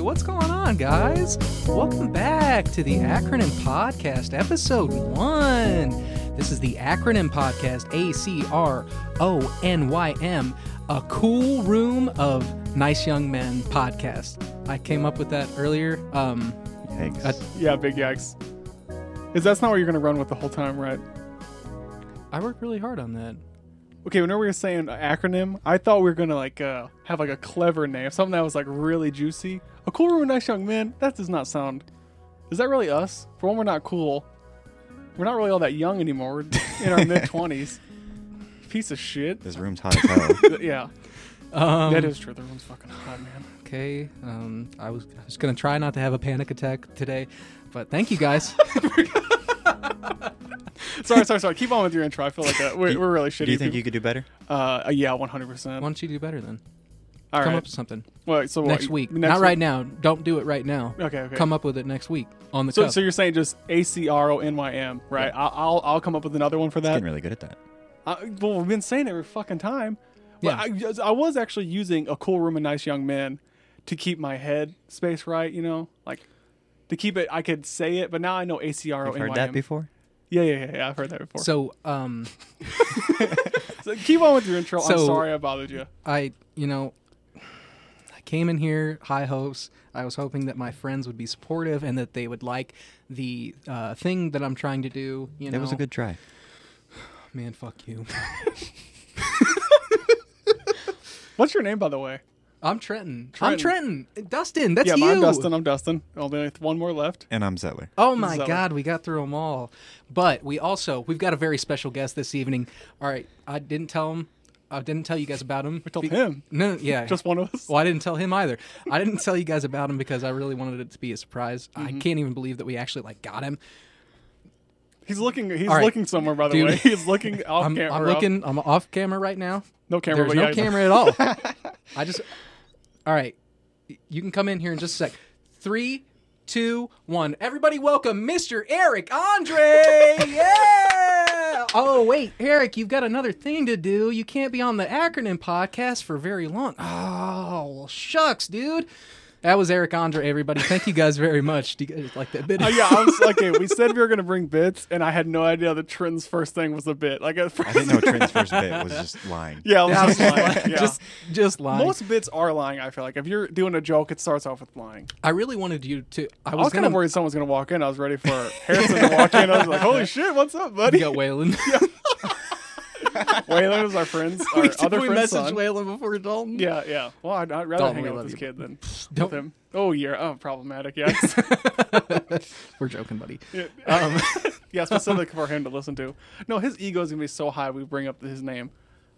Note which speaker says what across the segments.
Speaker 1: What's going on, guys? Welcome back to the Acronym Podcast, episode one. This is the Acronym Podcast, A C R O N Y M, a cool room of nice young men podcast. I came up with that earlier. Um,
Speaker 2: Yikes.
Speaker 3: Yeah, big yikes. Because that's not what you're going to run with the whole time, right?
Speaker 1: I worked really hard on that.
Speaker 3: Okay, whenever we were saying acronym, I thought we were going to like uh, have like a clever name, something that was like really juicy. A cool room of nice young men. That does not sound. Is that really us? For one, we're not cool. We're not really all that young anymore. We're in our mid twenties. Piece of shit.
Speaker 2: this room's hot as hell.
Speaker 3: Yeah,
Speaker 1: Um,
Speaker 3: that is true. The room's fucking hot, man.
Speaker 1: okay. Um, I was I was gonna try not to have a panic attack today, but thank you guys.
Speaker 3: Sorry, sorry, sorry. Keep on with your intro. I feel like that. We're,
Speaker 2: Do-
Speaker 3: we're really shitty.
Speaker 2: Do you think
Speaker 3: people.
Speaker 2: you could do better?
Speaker 3: Uh, yeah, one hundred
Speaker 1: Why
Speaker 3: percent. All
Speaker 1: don't you do better then?
Speaker 3: right.
Speaker 1: Come up with something
Speaker 3: Well, so what,
Speaker 1: next week.
Speaker 3: next
Speaker 1: Not
Speaker 3: week?
Speaker 1: right now. Don't do it right now.
Speaker 3: Okay. Okay.
Speaker 1: Come up with it next week on the
Speaker 3: So,
Speaker 1: cup.
Speaker 3: so you're saying just A C R O N Y M, right? I'll, I'll I'll come up with another one for that.
Speaker 2: Getting really good at that.
Speaker 3: I, well, we've been saying it every fucking time. But
Speaker 1: Yeah.
Speaker 3: I, yes, I was actually using a cool room of nice young men to keep my head space right. You know, like to keep it. I could say it, but now I know A C R O
Speaker 2: You've
Speaker 3: N
Speaker 2: heard
Speaker 3: Y
Speaker 2: that
Speaker 3: M.
Speaker 2: before?
Speaker 3: Yeah, yeah, yeah, yeah. I've heard that before. So,
Speaker 1: So, um,
Speaker 3: keep on with your intro. I'm
Speaker 1: So-
Speaker 3: sorry I bothered you.
Speaker 1: I, you know, I came in here high hopes. I was hoping that my friends would be supportive and that they would like the uh, thing that I'm trying to do. You know,
Speaker 2: It was a good try.
Speaker 1: man. Fuck you.
Speaker 3: What's your name, by the way?
Speaker 1: I'm Trenton. I'm
Speaker 3: Trenton.
Speaker 1: Trenton. Dustin, that's
Speaker 3: yeah,
Speaker 1: you.
Speaker 3: I'm Dustin. I'm Dustin. Only one more left.
Speaker 2: And I'm Zettler.
Speaker 1: Oh my
Speaker 3: Zeller.
Speaker 1: God, we got through them all. But we also we've got a very special guest this evening. All right, I didn't tell him. I didn't tell you guys about him. We
Speaker 3: told him.
Speaker 1: No, yeah,
Speaker 3: Just one of us.
Speaker 1: Well, I didn't tell him either. I didn't tell you guys about him because I really wanted it to be a surprise.
Speaker 3: Mm-hmm.
Speaker 1: I can't even believe that we actually like got him.
Speaker 3: He's looking. He's
Speaker 1: All right.
Speaker 3: looking somewhere. By the
Speaker 1: Dude.
Speaker 3: way, he's looking off
Speaker 1: I'm,
Speaker 3: camera.
Speaker 1: I'm looking. I'm off camera right now.
Speaker 3: No camera.
Speaker 1: There's
Speaker 3: but
Speaker 1: no
Speaker 3: yeah, he's-
Speaker 1: camera at all. I just. All right, Y- you can come in here in just a sec. Three, two, one. Everybody, welcome Mr. Eric Andre. yeah. Oh wait, Eric, you've got another thing to do. You can't be on the acronym podcast for very long. Oh well, shucks, dude. That was Eric Andre. Everybody, thank you guys very much. Do you guys like that bit?
Speaker 3: Uh, yeah, I was, okay. We said we were gonna bring bits, and I had no idea the Trenton's first thing was a bit. Like at first,
Speaker 2: I didn't know Trent's first bit was just lying.
Speaker 3: yeah, I was
Speaker 1: I was
Speaker 3: just
Speaker 1: just
Speaker 3: lying,
Speaker 1: lying.
Speaker 3: yeah.
Speaker 1: Just, just lying.
Speaker 3: most bits are lying. I feel like if you're doing a joke, it starts off with lying.
Speaker 1: I really wanted you to. I
Speaker 3: I
Speaker 1: was,
Speaker 3: was kind
Speaker 1: gonna
Speaker 3: of worried someone was gonna walk in. I was ready for Harrison to walk in. I was like, "Holy shit, what's up, buddy?"
Speaker 1: go Waylon.
Speaker 3: Waylon is our friends, our other
Speaker 1: we
Speaker 3: friend's
Speaker 1: messaged
Speaker 3: son.
Speaker 1: Waylon before Dalton.
Speaker 3: yeah, yeah. Well, I'd, I'd rather
Speaker 1: Dalton, we
Speaker 3: hang out
Speaker 1: love
Speaker 3: with this
Speaker 1: you.
Speaker 3: kid than
Speaker 1: Don't-
Speaker 3: with him. Oh, you're oh, problematic. Yeah,
Speaker 1: We're joking, buddy.
Speaker 3: um, yeah, specific for him to listen to. No, his ego's gonna be so high. We bring up his name.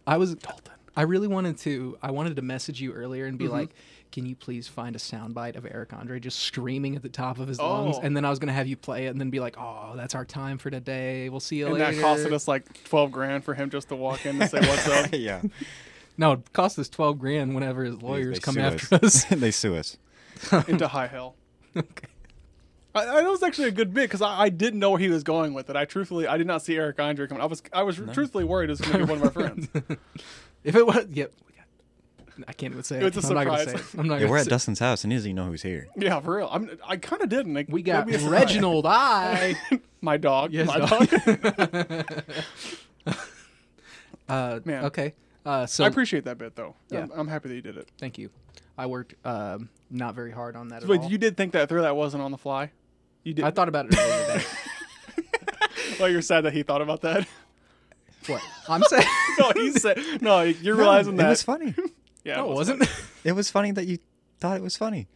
Speaker 1: I was Dalton. I really wanted to. I wanted to message you earlier and be
Speaker 3: Mm-hmm.
Speaker 1: like, "Can you please find a soundbite of Eric Andre just screaming at the top of his lungs?"
Speaker 3: Oh.
Speaker 1: And then I was gonna have you play it and then be like, "Oh, that's our time for today. We'll see you
Speaker 3: And
Speaker 1: later."
Speaker 3: that costed us like twelve grand for him just to walk in and say what's up.
Speaker 2: yeah.
Speaker 1: No, it cost us twelve grand whenever his lawyers
Speaker 2: They
Speaker 1: come
Speaker 2: sue
Speaker 1: after us.
Speaker 2: they sue us.
Speaker 3: into high hell.
Speaker 1: okay.
Speaker 3: I, I, that was actually a good bit because I, I didn't know where he was going with it. I truthfully, I did not see Eric Andre coming. I was, I was truthfully worried it was going to be one of my friends.
Speaker 1: If it was, yep. we got- I can't even say it.
Speaker 3: It's a
Speaker 1: I'm not gonna
Speaker 3: surprise.
Speaker 1: say it. I'm not
Speaker 2: Yeah,
Speaker 1: gonna
Speaker 2: we're at
Speaker 1: say it.
Speaker 2: Dustin's house, and he doesn't even know who's here.
Speaker 3: Yeah, for real. I'm, I kind of didn't. Like,
Speaker 1: We
Speaker 3: it'd
Speaker 1: got
Speaker 3: be a surprise.
Speaker 1: Reginald. I.
Speaker 3: my dog.
Speaker 1: Yes,
Speaker 3: my
Speaker 1: dog.
Speaker 3: dog.
Speaker 1: Uh,
Speaker 3: Man.
Speaker 1: Okay. Uh, so
Speaker 3: I appreciate that bit though.
Speaker 1: Yeah.
Speaker 3: I'm, I'm happy that you did it.
Speaker 1: Thank you. I worked um, not very hard on that at
Speaker 3: But
Speaker 1: all.
Speaker 3: you did think that through. That wasn't on the fly. You did.
Speaker 1: I thought about it earlier today.
Speaker 3: well, you're sad that he thought about that.
Speaker 1: what? I'm saying.
Speaker 3: no, he said. No, you're realizing
Speaker 2: It
Speaker 3: that.
Speaker 2: was funny.
Speaker 3: yeah,
Speaker 1: no,
Speaker 3: it
Speaker 1: it
Speaker 3: was-
Speaker 1: wasn't.
Speaker 2: It was funny that you thought it was funny.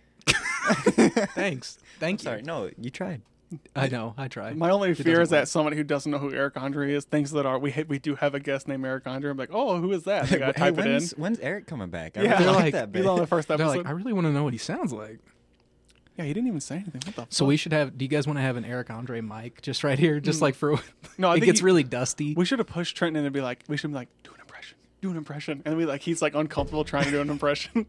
Speaker 1: Thanks. Thank you.
Speaker 2: Sorry, no, you tried.
Speaker 1: I know. I tried.
Speaker 3: My only fear
Speaker 1: doesn't
Speaker 3: is that somebody who doesn't know who Eric Andre is thinks that are we ha- we do have a guest named Eric Andre. I'm like, oh, who is that? Like, I
Speaker 2: hey,
Speaker 3: type it in.
Speaker 2: when's, when's Eric coming back? I
Speaker 3: Yeah.
Speaker 2: really
Speaker 3: They're
Speaker 2: like,
Speaker 1: like,
Speaker 2: that bit.
Speaker 3: He's on the first
Speaker 1: They're
Speaker 3: episode.
Speaker 1: like, I really want to know what he sounds like.
Speaker 3: yeah, he didn't even say anything. What the? F-
Speaker 1: So we should have. Do you guys want to have an Eric Andre mic just right here, just like for?
Speaker 3: Hmm. No,
Speaker 1: it
Speaker 3: I think
Speaker 1: gets
Speaker 3: you-
Speaker 1: really dusty.
Speaker 3: we should have pushed Trenton and be like, we should be like, do an impression, do an impression, and we like, he's like uncomfortable trying to do an impression.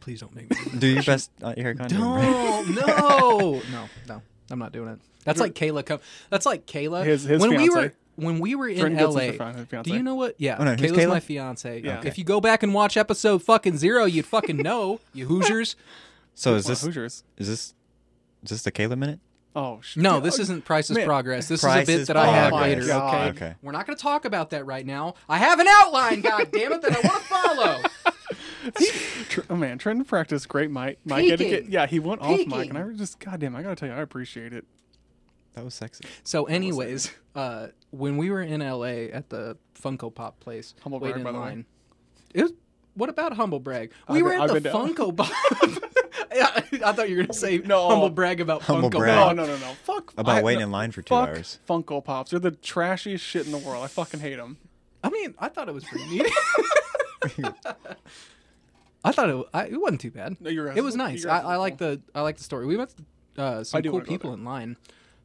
Speaker 1: Please don't make me.
Speaker 2: Do your best, uh, Eric. Andre.
Speaker 1: No, no, no, no. I'm not doing it. That's like Kayla. Come. That's like Kayla.
Speaker 3: His- his
Speaker 1: when we
Speaker 3: fiancée.
Speaker 1: were when we were in
Speaker 3: Jordan
Speaker 1: LA.
Speaker 3: Goodson's fi- his
Speaker 1: Do you
Speaker 3: fiancée.
Speaker 1: know what? Yeah,
Speaker 2: Oh, no, who's
Speaker 1: Kayla's
Speaker 2: Kayla?
Speaker 1: my fiance.
Speaker 3: Yeah.
Speaker 1: If you go back and watch episode fucking zero, you'd fucking know. You Hoosiers.
Speaker 2: So is
Speaker 3: Well,
Speaker 2: this
Speaker 3: Hoosiers?
Speaker 2: is this is this the Caleb minute?
Speaker 3: Oh, sh-
Speaker 1: No, this isn't Price's
Speaker 3: Man.
Speaker 1: Progress. This is
Speaker 2: Price
Speaker 1: a bit
Speaker 2: is
Speaker 1: that I have
Speaker 2: Progress.
Speaker 1: later.
Speaker 3: God.
Speaker 1: Okay?
Speaker 2: Okay.
Speaker 1: we're not going to talk about that right now. I have an outline, God damn it, that I want to follow.
Speaker 3: Tr- oh man, Trenton practiced great Mike. Mike
Speaker 1: Peeking.
Speaker 3: etiquette. Yeah, he went off Mike,
Speaker 1: Peeking.
Speaker 3: and I was just goddamn. I gotta tell you, I appreciate it.
Speaker 2: That was sexy.
Speaker 1: So, anyways, uh, when we were in LA at the Funko Pop place,
Speaker 3: Humble
Speaker 1: waiting in
Speaker 3: brag, by the way.
Speaker 1: line. It was, what about humble brag? We
Speaker 3: I've
Speaker 1: were
Speaker 3: been-
Speaker 1: at
Speaker 3: I've
Speaker 1: the
Speaker 3: been
Speaker 1: Funko Pop. Yeah, I thought you were gonna say
Speaker 3: No.
Speaker 1: humble brag about
Speaker 2: Humble
Speaker 1: Funko
Speaker 2: brag.
Speaker 1: Pop.
Speaker 3: Oh, No, no, no, no. Fuck.
Speaker 2: About
Speaker 3: I-
Speaker 2: waiting
Speaker 3: no,
Speaker 2: in line for two
Speaker 3: fuck
Speaker 2: hours.
Speaker 3: Funko Pops. They're the trashiest shit in the world. I fucking hate them.
Speaker 1: I mean, I thought it was pretty neat. I thought it, I, it wasn't too bad.
Speaker 3: No, you're right.
Speaker 1: It was nice.
Speaker 3: You're
Speaker 1: I,
Speaker 3: right.
Speaker 1: I like the I like the story. We met uh, some
Speaker 3: I do
Speaker 1: cool
Speaker 3: wanna go
Speaker 1: people
Speaker 3: there.
Speaker 1: in line.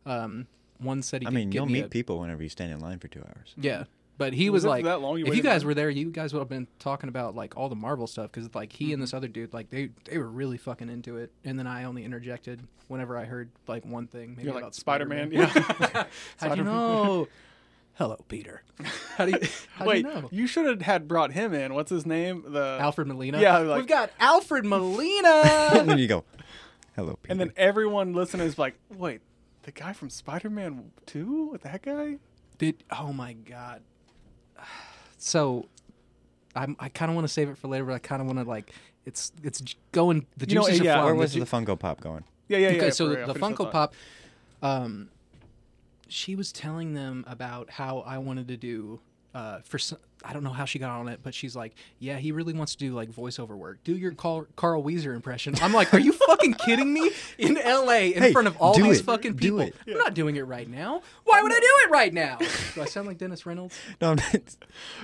Speaker 1: Um, one said he
Speaker 2: I
Speaker 1: could
Speaker 2: mean,
Speaker 1: get
Speaker 2: you'll
Speaker 1: me
Speaker 2: meet
Speaker 1: a-
Speaker 2: people whenever you stand in line for two hours.
Speaker 1: Yeah, but he was
Speaker 3: Was it for
Speaker 1: like,
Speaker 3: that long you
Speaker 1: if you
Speaker 3: waited
Speaker 1: guys
Speaker 3: on?
Speaker 1: were there, you guys would have been talking about like all the Marvel stuff because like he and this
Speaker 3: Mm-hmm.
Speaker 1: other dude, like they they were really fucking into it. And then I only interjected whenever I heard like one thing, maybe
Speaker 3: You're like
Speaker 1: about
Speaker 3: Spider-Man,
Speaker 1: How do you
Speaker 3: Spider-Man.
Speaker 1: know? Hello, Peter. How do you? How
Speaker 3: Wait,
Speaker 1: do you know?
Speaker 3: should have had brought him in. What's his name? The
Speaker 1: Alfred Molina.
Speaker 3: Yeah, like-
Speaker 1: we've got Alfred
Speaker 2: and
Speaker 1: Molina.
Speaker 2: then you go, hello, Peter.
Speaker 3: And then everyone listening is like, wait, the guy from Spider Man 2? That guy?
Speaker 1: Did oh my god. So, I'm, I kind of want to save it for later, but I kind of want to like it's it's j- going the
Speaker 3: You know,
Speaker 1: juices
Speaker 3: yeah,
Speaker 1: are
Speaker 2: where
Speaker 1: flowing.
Speaker 2: was
Speaker 1: ju-
Speaker 2: the Funko Pop going?
Speaker 3: Yeah, yeah, yeah.
Speaker 1: Okay,
Speaker 3: yeah,
Speaker 1: so
Speaker 3: for
Speaker 1: the-
Speaker 3: real.
Speaker 1: the
Speaker 3: Finish
Speaker 1: Funko
Speaker 3: thought.
Speaker 1: Pop, um, she was telling them about how I wanted to do. Uh, for some, I don't know how she got on it, but she's like, "Yeah, he really wants to do like voiceover work. Do your Carl, Carl Weezer impression." I'm like, "Are you fucking kidding me? In L.A. in
Speaker 2: Hey,
Speaker 1: front of all
Speaker 2: do
Speaker 1: these
Speaker 2: it.
Speaker 1: fucking
Speaker 2: Do
Speaker 1: people?
Speaker 2: it.
Speaker 1: I'm not doing it right now. Why would I do it right now? Do I sound like Dennis Reynolds?
Speaker 2: No, I'm not.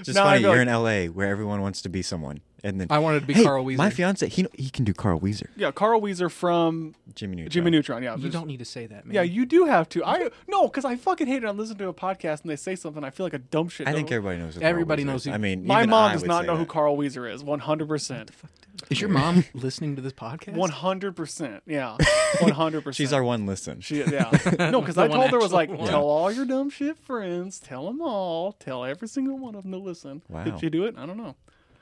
Speaker 2: Just
Speaker 3: No, I
Speaker 2: funny.
Speaker 3: feel
Speaker 2: You're in LA where everyone wants to be someone, and then
Speaker 1: I wanted to be
Speaker 2: hey,
Speaker 1: Carl Weezer.
Speaker 2: My fiance, he he can do Carl Weezer.
Speaker 3: Yeah, Carl Weezer from
Speaker 2: Jimmy Neutron.
Speaker 3: Jimmy Neutron. Yeah,
Speaker 1: You
Speaker 3: just-
Speaker 1: don't need to say that, man.
Speaker 3: Yeah, you do have to. I no, because I fucking hate it. I'm listening to a podcast and they say something. I feel like a dumb shit.
Speaker 2: I think
Speaker 3: No,
Speaker 2: everybody knows. Who
Speaker 1: Everybody
Speaker 2: Carl Weezer
Speaker 1: knows
Speaker 2: Is.
Speaker 1: who-
Speaker 2: I mean,
Speaker 3: my
Speaker 2: even
Speaker 3: mom
Speaker 2: I
Speaker 3: does
Speaker 2: would
Speaker 3: not
Speaker 2: say
Speaker 3: know who
Speaker 2: that.
Speaker 3: Carl Weezer is. 100. percent
Speaker 1: Is your mom listening to this podcast?
Speaker 3: 100. percent Yeah, 100. percent
Speaker 2: She's our one listen.
Speaker 3: She, yeah. No, because
Speaker 1: The
Speaker 3: I
Speaker 1: one
Speaker 3: told her was
Speaker 1: actual
Speaker 3: like,
Speaker 1: one.
Speaker 3: tell all your dumb shit friends, tell them all, tell every single one of them to listen.
Speaker 2: Wow.
Speaker 3: Did she do it? I don't know.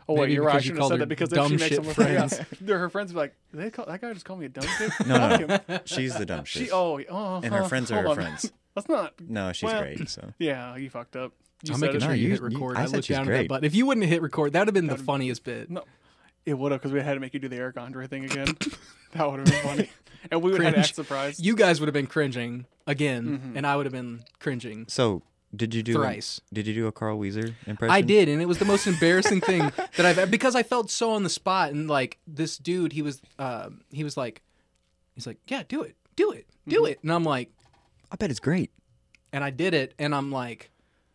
Speaker 3: Oh wait,
Speaker 1: Maybe
Speaker 3: you're right. I
Speaker 1: because you
Speaker 3: should have
Speaker 1: called
Speaker 3: said
Speaker 1: her
Speaker 3: that because if
Speaker 1: dumb
Speaker 3: she makes
Speaker 1: shit
Speaker 3: them listen, yeah,
Speaker 1: friends.
Speaker 3: they're- her friends would be like, they call, that guy just called me a dumb kid.
Speaker 2: No,
Speaker 3: Fuck
Speaker 2: no.
Speaker 3: him.
Speaker 2: She's the dumb shit.
Speaker 3: She oh oh
Speaker 2: And her
Speaker 3: huh,
Speaker 2: friends are
Speaker 3: hold
Speaker 2: her
Speaker 3: on.
Speaker 2: friends.
Speaker 3: That's not.
Speaker 2: No, she's
Speaker 3: Well,
Speaker 2: great. So
Speaker 3: Yeah, you fucked up. You
Speaker 1: I'm
Speaker 3: said
Speaker 1: making
Speaker 3: it.
Speaker 1: sure
Speaker 2: No,
Speaker 1: you,
Speaker 2: you-
Speaker 1: hit
Speaker 2: you-
Speaker 1: record.
Speaker 2: I
Speaker 1: I,
Speaker 2: said
Speaker 1: looked
Speaker 2: she's
Speaker 1: down at that
Speaker 2: great.
Speaker 1: button. If you wouldn't have hit record, that would have been the funniest bit.
Speaker 3: No, it would have because we had to make you do the Eric Andre thing again. that would have been funny, and we would have had to
Speaker 1: Cringe.
Speaker 3: act surprised.
Speaker 1: You guys would have been cringing again,
Speaker 3: Mm-hmm.
Speaker 1: and I would have been cringing.
Speaker 2: So did you do an-
Speaker 1: Thrice.
Speaker 2: did you do a Carl Weezer impression?
Speaker 1: I did, and it was the most embarrassing thing that I've e-, because I felt so on the spot. And like this dude, he was, uh, he was like, he's like, yeah, do it, do it,
Speaker 3: Mm-hmm.
Speaker 1: do it, and I'm like,
Speaker 2: I bet it's great.
Speaker 1: and I did it, and I'm like,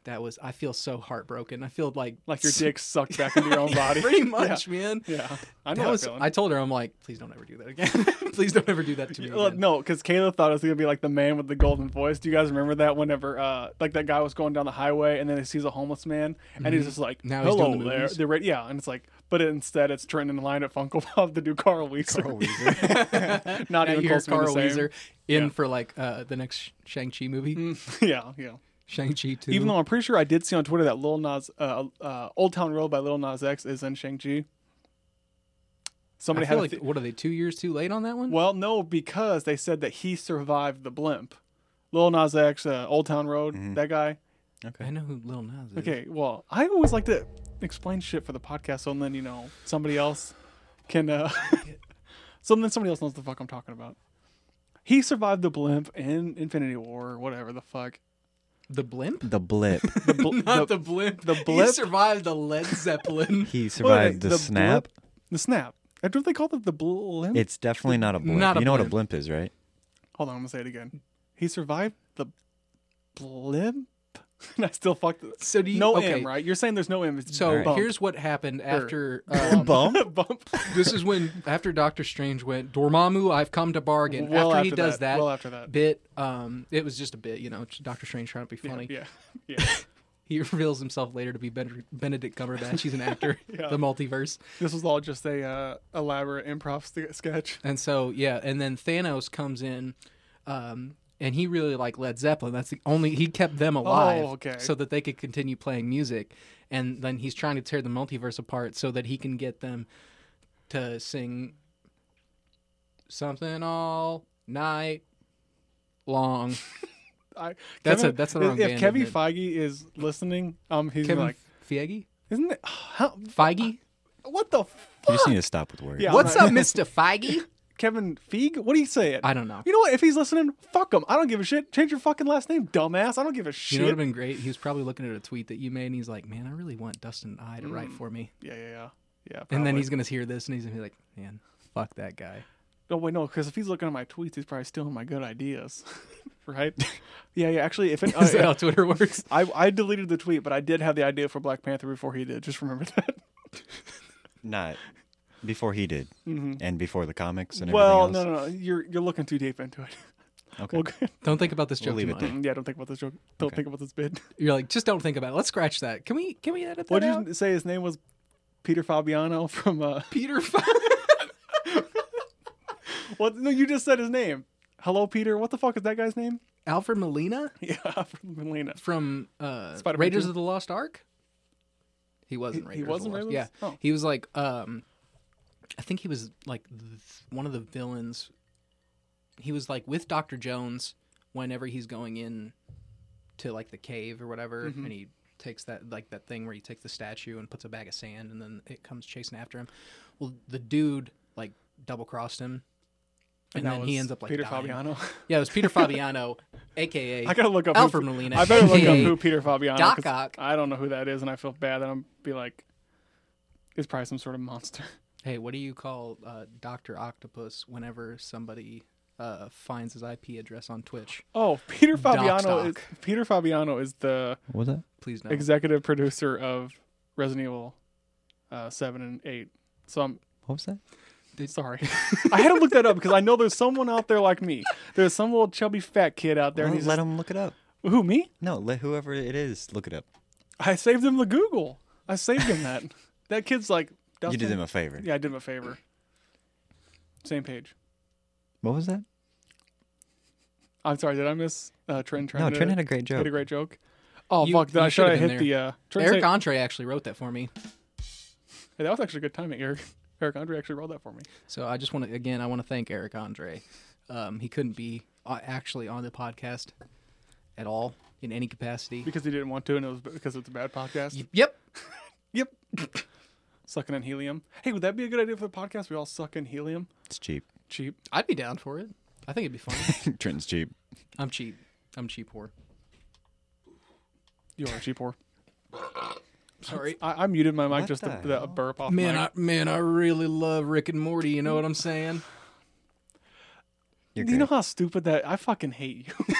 Speaker 1: that was. I feel so heartbroken. I feel like
Speaker 3: like your dick sucked back into your own body.
Speaker 1: pretty much, man.
Speaker 3: Yeah, I
Speaker 1: That
Speaker 3: know that
Speaker 1: was.
Speaker 3: feeling.
Speaker 1: I told her, I'm like, please don't ever do that again. please don't ever do that to me.
Speaker 3: Well,
Speaker 1: again."
Speaker 3: no, because Caleb thought it was gonna be like the man with the golden voice. Do you guys remember that? Whenever, uh, like that guy was going down the highway and then he sees a homeless man and he's just like,
Speaker 1: Mm-hmm. Now he's doing
Speaker 3: "Hello
Speaker 1: the
Speaker 3: there."
Speaker 1: movies.
Speaker 3: They're right- yeah, and it's like, but instead it's turning in line at Funko Pop to do Carl Weezer.
Speaker 2: Carl Weezer.
Speaker 3: Not
Speaker 1: Now
Speaker 3: even
Speaker 1: you hear
Speaker 3: close to being the
Speaker 1: Carl
Speaker 3: same.
Speaker 1: Weezer in
Speaker 3: Yeah.
Speaker 1: for like uh, the next Shang Chi movie,
Speaker 3: yeah, yeah.
Speaker 1: Shang Chi Two.
Speaker 3: Even though I'm pretty sure I did see on Twitter that Lil Nas, uh, uh, Old Town Road by Lil Nas X is in Shang
Speaker 1: I
Speaker 3: Chi. Somebody had
Speaker 1: feel
Speaker 3: a
Speaker 1: like
Speaker 3: th-
Speaker 1: what are they two years too late on that one?
Speaker 3: Well, no, because they said that he survived the blimp. Lil Nas X, uh, Old Town Road,
Speaker 1: Mm-hmm.
Speaker 3: that guy.
Speaker 1: I know who Lil Nas is.
Speaker 3: Okay, well, I always like to explain shit for the podcast, so then you know somebody else can. Uh, so then somebody else knows the fuck I'm talking about. He survived the blimp in Infinity War or whatever the fuck.
Speaker 1: the blimp.
Speaker 2: The blip.
Speaker 3: The bl-
Speaker 1: Not the, blimp.
Speaker 3: the
Speaker 1: He
Speaker 3: blip?
Speaker 1: survived the Led Zeppelin.
Speaker 2: He
Speaker 3: what are
Speaker 2: survived
Speaker 3: they-
Speaker 2: the, snap.
Speaker 3: blip- the snap. Uh, Don't they call it the blimp?
Speaker 2: It's definitely not a blimp.
Speaker 1: Not a
Speaker 2: you know what
Speaker 1: blimp.
Speaker 2: a blimp is, right?
Speaker 3: Hold on, I'm gonna say it again. He survived the blimp, and I still fucked. it.
Speaker 1: So do you-
Speaker 3: no
Speaker 1: okay.
Speaker 3: M, right? You're saying there's no M. It's
Speaker 1: So
Speaker 3: bump.
Speaker 1: here's what happened after.
Speaker 3: Bump.
Speaker 1: Um,
Speaker 3: bump.
Speaker 1: this is when after Doctor Strange went Dormammu, I've come to bargain.
Speaker 3: Well
Speaker 1: after, he
Speaker 3: after
Speaker 1: does
Speaker 3: that.
Speaker 1: that,
Speaker 3: Well after that.
Speaker 1: bit, um, it was just a bit, you know. Doctor Strange trying to be funny.
Speaker 3: Yeah, yeah.
Speaker 1: He reveals himself later to be Ben- Benedict Cumberbatch. He's an actor. The multiverse.
Speaker 3: This was all just a uh, elaborate improv st- sketch.
Speaker 1: And so yeah, and then Thanos comes in, um, and he really liked Led Zeppelin. That's the only he kept them alive,
Speaker 3: Oh, okay.
Speaker 1: so that they could continue playing music. And then he's trying to tear the multiverse apart so that he can get them to sing something all night long.
Speaker 3: I,
Speaker 1: That's it. That's the wrong
Speaker 3: If
Speaker 1: band,
Speaker 3: Kevin
Speaker 1: isn't it?
Speaker 3: Feige is listening, um, he's
Speaker 1: Kevin
Speaker 3: like,
Speaker 1: Feige?
Speaker 3: isn't it? How,
Speaker 1: Feige?
Speaker 3: what the
Speaker 2: You
Speaker 3: fuck?
Speaker 2: just need to stop with words.
Speaker 3: Yeah.
Speaker 1: What's
Speaker 3: right.
Speaker 1: up, Mr. Feige?
Speaker 3: Kevin Feige? What do you say? It.
Speaker 1: I don't know.
Speaker 3: You know what? If he's listening, fuck him. I don't give a shit. Change your fucking last name, dumbass. I don't give a
Speaker 1: You
Speaker 3: shit.
Speaker 1: know what would have been great? He was probably looking at a tweet that you made and he's like, man, I really want Dustin I to
Speaker 3: Mm.
Speaker 1: write for me.
Speaker 3: yeah, yeah, yeah. Yeah.
Speaker 1: And then
Speaker 3: probably.
Speaker 1: he's going to hear this and he's going to be like, man, fuck that guy.
Speaker 3: No, Oh, wait, no, because if he's looking at my tweets, he's probably stealing my good ideas, right? yeah, Oh, yeah. Actually, if it,
Speaker 1: Is that
Speaker 3: I,
Speaker 1: how Twitter works?
Speaker 3: I I deleted the tweet, but I did have the idea for Black Panther before he did. Just remember that.
Speaker 2: Not before he did, and before the comics and
Speaker 3: Mm-hmm. well,
Speaker 2: everything
Speaker 3: no,
Speaker 2: else.
Speaker 3: no, no. You're you're looking too deep into it.
Speaker 2: Okay.
Speaker 3: Well,
Speaker 1: Don't think about this joke
Speaker 2: We'll
Speaker 1: too
Speaker 2: leave it
Speaker 1: much.
Speaker 2: there.
Speaker 3: yeah, don't think about this joke. Don't
Speaker 2: Okay.
Speaker 3: think about this bid.
Speaker 1: You're like, just don't think about it. Let's scratch that. Can we can we edit that
Speaker 3: What
Speaker 1: out?
Speaker 3: did you say? His name was Peter Fabiano from. Uh,
Speaker 1: Peter Fe-
Speaker 3: what? No, you just said his name. Hello, Peter. What the fuck is that guy's name?
Speaker 1: Alfred Molina
Speaker 3: Yeah, from Melina.
Speaker 1: from uh,
Speaker 3: Spider-Man
Speaker 1: Raiders
Speaker 3: 2?
Speaker 1: of the Lost Ark? He wasn't
Speaker 3: He-
Speaker 1: Raiders.
Speaker 3: he
Speaker 1: of the
Speaker 3: wasn't
Speaker 1: Lost-
Speaker 3: Raiders?
Speaker 1: Yeah.
Speaker 3: Oh.
Speaker 1: He was like um I think he was like th- one of the villains. He was like with Dr. Jones whenever he's going in to like the cave or whatever
Speaker 3: Mm-hmm.
Speaker 1: and he takes that like that thing where he takes the statue and puts a bag of sand and then it comes chasing after him. Well, the dude like double crossed him. And,
Speaker 3: that
Speaker 1: then he
Speaker 3: was
Speaker 1: ends up like
Speaker 3: Peter
Speaker 1: dying.
Speaker 3: Fabiano.
Speaker 1: Yeah, it was Peter Fabiano, aka
Speaker 3: I gotta look up
Speaker 1: Alfred
Speaker 3: who,
Speaker 1: Molina.
Speaker 3: I better look up
Speaker 1: aka
Speaker 3: who Peter Fabiano.
Speaker 1: Doc
Speaker 3: 'cause
Speaker 1: Ock.
Speaker 3: I don't know who that is, and I feel bad that I'm be like, it's probably some sort of monster.
Speaker 1: Hey, what do you call uh, Doctor Octopus whenever somebody uh, finds his IP address on Twitch?
Speaker 3: Oh, Peter Fabiano is
Speaker 1: Doc.
Speaker 3: Peter Fabiano is the
Speaker 2: What was that?
Speaker 1: Please no.
Speaker 3: executive producer of Resident Evil uh, seven and eight. So I'm
Speaker 2: What was that?
Speaker 3: sorry. I had to look that up because I know there's someone out there like me. There's some little chubby fat kid out there,
Speaker 2: Well,
Speaker 3: and he's
Speaker 2: let
Speaker 3: just,
Speaker 2: him look it up.
Speaker 3: who me?
Speaker 2: No, let whoever it is look it up.
Speaker 3: I saved him the Google. I saved him that. that kid's like
Speaker 2: You did
Speaker 3: Dustin-
Speaker 2: him a favor.
Speaker 3: Yeah, I did him a favor. Same page.
Speaker 2: What was that?
Speaker 3: I'm sorry, did I miss uh, Trent?
Speaker 2: no,
Speaker 3: trying to
Speaker 2: Trent had a great joke.
Speaker 3: hit a great joke. Oh
Speaker 1: You-
Speaker 3: fuck! Then
Speaker 1: you
Speaker 3: I should have
Speaker 1: should've
Speaker 3: hit
Speaker 1: been
Speaker 3: the uh, Trent
Speaker 1: Eric
Speaker 3: said-
Speaker 1: Andre actually wrote that for me.
Speaker 3: Hey, that was actually good timing, Eric. Eric Andre actually rolled that for me.
Speaker 1: So I just want to again, I want to thank Eric Andre. Um, he couldn't be uh, actually on the podcast at all in any capacity.
Speaker 3: Because he didn't want to, and it was because it's a bad podcast.
Speaker 1: Y- Yep.
Speaker 3: Yep. Sucking in helium. Hey, would that be a good idea for the podcast? We all suck in helium.
Speaker 2: It's cheap.
Speaker 3: Cheap.
Speaker 1: I'd be down for it. I think it'd be fun.
Speaker 2: Trent's cheap.
Speaker 1: I'm cheap. I'm cheap whore.
Speaker 3: You are a cheap whore.
Speaker 1: Sorry.
Speaker 3: I, I muted my mic
Speaker 2: What
Speaker 3: just to,
Speaker 2: the
Speaker 3: the a burp off.
Speaker 1: Man,
Speaker 3: mic.
Speaker 1: I, man, I really love Rick and Morty. You know what I'm saying?
Speaker 2: You're
Speaker 3: Do you know
Speaker 2: great.
Speaker 3: how stupid that? I fucking hate you.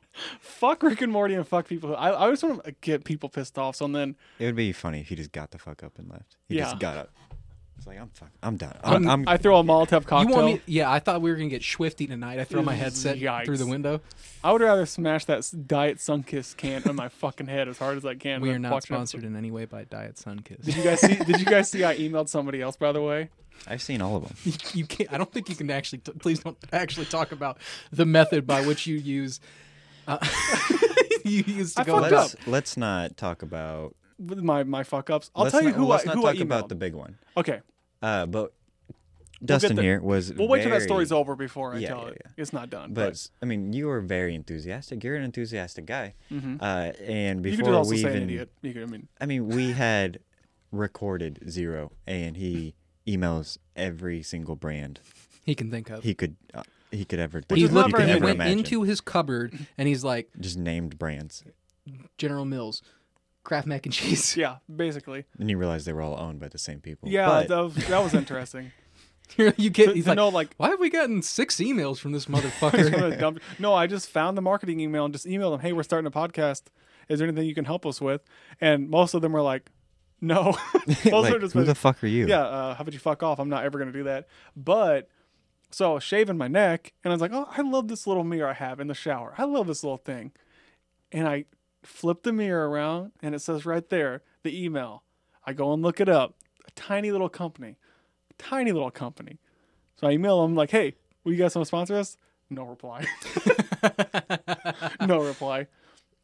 Speaker 3: fuck Rick and Morty and fuck people. I, I always want to get people pissed off. So then
Speaker 2: It would be funny if he just got the fuck up and left. He
Speaker 3: Yeah.
Speaker 2: just got up. It's like I'm fuck. I'm done. I'm. I'm,
Speaker 3: I throw a Molotov
Speaker 1: You
Speaker 3: cocktail.
Speaker 1: want me? Yeah, I thought we were gonna get swifty tonight. I throw my headset
Speaker 3: Yikes.
Speaker 1: through the window.
Speaker 3: I would rather smash that s- Diet Sunkist can on my fucking head as hard as I can.
Speaker 1: We
Speaker 3: than
Speaker 1: are not
Speaker 3: watching episode-
Speaker 1: sponsored in any way by Diet
Speaker 3: Did
Speaker 1: Sunkiss.
Speaker 3: you guys see? Did you guys see? I emailed somebody else, by the way.
Speaker 2: I've seen all of them.
Speaker 1: you, you can't. I don't think you can actually. T- please don't actually talk about the method by which you use. Uh, you use to
Speaker 3: I
Speaker 1: go
Speaker 3: fucked
Speaker 1: about.
Speaker 3: up.
Speaker 2: Let's let's not talk about.
Speaker 3: With my my fuck ups. I'll
Speaker 2: let's
Speaker 3: tell you
Speaker 2: not-
Speaker 3: who
Speaker 2: let's
Speaker 3: I
Speaker 2: not
Speaker 3: who
Speaker 2: talk
Speaker 3: I emailed.
Speaker 2: about the big one.
Speaker 3: okay,
Speaker 2: Uh, but Dustin
Speaker 3: there.
Speaker 2: here was.
Speaker 3: we'll wait till that
Speaker 2: very-
Speaker 3: story's over before I
Speaker 2: Yeah,
Speaker 3: tell
Speaker 2: yeah,
Speaker 3: it. It's not done,
Speaker 2: But
Speaker 3: but,
Speaker 2: I mean, you were very enthusiastic. You're an enthusiastic guy. Uh, and
Speaker 3: Mm-hmm. you
Speaker 2: before
Speaker 3: could also
Speaker 2: we
Speaker 3: say
Speaker 2: even,
Speaker 3: an idiot. You could, I mean,
Speaker 2: I mean, we had recorded zero, and he emails every single brand
Speaker 1: He can think of.
Speaker 2: he could uh, he could ever. Think
Speaker 1: He
Speaker 2: of,
Speaker 1: looked.
Speaker 2: you
Speaker 3: never
Speaker 2: could
Speaker 1: He
Speaker 3: him.
Speaker 2: ever
Speaker 1: went
Speaker 2: imagine.
Speaker 1: into his cupboard and he's like
Speaker 2: just named brands,
Speaker 1: General Mills, Kraft mac and cheese.
Speaker 3: yeah, basically,
Speaker 2: and you realize they were all owned by the same people.
Speaker 3: yeah,
Speaker 2: But-
Speaker 3: that was that was interesting.
Speaker 1: you get.
Speaker 3: To-
Speaker 1: He's
Speaker 3: to
Speaker 1: like,
Speaker 3: know, like-
Speaker 1: why have we gotten six emails from this
Speaker 3: Just
Speaker 1: motherfucker?
Speaker 3: wanna dump- no, I just found the marketing email and just emailed them. Hey, we're starting a podcast. Is there anything you can help us with? And most of them were like, no. most of
Speaker 2: like,
Speaker 3: them just
Speaker 2: who
Speaker 3: went,
Speaker 2: the fuck are you?
Speaker 3: yeah, uh, how about you fuck off? I'm not ever going to do that. But so I was shaving my neck and I was like, oh, I love this little mirror I have in the shower. I love this little thing. And I flip the mirror around and it says right there, the email. I go and look it up. A tiny little company. Tiny little company. So I email them like, hey, will you guys want to sponsor us? No reply. no reply.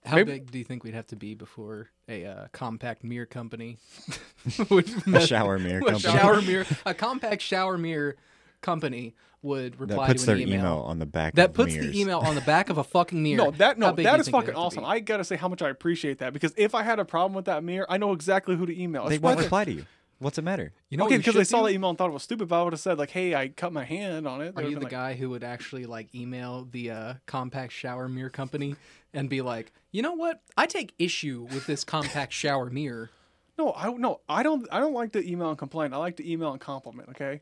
Speaker 1: How
Speaker 3: Maybe-
Speaker 1: big do you think we'd have to be before a uh, compact mirror company would
Speaker 2: A shower mirror
Speaker 1: a
Speaker 2: company.
Speaker 1: shower mirror a compact shower mirror company would
Speaker 2: That
Speaker 1: reply
Speaker 2: puts
Speaker 1: to
Speaker 2: their
Speaker 1: an email.
Speaker 2: email on the back.
Speaker 1: That
Speaker 2: of
Speaker 1: puts
Speaker 2: mirrors.
Speaker 1: the email on the back of a fucking mirror.
Speaker 3: No, that
Speaker 1: How
Speaker 3: no,
Speaker 1: big do
Speaker 3: that
Speaker 1: you
Speaker 3: is
Speaker 1: think they
Speaker 3: fucking
Speaker 1: have to
Speaker 3: awesome.
Speaker 1: be?
Speaker 3: I gotta say how much I appreciate that because if I had a problem with that mirror, I know exactly who to email.
Speaker 2: They
Speaker 3: It's
Speaker 2: won't
Speaker 3: whether-
Speaker 2: reply to you. What's the matter?
Speaker 1: You know, what
Speaker 3: okay,
Speaker 1: Oh, you
Speaker 3: because they
Speaker 1: should
Speaker 3: saw
Speaker 1: do?
Speaker 3: the email and thought it was stupid, but I would have said like, "Hey, I cut my hand on it." They
Speaker 1: Are you
Speaker 3: would've
Speaker 1: the
Speaker 3: been
Speaker 1: guy
Speaker 3: like,
Speaker 1: who would actually like email the uh, compact shower mirror company and be like, you know what? I take issue with this compact shower mirror.
Speaker 3: No, I don't. No, I don't. I don't like to email and complain. I like to email and compliment. Okay,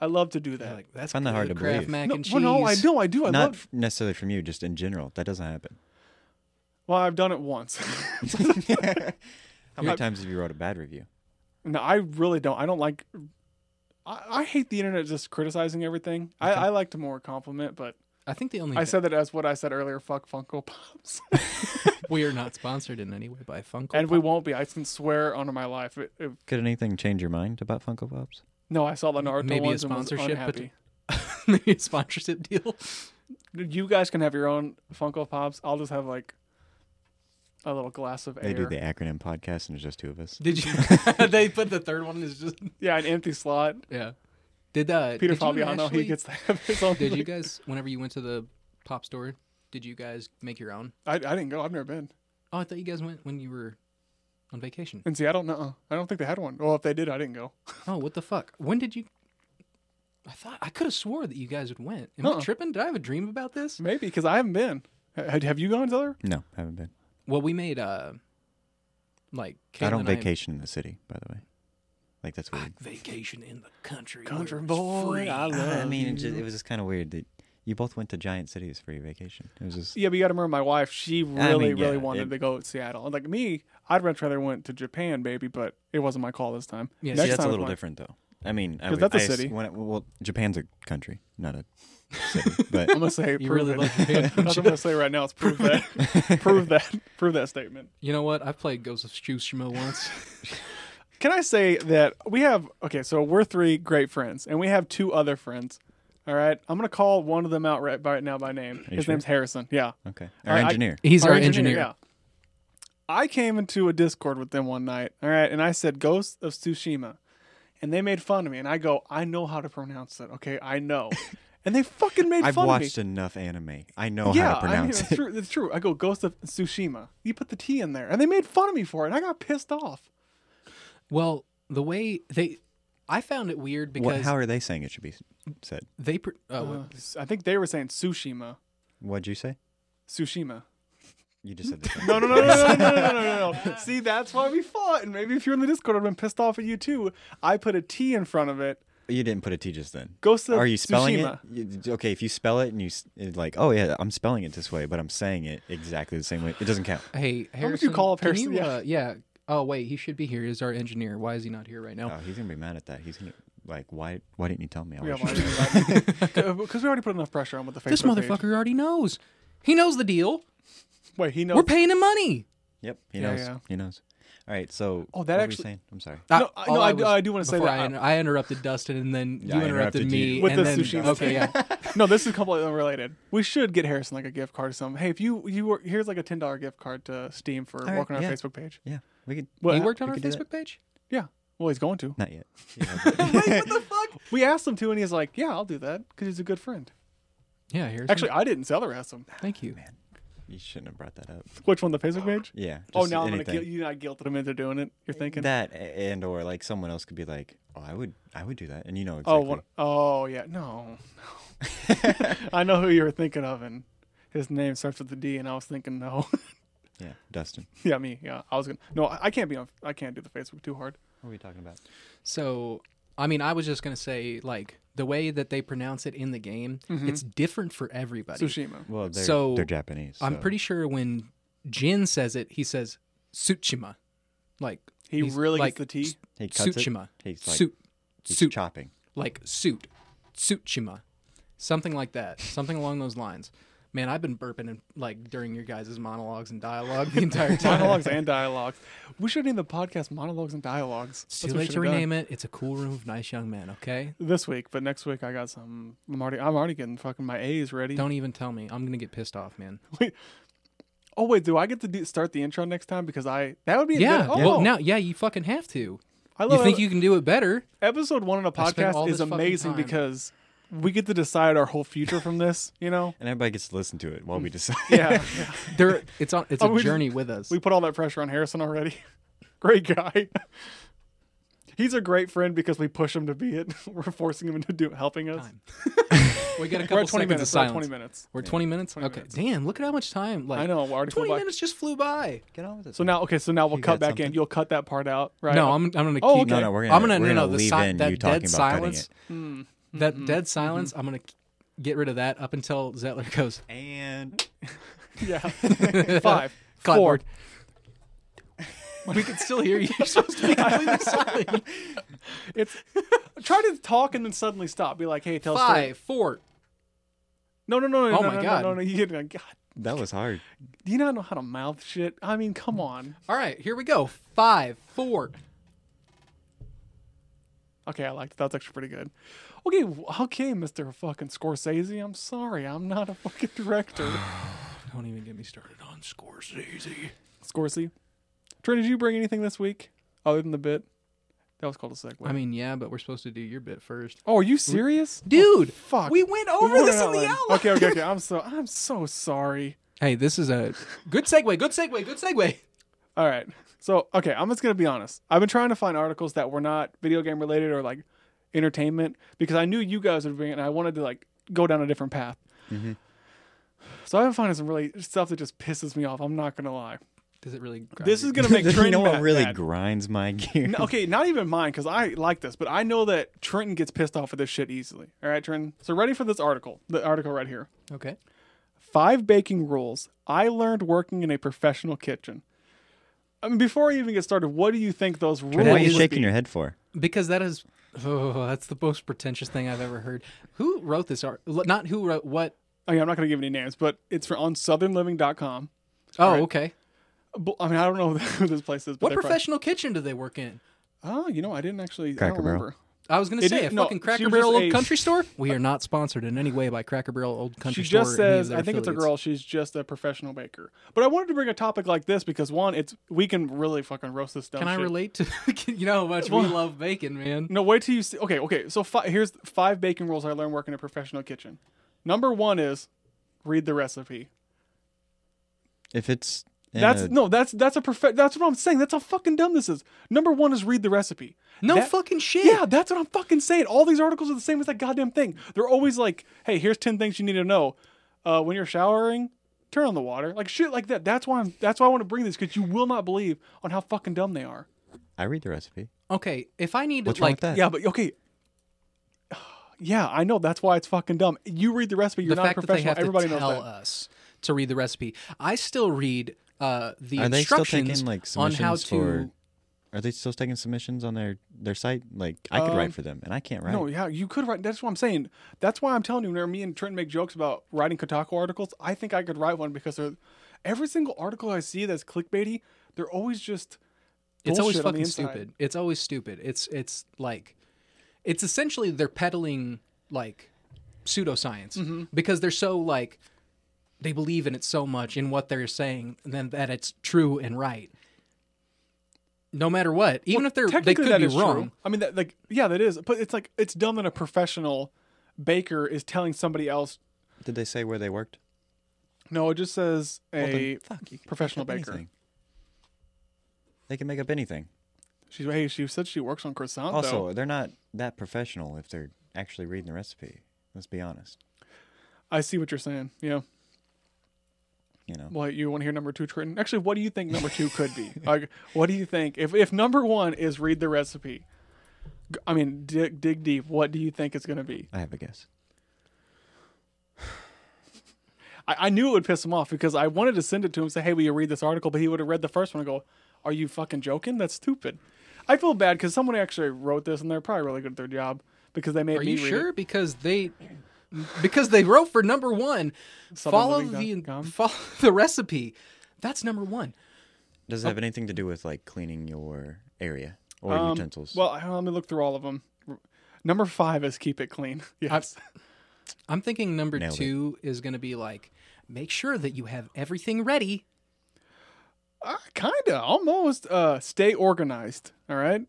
Speaker 3: I love to do that.
Speaker 1: Like that's
Speaker 2: Find that hard
Speaker 1: good
Speaker 2: to
Speaker 1: Kraft
Speaker 2: believe.
Speaker 1: mac
Speaker 3: no,
Speaker 1: and cheese.
Speaker 3: well, no, I do. I do. I
Speaker 2: Not
Speaker 3: love.
Speaker 2: necessarily from you, just in general. That doesn't happen.
Speaker 3: Well, I've done it once.
Speaker 2: How many times have you wrote a bad review?
Speaker 3: no, I really don't. I don't like. I, I hate the internet just criticizing everything. I, I like to more compliment, but
Speaker 1: I think the only
Speaker 3: I
Speaker 1: I
Speaker 3: said that as what I said earlier. Fuck Funko Pops,
Speaker 1: we are not sponsored in any way by Funko.
Speaker 3: and we
Speaker 1: Pop.
Speaker 3: won't be. I can swear on my life. It, it-
Speaker 2: Could anything change your mind about Funko Pops?
Speaker 3: no, I saw the Naruto
Speaker 1: Maybe a
Speaker 3: ones
Speaker 1: sponsorship,
Speaker 3: and was
Speaker 1: but-
Speaker 3: unhappy.
Speaker 1: maybe a sponsorship deal.
Speaker 3: You guys can have your own Funko Pops. I'll just have like a little glass of
Speaker 2: They
Speaker 3: air.
Speaker 2: do the acronym podcast, and there's just two of us.
Speaker 1: Did you? they put the third one is just
Speaker 3: Yeah, an empty slot.
Speaker 1: yeah. Did uh,
Speaker 3: Peter
Speaker 1: did you
Speaker 3: Fabiano,
Speaker 1: actually-
Speaker 3: he gets to have his own.
Speaker 1: Did you guys? Whenever you went to the pop store, did you guys make your own?
Speaker 3: I, I didn't go. I've never been
Speaker 1: Oh, I thought you guys went when you were on vacation.
Speaker 3: in Seattle. No, I don't think they had one. Well, if they did, I didn't go.
Speaker 1: Oh, what the fuck? When did you? I thought I could have swore that you guys had went. Am
Speaker 3: Uh-uh.
Speaker 1: I tripping? Did I have a dream about this?
Speaker 3: Maybe because I haven't been. Have, have you gone, Taylor?
Speaker 2: No, haven't been.
Speaker 1: Well, we made uh, like
Speaker 2: I
Speaker 1: Caitlin
Speaker 2: don't
Speaker 1: and I-
Speaker 2: vacation in the city, by the way. Like that's
Speaker 1: I
Speaker 2: weird.
Speaker 1: vacation in the country. where
Speaker 3: Country
Speaker 1: it's
Speaker 3: boy,
Speaker 1: free.
Speaker 3: I love-
Speaker 2: I mean, it, just, it was just kind of weird that you both went to giant cities for your vacation. It was just
Speaker 3: Yeah, but you got to remember, my wife. She really,
Speaker 2: mean, yeah,
Speaker 3: really wanted
Speaker 2: it-
Speaker 3: to go to Seattle. Like me, I'd much rather went to Japan, baby. But it wasn't my call this time.
Speaker 1: Yeah, see,
Speaker 2: see, that's a
Speaker 3: time
Speaker 2: little
Speaker 3: I'm like,
Speaker 2: different though. I mean, I
Speaker 3: 'Cause
Speaker 2: would-
Speaker 3: that's a
Speaker 2: I ass-
Speaker 3: city.
Speaker 2: when I- well, Japan's a country, not a city. But
Speaker 3: I'm gonna say
Speaker 1: You
Speaker 3: prove
Speaker 1: really
Speaker 3: it.
Speaker 1: love Japan, don't
Speaker 3: That's what I'm gonna say right now. It's prove that. prove that. Prove that statement.
Speaker 1: You know what? I played Ghost of Tsushima once.
Speaker 3: Can I say that we have okay, so we're three great friends, and we have two other friends. All right, I'm gonna call one of them out right, right now by name.
Speaker 2: you
Speaker 3: His
Speaker 2: sure?
Speaker 3: name's Harrison. Yeah,
Speaker 2: okay,
Speaker 3: All
Speaker 2: our
Speaker 3: right, I-
Speaker 2: engineer.
Speaker 1: He's our, engineer.
Speaker 3: Yeah, I came into a Discord with them one night. All right, and I said Ghost of Tsushima, and they made fun of me. And I go, I know how to pronounce it. Okay, I know, and they fucking made
Speaker 2: I've
Speaker 3: fun
Speaker 2: watched
Speaker 3: of me.
Speaker 2: enough anime. I know
Speaker 3: yeah,
Speaker 2: how to pronounce
Speaker 3: I mean, it's
Speaker 2: it.
Speaker 3: true. It's true. I go Ghost of Tsushima. You put the T in there, and they made fun of me for it. And I got pissed off.
Speaker 1: Well, the way they, I found it weird
Speaker 2: What,
Speaker 1: because
Speaker 2: how are they saying it should be said?
Speaker 1: they. Pr- oh,
Speaker 3: Uh,
Speaker 1: what-
Speaker 3: I think they were saying Tsushima.
Speaker 2: What'd you say?
Speaker 3: Tsushima.
Speaker 2: You just said the same.
Speaker 3: No, no, no, no, no, no, no, no, no, no. See, that's why we fought. And maybe if you're in the Discord, I'd been pissed off at you too. I put a T in front of it.
Speaker 2: You didn't put a T just then.
Speaker 3: Ghost of
Speaker 2: Are you spelling
Speaker 3: Tsushima.
Speaker 2: it? You- okay, if you spell it and you s- it's like, oh yeah, I'm spelling it this way, but I'm saying it exactly the same way. It doesn't count.
Speaker 1: hey, Harrison.
Speaker 3: much you call up
Speaker 1: can
Speaker 3: Harrison?
Speaker 1: you,
Speaker 3: Yeah.
Speaker 1: uh, yeah. Oh wait, he should be here. He's our engineer. Why is he not here right now?
Speaker 2: Oh, he's gonna be mad at that. He's gonna like, why? Why didn't you tell me? I
Speaker 3: Yeah,
Speaker 2: wish
Speaker 3: why
Speaker 2: you-
Speaker 3: Because Uh, we already put enough pressure on with the Facebook
Speaker 1: this motherfucker already knows. He knows the deal.
Speaker 3: Page. Wait, he knows.
Speaker 1: We're paying him money.
Speaker 2: Yep, he
Speaker 3: Yeah,
Speaker 2: knows.
Speaker 3: yeah.
Speaker 2: He knows. All right, so
Speaker 3: Oh,
Speaker 2: what
Speaker 3: that
Speaker 2: were you
Speaker 3: actually-
Speaker 2: saying? I'm sorry.
Speaker 3: No,
Speaker 1: Ah,
Speaker 3: I- no,
Speaker 1: all
Speaker 3: I do- I do wanna say
Speaker 1: before
Speaker 3: that, uh,
Speaker 1: I, inter- I interrupted Dustin, and then
Speaker 2: Yeah,
Speaker 1: you
Speaker 2: I
Speaker 1: interrupted,
Speaker 2: interrupted
Speaker 1: me
Speaker 2: you.
Speaker 3: With
Speaker 1: and
Speaker 3: the
Speaker 1: then,
Speaker 3: sushi
Speaker 1: Okay, yeah.
Speaker 3: no, this is completely unrelated. We should get Harrison like a gift card or something. Hey, if you you were here's like a ten dollar gift card to Steam for
Speaker 2: right,
Speaker 3: working on our
Speaker 2: yeah.
Speaker 3: Facebook page.
Speaker 2: Yeah, we could.
Speaker 1: he
Speaker 3: Well,
Speaker 1: worked on
Speaker 2: we
Speaker 1: our
Speaker 2: could do that.
Speaker 1: Facebook page.
Speaker 3: yeah. Well, he's going to.
Speaker 2: Not yet.
Speaker 1: what the fuck?
Speaker 3: We asked him to, and he's like, "Yeah, I'll do that," because he's a good friend.
Speaker 1: Yeah, Harrison.
Speaker 3: Actually, I didn't. Seller asked him.
Speaker 1: thank you.
Speaker 2: You shouldn't have brought that up.
Speaker 3: Which one? The Facebook page?
Speaker 2: Yeah.
Speaker 3: Oh,
Speaker 2: just
Speaker 3: now I'm
Speaker 2: anything.
Speaker 3: gonna guilt you. I guilted him into doing it. You're thinking.
Speaker 2: that, a- and or like someone else could be like, oh, I would, I would do that, and you know exactly.
Speaker 3: Oh, what, oh yeah, no, I know who you were thinking of, and his name starts with a D, and I was thinking no.
Speaker 2: Yeah, Dustin.
Speaker 3: yeah, me. Yeah, I was gonna. No, I, I can't be on. I can't do the Facebook too hard.
Speaker 2: What are we talking about?
Speaker 1: So, I mean, I was just gonna say like the way that they pronounce it in the game,
Speaker 3: Mm-hmm.
Speaker 1: it's different for everybody.
Speaker 3: Tsushima.
Speaker 2: Well, they're
Speaker 1: So,
Speaker 2: they're Japanese.
Speaker 1: I'm
Speaker 2: so-
Speaker 1: pretty sure when Jin says it, he says Tsushima, like
Speaker 3: He
Speaker 1: he's
Speaker 3: really
Speaker 1: like,
Speaker 3: gets the T.
Speaker 2: He cuts it.
Speaker 1: Tsushima.
Speaker 2: He's like,
Speaker 1: Suit.
Speaker 2: he's
Speaker 1: Suit.
Speaker 2: chopping.
Speaker 1: like suit, Tsushima, something like that, something along those lines. Man, I've been burping and like during your guys' monologues and dialogue the entire time.
Speaker 3: monologues and dialogues. We should name the podcast "Monologues and Dialogues."
Speaker 1: It's
Speaker 3: That's
Speaker 1: too
Speaker 3: what we
Speaker 1: late to
Speaker 3: should've done.
Speaker 1: rename it. It's a cool room of nice young men. Okay,
Speaker 3: this week, but next week I got some. I'm already. I'm already getting fucking my A's ready.
Speaker 1: don't even tell me. I'm gonna get pissed off, man.
Speaker 3: Oh wait, do I get to do, start the intro next time? Because I that would be a
Speaker 1: Yeah.
Speaker 3: Good, oh,
Speaker 1: Well, now, yeah, you fucking have to.
Speaker 3: I love
Speaker 1: You think you can do it better?
Speaker 3: episode one on a
Speaker 1: I spent all
Speaker 3: podcast is
Speaker 1: this fucking
Speaker 3: amazing
Speaker 1: time-
Speaker 3: because we get to decide our whole future from this, you know?
Speaker 2: and everybody gets to listen to it
Speaker 3: Mm.
Speaker 2: while we decide.
Speaker 3: Yeah.
Speaker 1: There, it's on. It's
Speaker 3: Oh,
Speaker 1: a
Speaker 3: we-
Speaker 1: journey with us.
Speaker 3: We put all that pressure on Harrison already. great guy. He's a great friend because we push him to be it. We're forcing him into do, helping us.
Speaker 1: Time. We got a couple
Speaker 3: We're at 20
Speaker 1: seconds of
Speaker 3: minutes. We're at
Speaker 1: silence.
Speaker 3: 20 minutes.
Speaker 1: We're 20 minutes.
Speaker 3: 20
Speaker 1: okay,
Speaker 3: minutes.
Speaker 1: damn! Look at how much time. Like
Speaker 3: I know. Already flew
Speaker 1: 20
Speaker 3: by.
Speaker 1: minutes just flew by.
Speaker 2: Get on with it.
Speaker 3: So now, okay, so now we'll
Speaker 2: You got
Speaker 3: cut back in.
Speaker 2: something?
Speaker 3: You'll cut that part out, right?
Speaker 1: No, I'm. I'm gonna keep.
Speaker 3: Oh, okay.
Speaker 2: no, no, we're gonna.
Speaker 1: I'm gonna.
Speaker 2: we're
Speaker 1: no, no,
Speaker 2: gonna
Speaker 1: the
Speaker 2: leave
Speaker 1: si-
Speaker 2: in
Speaker 1: that
Speaker 2: you talking
Speaker 1: dead
Speaker 2: about
Speaker 1: silence.
Speaker 3: Hmm.
Speaker 1: That dead silence. I'm gonna get rid of that up until Zettler goes.
Speaker 2: cutting it. And
Speaker 3: Yeah. Five.
Speaker 1: Cardboard. we can still hear you. You're supposed to be completely silent.
Speaker 3: Four. It's try to talk and then suddenly stop. Be like, hey, tell us.
Speaker 1: Five, four.
Speaker 3: No, no, no, no.
Speaker 1: Oh
Speaker 3: no,
Speaker 1: my
Speaker 3: no,
Speaker 1: God.
Speaker 3: No, no, no. You get, God,
Speaker 2: that was hard.
Speaker 3: do you not know how to mouth shit? I mean, come on.
Speaker 1: All right, here we go. Five, four.
Speaker 3: Okay, I liked it. That's actually pretty good. Okay, w- okay, Mr. fucking Scorsese. I'm sorry. I'm not a fucking director.
Speaker 1: Don't even get me started on Scorsese.
Speaker 3: Scorsese. Trent, did you bring anything this week other than the bit? That was called a segue.
Speaker 1: I mean, yeah, but we're supposed to do your bit first.
Speaker 3: oh, are you serious?
Speaker 1: Dude,
Speaker 3: fuck.
Speaker 1: we went
Speaker 3: We
Speaker 1: over
Speaker 3: went
Speaker 1: this
Speaker 3: on
Speaker 1: in the
Speaker 3: outline.
Speaker 1: outline.
Speaker 3: Okay, okay, okay. I'm so I'm so sorry.
Speaker 1: Hey, this is a good segue, good segue, good segue.
Speaker 3: All right. So, okay, I'm just going to be honest. I've been trying to find articles that were not video game related or like entertainment because I knew you guys would bring it and I wanted to like go down a different path.
Speaker 2: Mm-hmm.
Speaker 3: So, I've been finding some really stuff that just pisses me off. I'm not going to lie.
Speaker 1: Does it really? grind
Speaker 3: This
Speaker 1: you?
Speaker 3: is going to make Trent
Speaker 2: you know what
Speaker 3: mad-
Speaker 2: really
Speaker 3: mad.
Speaker 2: grinds my gear?
Speaker 3: No, okay, not even mine, because I like this, but I know that Trenton gets pissed off at this shit easily. All right, Trenton. So ready for this article? The article right here.
Speaker 1: okay.
Speaker 3: Five baking rules I learned working in a professional kitchen. I mean, before I even get started, what do you think those rules?
Speaker 2: What are you
Speaker 3: would
Speaker 2: shaking
Speaker 3: be?
Speaker 2: your head for?
Speaker 1: Because that is, oh, that's the most pretentious thing I've ever heard. Who wrote this art? Not who wrote what.
Speaker 3: Okay, Oh, I'm not going to give any names, but it's for, on southernliving.com.
Speaker 1: Oh,
Speaker 3: right.
Speaker 1: okay.
Speaker 3: Bu- I mean, I don't know who this place is. But
Speaker 1: What
Speaker 3: they're probably-
Speaker 1: professional kitchen do they work in?
Speaker 3: Oh, you know, I didn't actually. I
Speaker 2: Cracker
Speaker 3: don't
Speaker 2: Barrel.
Speaker 3: remember.
Speaker 1: I was gonna
Speaker 3: It
Speaker 1: say
Speaker 3: is-
Speaker 1: a
Speaker 3: no,
Speaker 1: fucking
Speaker 3: she
Speaker 1: Cracker
Speaker 3: was
Speaker 1: Barrel
Speaker 3: just
Speaker 1: Old
Speaker 3: a-
Speaker 1: Country Store. We are not sponsored in any way by Cracker Barrel Old Country
Speaker 3: She
Speaker 1: Store.
Speaker 3: just
Speaker 1: or any of
Speaker 3: says,
Speaker 1: their
Speaker 3: I think it's a
Speaker 1: affiliates.
Speaker 3: girl. She's just a professional baker. But I wanted to bring a topic like this because one, it's we can really fucking roast this dumb
Speaker 1: Can I
Speaker 3: shit.
Speaker 1: relate to? you know how much we love bacon, man.
Speaker 3: No, wait till you see. Okay, okay. So fi- here's five baking rules I learned working in a professional kitchen. Number one is read the recipe.
Speaker 2: If it's in
Speaker 3: That's
Speaker 2: a-
Speaker 3: no, that's that's a profe- That's what I'm saying. That's how fucking dumb this is. Number one is read the recipe.
Speaker 1: No
Speaker 3: That-
Speaker 1: fucking shit.
Speaker 3: Yeah, that's what I'm fucking saying. All these articles are the same as that goddamn thing. They're always like, hey, here's ten things you need to know. Uh, when you're showering, turn on the water. Like shit like that. That's why I'm that's why I want to bring this because you will not believe on how fucking dumb they are.
Speaker 2: I read the recipe.
Speaker 1: Okay, if I need
Speaker 2: What's
Speaker 1: to
Speaker 2: wrong
Speaker 1: like
Speaker 2: with that?
Speaker 3: Yeah, but okay. Yeah, I know that's why it's fucking dumb. You read the recipe, you're
Speaker 1: the
Speaker 3: not a
Speaker 1: fact that they
Speaker 3: professional.
Speaker 1: have
Speaker 3: Everybody
Speaker 1: to
Speaker 3: knows
Speaker 1: tell
Speaker 3: that.
Speaker 1: us to read the recipe. I still read uh, the
Speaker 2: Are they still
Speaker 1: instructions
Speaker 2: taking like
Speaker 1: on
Speaker 2: submissions
Speaker 1: how to.
Speaker 2: for? Are they still taking submissions on their their site? Like I could
Speaker 3: Um,
Speaker 2: write for them, and I can't write.
Speaker 3: No, yeah, you could write. That's what I'm saying. That's why I'm telling you. Whenever me and Trent make jokes about writing Kotaku articles, I think I could write one because they're, every single article I see that's clickbaity, they're always just.
Speaker 1: It's always
Speaker 3: bullshit on the
Speaker 1: fucking
Speaker 3: inside.
Speaker 1: stupid. It's always stupid. It's it's like, it's essentially they're peddling like pseudoscience
Speaker 3: Mm-hmm.
Speaker 1: because they're so like, they believe in it so much in what they're saying, then that it's true and right. No matter what, even if they're they
Speaker 3: Technically,
Speaker 1: could
Speaker 3: that
Speaker 1: be
Speaker 3: is true.
Speaker 1: wrong.
Speaker 3: I mean, that, like, yeah, that is. But it's like it's dumb that a professional baker is telling somebody else.
Speaker 2: Did they say where they worked?
Speaker 3: No, it just says
Speaker 2: Well, then,
Speaker 3: a
Speaker 2: fuck, you can make
Speaker 3: professional
Speaker 2: up
Speaker 3: baker.
Speaker 2: anything. They can make up anything.
Speaker 3: She hey, she said she works on croissant. though.
Speaker 1: uh,
Speaker 2: Also, they're not that professional if they're actually reading the recipe. Let's be honest.
Speaker 3: I see what you're saying. Yeah.
Speaker 2: You know,
Speaker 3: Well, you want to hear number two, Trenton? Actually, what do you think number two could be? Like, what do you think? If if number one is read the recipe, g- I mean, dig, dig deep. What do you think it's going to be?
Speaker 2: I have a guess.
Speaker 3: I, I knew it would piss him off because I wanted to send it to him and say, hey, will you read this article? But he would have read the first one and go, are you fucking joking? That's stupid. I feel bad because someone actually wrote this and they're probably really good at their job because they made
Speaker 1: Are
Speaker 3: me
Speaker 1: you
Speaker 3: read
Speaker 1: sure?
Speaker 3: it.
Speaker 1: Because they because they wrote for number one. Follow the
Speaker 3: SouthernLiving.com?
Speaker 1: follow the recipe. That's number one.
Speaker 2: Does it have anything to do with like cleaning your area or
Speaker 3: Um,
Speaker 2: utensils?
Speaker 3: Well, I- let me look through all of them. Number five is keep it clean. Yes.
Speaker 1: I'm thinking number
Speaker 2: Nailed it.
Speaker 1: two is going to be like make sure that you have everything ready.
Speaker 3: Uh, kinda, almost. Uh, stay organized. All right.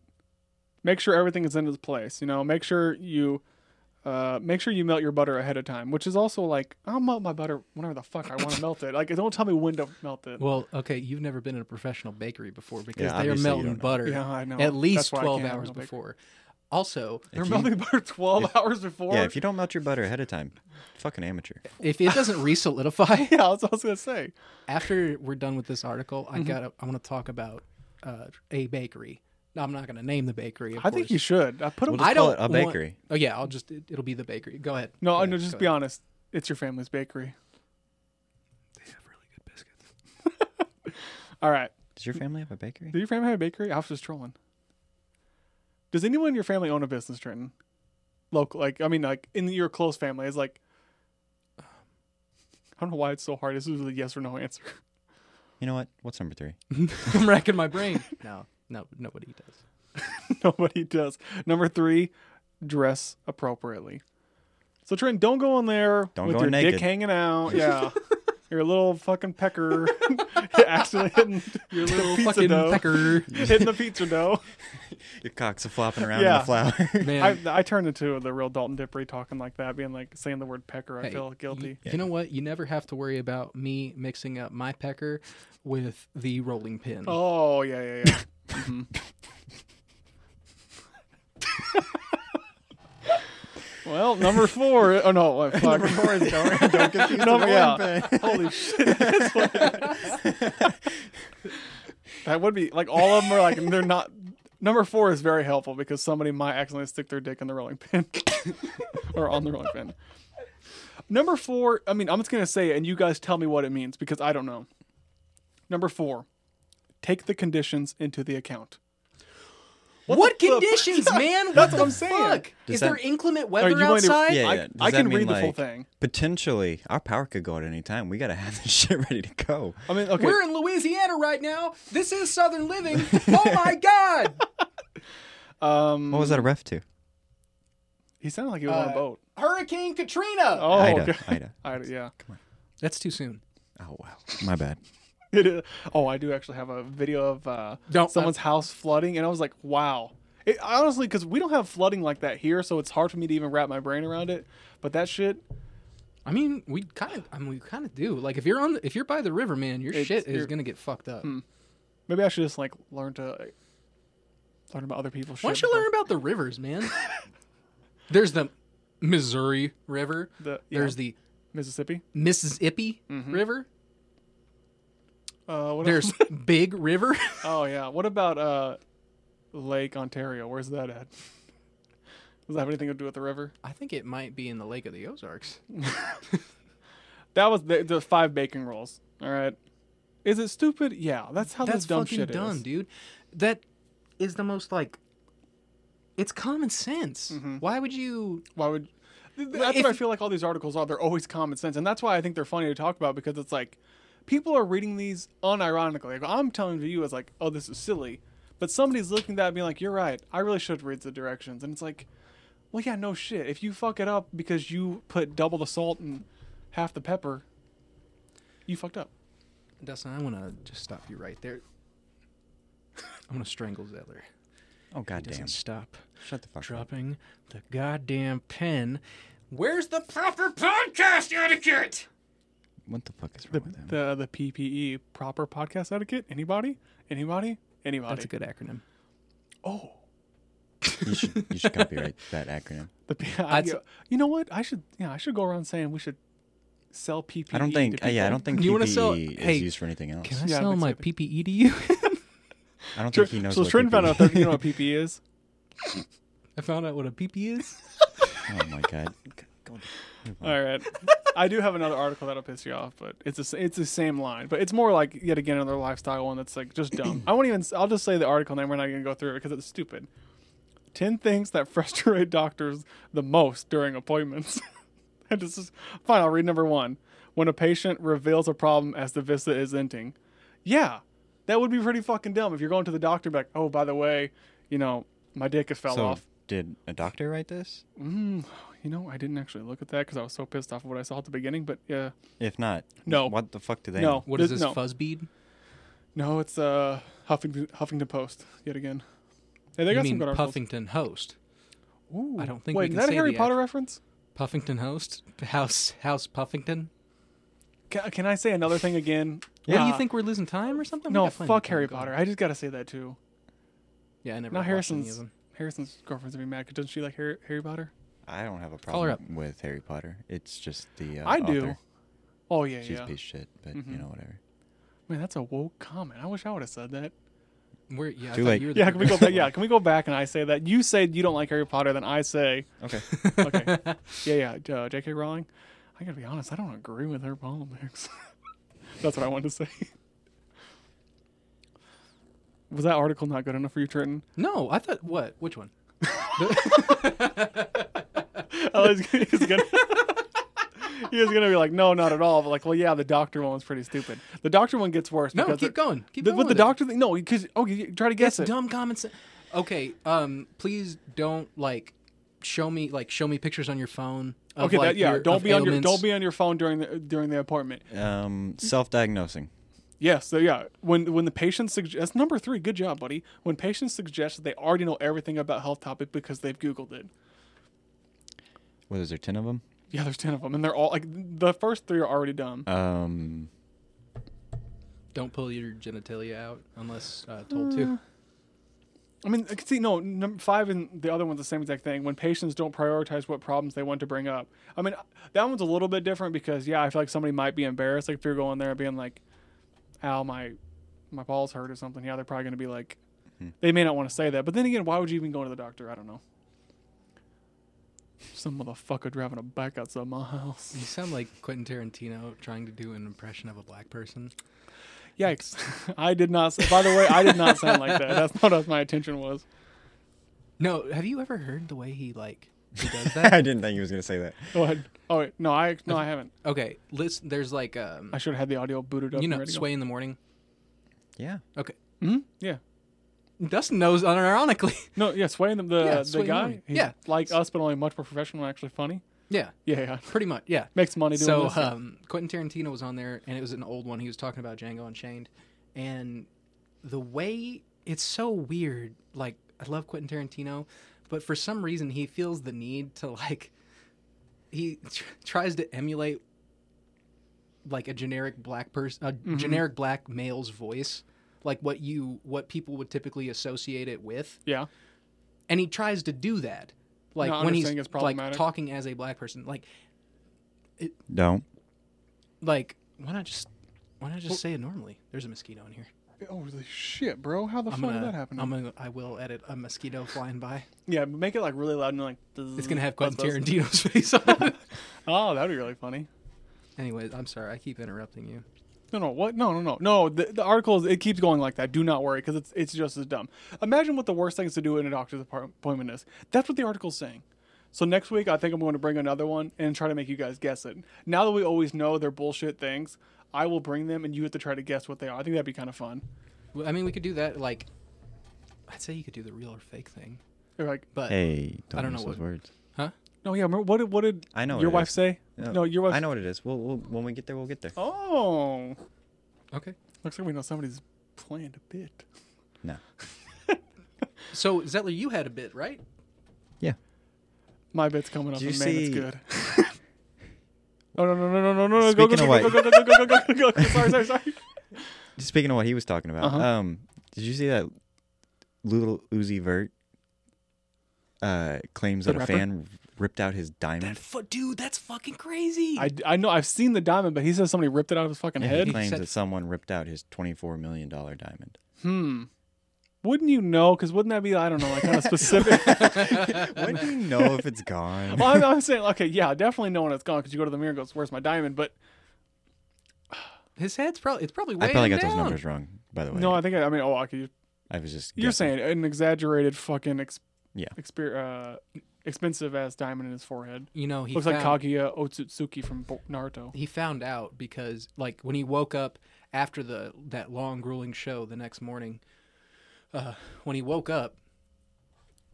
Speaker 3: Make sure everything is in its place. You know, make sure you Uh, make sure you melt your butter ahead of time, which is also like I'll melt my butter whenever the fuck I want to melt it. Like, don't tell me when to melt it.
Speaker 1: Well, okay, you've never been in a professional bakery before because
Speaker 2: Yeah,
Speaker 1: they are
Speaker 2: obviously you
Speaker 1: melting
Speaker 2: don't know.
Speaker 1: butter
Speaker 3: Yeah, I know.
Speaker 1: at least
Speaker 3: That's why I
Speaker 1: 12
Speaker 3: can't
Speaker 1: hours
Speaker 3: have a bakery.
Speaker 1: before. Also,
Speaker 3: They're
Speaker 2: If you-
Speaker 3: melting butter twelve hours before.
Speaker 2: yeah, if you don't melt your butter ahead of time, fucking amateur.
Speaker 1: if it doesn't re-solidify
Speaker 3: yeah, that's what I was gonna say.
Speaker 1: after we're done with this article, I
Speaker 3: Mm-hmm.
Speaker 1: got I want to talk about uh, a bakery. Now, I'm not going to name the bakery. Of
Speaker 3: I think
Speaker 1: course.
Speaker 3: you should. I put them.
Speaker 2: We'll
Speaker 1: I
Speaker 2: Just call
Speaker 1: don't
Speaker 2: it a
Speaker 1: want-
Speaker 2: bakery.
Speaker 1: oh yeah, I'll just it, it'll be the bakery. Go ahead.
Speaker 3: no,
Speaker 1: Go
Speaker 3: no,
Speaker 1: ahead,
Speaker 3: just
Speaker 1: go
Speaker 3: be
Speaker 1: ahead.
Speaker 3: honest. It's your family's bakery.
Speaker 1: They have really good biscuits.
Speaker 3: All right.
Speaker 2: Does your family have a bakery?
Speaker 3: Did your family have a bakery? I was just trolling. Does anyone in your family own a business, Trenton? Local, like I mean, like in your close family, it's like I don't know why it's so hard. This is a yes or no answer.
Speaker 2: You know what? What's number three?
Speaker 1: I'm racking my brain. No, no, nobody does.
Speaker 3: Nobody does. Number three, dress appropriately. So Trent, don't go in there
Speaker 2: Don't
Speaker 3: with
Speaker 2: go
Speaker 3: your
Speaker 2: in
Speaker 3: dick
Speaker 2: naked.
Speaker 3: hanging out. Yeah. Your little fucking pecker actually hitting your
Speaker 1: Little
Speaker 3: pizza
Speaker 1: fucking
Speaker 3: dough.
Speaker 1: pecker.
Speaker 3: hitting the pizza dough.
Speaker 2: Your cocks are flopping around
Speaker 3: Yeah.
Speaker 2: in the flour.
Speaker 1: Man,
Speaker 3: I, I turned into the real Dalton Dippery talking like that, being like saying the word pecker. I
Speaker 1: hey,
Speaker 3: feel
Speaker 1: You,
Speaker 3: guilty.
Speaker 1: you know what? You never have to worry about me mixing up my pecker with the rolling pin.
Speaker 3: Oh yeah, yeah, yeah. Mm-hmm. well, number four. Oh no, what, fuck. number four is
Speaker 2: don't, don't confuse
Speaker 3: No,
Speaker 2: the
Speaker 3: yeah.
Speaker 2: rolling pin.
Speaker 3: Holy shit! that's what it is. that would be like all of them are like they're not. Number four is very helpful because somebody might accidentally stick their dick in the rolling pin or on the rolling pin. Number four. I mean, I'm just gonna say it, and you guys tell me what it means because I don't know. Number four. Take the conditions into the account.
Speaker 1: what
Speaker 3: the fuck?
Speaker 1: conditions, man? What
Speaker 3: That's
Speaker 1: the
Speaker 3: what I'm saying.
Speaker 1: fuck?
Speaker 2: Does
Speaker 1: Is
Speaker 2: that-
Speaker 1: there inclement
Speaker 3: Are
Speaker 1: weather
Speaker 3: you going to-
Speaker 1: outside?
Speaker 2: Yeah,
Speaker 3: I-
Speaker 2: yeah. Does
Speaker 3: I
Speaker 2: that
Speaker 3: can
Speaker 2: mean,
Speaker 3: read the full
Speaker 2: like,
Speaker 3: thing.
Speaker 2: Potentially, our power could go at any time. We gotta have this shit ready to go.
Speaker 3: I mean, okay.
Speaker 1: We're in Louisiana right now. This is Southern living. Oh my God!
Speaker 3: Um,
Speaker 2: What was that a ref to?
Speaker 3: he sounded like he was on
Speaker 1: Uh,
Speaker 3: a boat.
Speaker 1: Hurricane Katrina.
Speaker 3: Oh,
Speaker 2: Ida.
Speaker 3: okay.
Speaker 2: Ida.
Speaker 3: Ida, yeah.
Speaker 1: That's too soon.
Speaker 2: Oh wow. My bad.
Speaker 3: It is. Oh, I do actually have a video of uh,
Speaker 1: Don't-
Speaker 3: someone's house flooding, and I was like, wow. It, honestly, because we don't have flooding like that here, so it's hard for me to even wrap my brain around it. But that shit,
Speaker 1: I mean, we kind of, I mean, we kind of do. Like, if you're on, if you're by the river, man, your
Speaker 3: It's- Hmm,
Speaker 1: shit is
Speaker 3: you're-
Speaker 1: gonna get fucked up.
Speaker 3: maybe I should just like learn to like, learn about other people's
Speaker 1: Why don't
Speaker 3: shit.
Speaker 1: you learn about the rivers, man? There's the Missouri River.
Speaker 3: The-
Speaker 1: There's
Speaker 3: yeah.
Speaker 1: the
Speaker 3: Mississippi?
Speaker 1: Mississippi
Speaker 3: Mm-hmm.
Speaker 1: River.
Speaker 3: Uh, what
Speaker 1: There's
Speaker 3: else?
Speaker 1: Big River.
Speaker 3: Oh yeah. What about uh, Lake Ontario? Where's that at? Does that have anything to do with the river?
Speaker 1: I think it might be in the Lake of the Ozarks.
Speaker 3: That was the, the five bacon rolls. All right. Is it stupid? Yeah, that's how
Speaker 1: That's
Speaker 3: this dumb
Speaker 1: fucking
Speaker 3: shit
Speaker 1: dumb,
Speaker 3: is.
Speaker 1: dude. That is the most like. It's common sense.
Speaker 3: Mm-hmm.
Speaker 1: Why would you?
Speaker 3: Why would? th- th- That's
Speaker 1: if-
Speaker 3: what I feel like all these articles are. They're always common sense, and that's why I think they're funny to talk about because it's like people are reading these unironically. Like, I'm telling you, it's like, oh, this is silly, but somebody's looking at that and being like, you're right. I really should read the directions, and it's like, well, yeah, no shit. If you fuck it up because you put double the salt and half the pepper, you fucked up.
Speaker 1: Dustin, I want to just stop you right there. I'm gonna strangle Zeller.
Speaker 2: Oh
Speaker 1: Doesn't
Speaker 2: goddamn.
Speaker 1: stop
Speaker 2: Shut the fuck up.
Speaker 1: dropping the goddamn pen. Where's the proper podcast etiquette?
Speaker 2: What the fuck is wrong with him?
Speaker 3: The the PPE proper podcast etiquette. Anybody? Anybody? Anybody?
Speaker 1: That's a good acronym.
Speaker 3: oh.
Speaker 2: You should you should copyright that acronym.
Speaker 3: The P- I,
Speaker 1: That's-
Speaker 3: you know what? I should yeah, I should go around saying we should sell PPE.
Speaker 2: I don't think.
Speaker 3: to
Speaker 2: Uh, yeah, I
Speaker 3: E people.
Speaker 2: don't think
Speaker 1: You wanna
Speaker 2: PPE
Speaker 1: sell-
Speaker 2: is
Speaker 1: hey,
Speaker 2: used for anything else.
Speaker 1: Can I
Speaker 3: Yeah, I
Speaker 1: sell
Speaker 3: think
Speaker 1: my
Speaker 3: so, too.
Speaker 1: PPE to you?
Speaker 2: I don't
Speaker 3: Tr-
Speaker 2: think he E knows.
Speaker 3: so
Speaker 2: what
Speaker 3: Trin found
Speaker 2: PPE
Speaker 3: out that you know what PPE is.
Speaker 1: I found out what a PP is.
Speaker 2: Oh my god.
Speaker 3: All right, I do have another article that'll piss you off, but it's the s it's the same line, but it's more like yet again another lifestyle one that's like just dumb. I won't even. s- I'll just say the article name. We're not gonna go through it because it's stupid. Ten things that frustrate doctors the most during appointments. and this is fine. I'll read number one. When a patient reveals a problem as the visit is ending, yeah, that would be pretty fucking dumb if you're going to the doctor. and be Like, oh, by the way, you know, my dick has fell
Speaker 2: So
Speaker 3: off.
Speaker 2: did a doctor write this?
Speaker 3: You know, I didn't actually look at that because I was so pissed off of what I saw at the beginning. But yeah,
Speaker 2: If not,
Speaker 3: No.
Speaker 2: What the fuck do they?
Speaker 3: No.
Speaker 2: know?
Speaker 1: What is this
Speaker 3: No.
Speaker 1: fuzz bead?
Speaker 3: no, it's uh Huffington, Huffington Post yet again. Hey, they
Speaker 1: You
Speaker 3: got some
Speaker 1: mean
Speaker 3: good articles.
Speaker 1: Puffington host?
Speaker 3: Ooh.
Speaker 1: I don't think
Speaker 3: Wait,
Speaker 1: we can
Speaker 3: is that
Speaker 1: say
Speaker 3: a Harry
Speaker 1: the
Speaker 3: Potter
Speaker 1: act-
Speaker 3: reference?
Speaker 1: Puffington host house house Puffington.
Speaker 3: Can, can I say another thing again?
Speaker 1: What do you
Speaker 3: Uh,
Speaker 1: think we're losing time or something? We
Speaker 3: No,
Speaker 1: got plenty
Speaker 3: fuck
Speaker 1: of time.
Speaker 3: Harry
Speaker 1: Go ahead.
Speaker 3: Potter. I just gotta say that too.
Speaker 1: Yeah, I never.
Speaker 3: Now
Speaker 1: watched any of
Speaker 3: Harrison's
Speaker 1: them.
Speaker 3: Harrison's girlfriend's gonna be mad because doesn't she like Harry, Harry Potter?
Speaker 2: I don't have a
Speaker 1: Call her
Speaker 2: problem with Harry Potter. It's just the uh,
Speaker 3: I do.
Speaker 2: author.
Speaker 3: Oh yeah,
Speaker 2: She's
Speaker 3: yeah.
Speaker 2: a piece of shit, but you know whatever.
Speaker 3: Man, that's a woke comment. I wish I would have said that.
Speaker 1: We're, yeah, I
Speaker 2: Too
Speaker 1: thought
Speaker 2: late.
Speaker 1: you were the
Speaker 3: Yeah, can we go
Speaker 1: progressive
Speaker 3: back? Yeah, can we go back and I say that you said you don't like Harry Potter, then I say,
Speaker 2: Okay.
Speaker 3: okay, yeah, yeah. Uh, J.K. Rowling. I gotta be honest. I don't agree with her politics. that's what I wanted to say. Was that article not good enough for you, Trenton?
Speaker 1: No, I thought what? Which one?
Speaker 3: Oh, he's, gonna- he's gonna. He was gonna be like, no, not at all. But like, well, yeah, the doctor one was pretty stupid. The doctor one gets worse.
Speaker 1: No,
Speaker 3: because
Speaker 1: keep
Speaker 3: they're-
Speaker 1: going. Keep
Speaker 3: The,
Speaker 1: going.
Speaker 3: with the
Speaker 1: with it.
Speaker 3: doctor thing, no, because oh, you, you try to guess
Speaker 1: It's
Speaker 3: it.
Speaker 1: dumb common sense. Okay, um, please don't like show me like show me pictures on your phone. Of,
Speaker 3: Okay,
Speaker 1: like,
Speaker 3: that, yeah,
Speaker 1: your-
Speaker 3: don't
Speaker 1: of
Speaker 3: be on your
Speaker 1: ailments.
Speaker 3: don't be on your phone during the during the appointment.
Speaker 2: Um, self-diagnosing.
Speaker 3: Yes, so yeah, when when the patient suggests number three, good job, buddy. When patients suggest that they already know everything about health topic because they've Googled it.
Speaker 2: What is there? Ten of them.
Speaker 3: Yeah, there's ten of them, and they're all like the first three are already dumb.
Speaker 2: Um,
Speaker 1: Don't pull your genitalia out unless uh, told to.
Speaker 3: I mean, I can see, no, number five and the other one's the same exact thing. When patients don't prioritize what problems they want to bring up. I mean, that one's a little bit different because, yeah, I feel like somebody might be embarrassed. Like, if you're going there and being like, ow, my, my balls hurt or something, yeah, they're probably going to be like,
Speaker 1: Mm-hmm.
Speaker 3: they may not want to say that. But then again, why would you even go to the doctor? I don't know. Some motherfucker driving a bike outside my house.
Speaker 1: You sound like Quentin Tarantino trying to do an impression of a black person.
Speaker 3: Yikes. I did not, s- by the way, I did not sound like that. That's not what my intention was.
Speaker 1: No, have you ever heard the way he like he does
Speaker 2: I
Speaker 1: that?
Speaker 2: didn't think he was gonna say that.
Speaker 3: Go ahead. Oh, wait. No, I, no, I haven't.
Speaker 1: okay, listen. There's like um,
Speaker 3: I should have had the audio booted up.
Speaker 1: you
Speaker 3: and
Speaker 1: know,
Speaker 3: ready to go.
Speaker 1: sway in the morning.
Speaker 2: Yeah.
Speaker 1: Okay,
Speaker 3: hmm Yeah.
Speaker 1: Dustin knows unironically.
Speaker 3: No, yeah, Sway, the the,
Speaker 1: Yeah,
Speaker 3: the
Speaker 1: Sway
Speaker 3: guy.
Speaker 1: Mooney.
Speaker 3: He's
Speaker 1: Yeah.
Speaker 3: Like us, but only much more professional and actually funny.
Speaker 1: yeah,
Speaker 3: Yeah, yeah.
Speaker 1: pretty much. Yeah.
Speaker 3: Makes money doing
Speaker 1: so
Speaker 3: this.
Speaker 1: um, Quentin Tarantino was on there, and it was an old one. He was talking about Django Unchained, and the way it's so weird. Like I love Quentin Tarantino, but for some reason he feels the need to like he tr- tries to emulate like a generic black person, a
Speaker 3: Mm-hmm.
Speaker 1: generic black male's voice, like what you what people would typically associate it with
Speaker 3: yeah.
Speaker 1: and he tries to do that like
Speaker 3: No, I
Speaker 1: when he's
Speaker 3: understand it's
Speaker 1: like
Speaker 3: problematic.
Speaker 1: talking as a black person like
Speaker 2: Don't.
Speaker 1: like why not just why not just say it normally there's a mosquito in here
Speaker 3: Oh, holy shit, bro. How the
Speaker 1: i'm
Speaker 3: fuck
Speaker 1: gonna
Speaker 3: did that happen?
Speaker 1: i'm gonna i will edit a mosquito flying by
Speaker 3: yeah, make it like really loud and like.
Speaker 1: it's gonna have
Speaker 3: I
Speaker 1: quentin
Speaker 3: suppose.
Speaker 1: tarantino's face on it
Speaker 3: Oh, that'd be really funny.
Speaker 1: anyways i'm sorry i keep interrupting you
Speaker 3: No, no, what? No, no, no, no. The, the article is, it keeps going like that. Do not worry, because it's it's just as dumb. Imagine what the worst things to do in a doctor's appar- appointment is. That's what the article's saying. So next week, I think I'm going to bring another one and try to make you guys guess it. Now that we always know they're bullshit things, I will bring them, and you have to try to guess what they are. I think that'd be kind of fun.
Speaker 1: Well, i mean we could do that like i'd say you could do the real or fake thing
Speaker 3: They're like,
Speaker 1: but
Speaker 2: Hey, don't
Speaker 1: I don't
Speaker 2: use
Speaker 1: know
Speaker 2: those
Speaker 1: what-
Speaker 2: words.
Speaker 1: huh
Speaker 3: no, yeah. Remember, what did what did
Speaker 2: I know what
Speaker 3: your
Speaker 2: it
Speaker 3: wife
Speaker 2: is.
Speaker 3: say? No, your wife.
Speaker 2: I know what it is. We'll, we'll when we get there, we'll get there.
Speaker 3: Oh,
Speaker 1: okay
Speaker 3: looks like we know somebody's planned a bit.
Speaker 2: No.
Speaker 1: so zettler you had a bit right
Speaker 2: Yeah.
Speaker 3: My bit's coming up,
Speaker 2: Do you
Speaker 3: and man, it's
Speaker 2: see-
Speaker 3: good. No, no, no, no, no, no, no, go, go,
Speaker 2: Speaking
Speaker 3: go,
Speaker 2: of
Speaker 3: go, go,
Speaker 2: white.
Speaker 3: go, go, go, go, go, go, go. Sorry, sorry, sorry.
Speaker 2: Speaking of what he was talking about,
Speaker 3: Uh-huh.
Speaker 2: um, did you see that little Uzi Vert uh, claims
Speaker 3: The
Speaker 2: that
Speaker 3: rapper?
Speaker 2: a fan ripped out his diamond?
Speaker 1: Fu- dude that's fucking crazy
Speaker 3: I, I know I've seen the diamond, but he says somebody ripped it out of his fucking
Speaker 2: He
Speaker 3: head.
Speaker 2: claims
Speaker 1: said-
Speaker 2: that someone ripped out his twenty-four million dollar diamond.
Speaker 3: Hmm. Wouldn't you know? Because wouldn't that be I don't know, like kind of specific?
Speaker 2: when do you know if it's gone?
Speaker 3: well, I'm, I'm saying okay, yeah, definitely know when it's gone because you go to the mirror and goes, "Where's my diamond?" But
Speaker 1: his head's probably it's probably
Speaker 2: I
Speaker 1: way
Speaker 2: probably got
Speaker 1: down.
Speaker 2: those numbers wrong, by the way.
Speaker 3: no, I think I, I mean, oh, okay, you-
Speaker 2: I was just.
Speaker 3: you're
Speaker 2: guessing.
Speaker 3: saying an exaggerated fucking ex-
Speaker 2: Yeah.
Speaker 3: exper- uh, expensive ass diamond in his forehead.
Speaker 1: you know he
Speaker 3: Looks
Speaker 1: found,
Speaker 3: like Kaguya Otsutsuki from Bo- Naruto.
Speaker 1: he found out because like when he woke up after the that long grueling show the next morning uh, when he woke up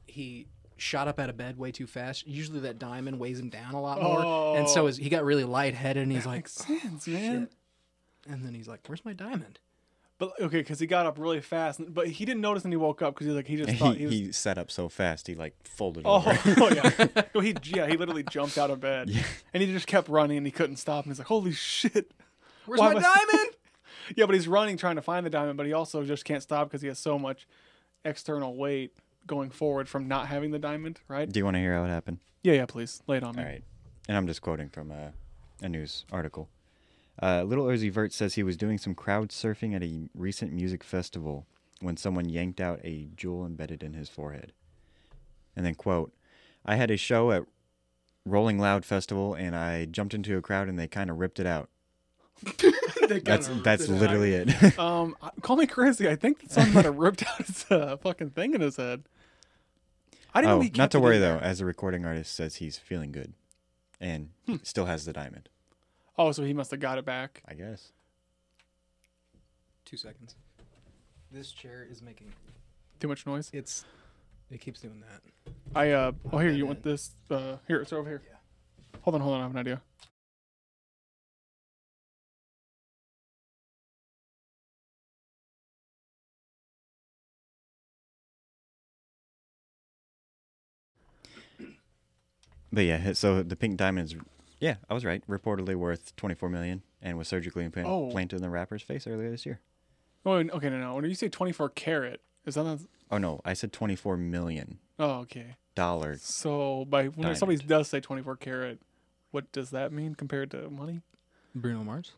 Speaker 1: he shot up out of bed way too fast usually that diamond weighs him down a lot more and so
Speaker 3: Oh.
Speaker 1: his, he got really lightheaded and he's like
Speaker 3: Makes sense, man.
Speaker 1: and then he's like where's my diamond
Speaker 3: But okay, because he got up really fast, and- but he didn't notice when he woke up because he like he just
Speaker 2: And
Speaker 3: thought
Speaker 2: he,
Speaker 3: he was.
Speaker 2: he sat up so fast, he like folded
Speaker 3: oh,
Speaker 2: over.
Speaker 3: oh, yeah, no, he yeah he literally jumped out of bed, and he just kept running, and he couldn't stop, and he's like, holy shit.
Speaker 1: Where's
Speaker 3: Why
Speaker 1: my
Speaker 3: am I-
Speaker 1: diamond?
Speaker 3: Yeah, but he's running trying to find the diamond, but he also just can't stop because he has so much external weight going forward from not having the diamond, right?
Speaker 2: Do you want to hear how it happened?
Speaker 3: Yeah, yeah, please. Lay it on me.
Speaker 2: All right. And I'm just quoting from a, a news article. Uh, Little Uzi Vert says he was doing some crowd surfing at a recent music festival when someone yanked out a jewel embedded in his forehead. And then, quote, I had a show at Rolling Loud Festival and I jumped into a crowd and they kind of ripped it out.
Speaker 1: They got
Speaker 2: That's
Speaker 1: him.
Speaker 2: that's
Speaker 1: Did I-
Speaker 2: literally it.
Speaker 3: Um, I- call me crazy. I think that someone might have ripped out his uh, fucking thing in his head. I didn't know
Speaker 2: oh,
Speaker 3: he kept
Speaker 2: not to
Speaker 3: it
Speaker 2: worry
Speaker 3: in
Speaker 2: though,
Speaker 3: there.
Speaker 2: as the recording artist says he's feeling good and
Speaker 3: Hmm.
Speaker 2: still has the diamond,
Speaker 3: Oh, so he must have got it back.
Speaker 2: I guess.
Speaker 1: Two seconds. This chair is making
Speaker 3: Too much noise.
Speaker 1: it's. It keeps doing that.
Speaker 3: I uh oh here you want this uh here it's over here. Hold on, hold on, I have an idea.
Speaker 2: But yeah, so the pink diamond is, yeah, I was right. Reportedly worth 24 million, and was surgically implant-
Speaker 3: Oh.
Speaker 2: planted in the rapper's face earlier this year.
Speaker 3: Oh and- okay, no, no. When you say twenty four carat, is that not,
Speaker 2: Oh no, I said 24 million
Speaker 3: oh okay.
Speaker 2: dollar.
Speaker 3: So by when
Speaker 2: Diamond.
Speaker 3: somebody does say twenty four carat, what does that mean compared to money?
Speaker 1: Bruno Mars.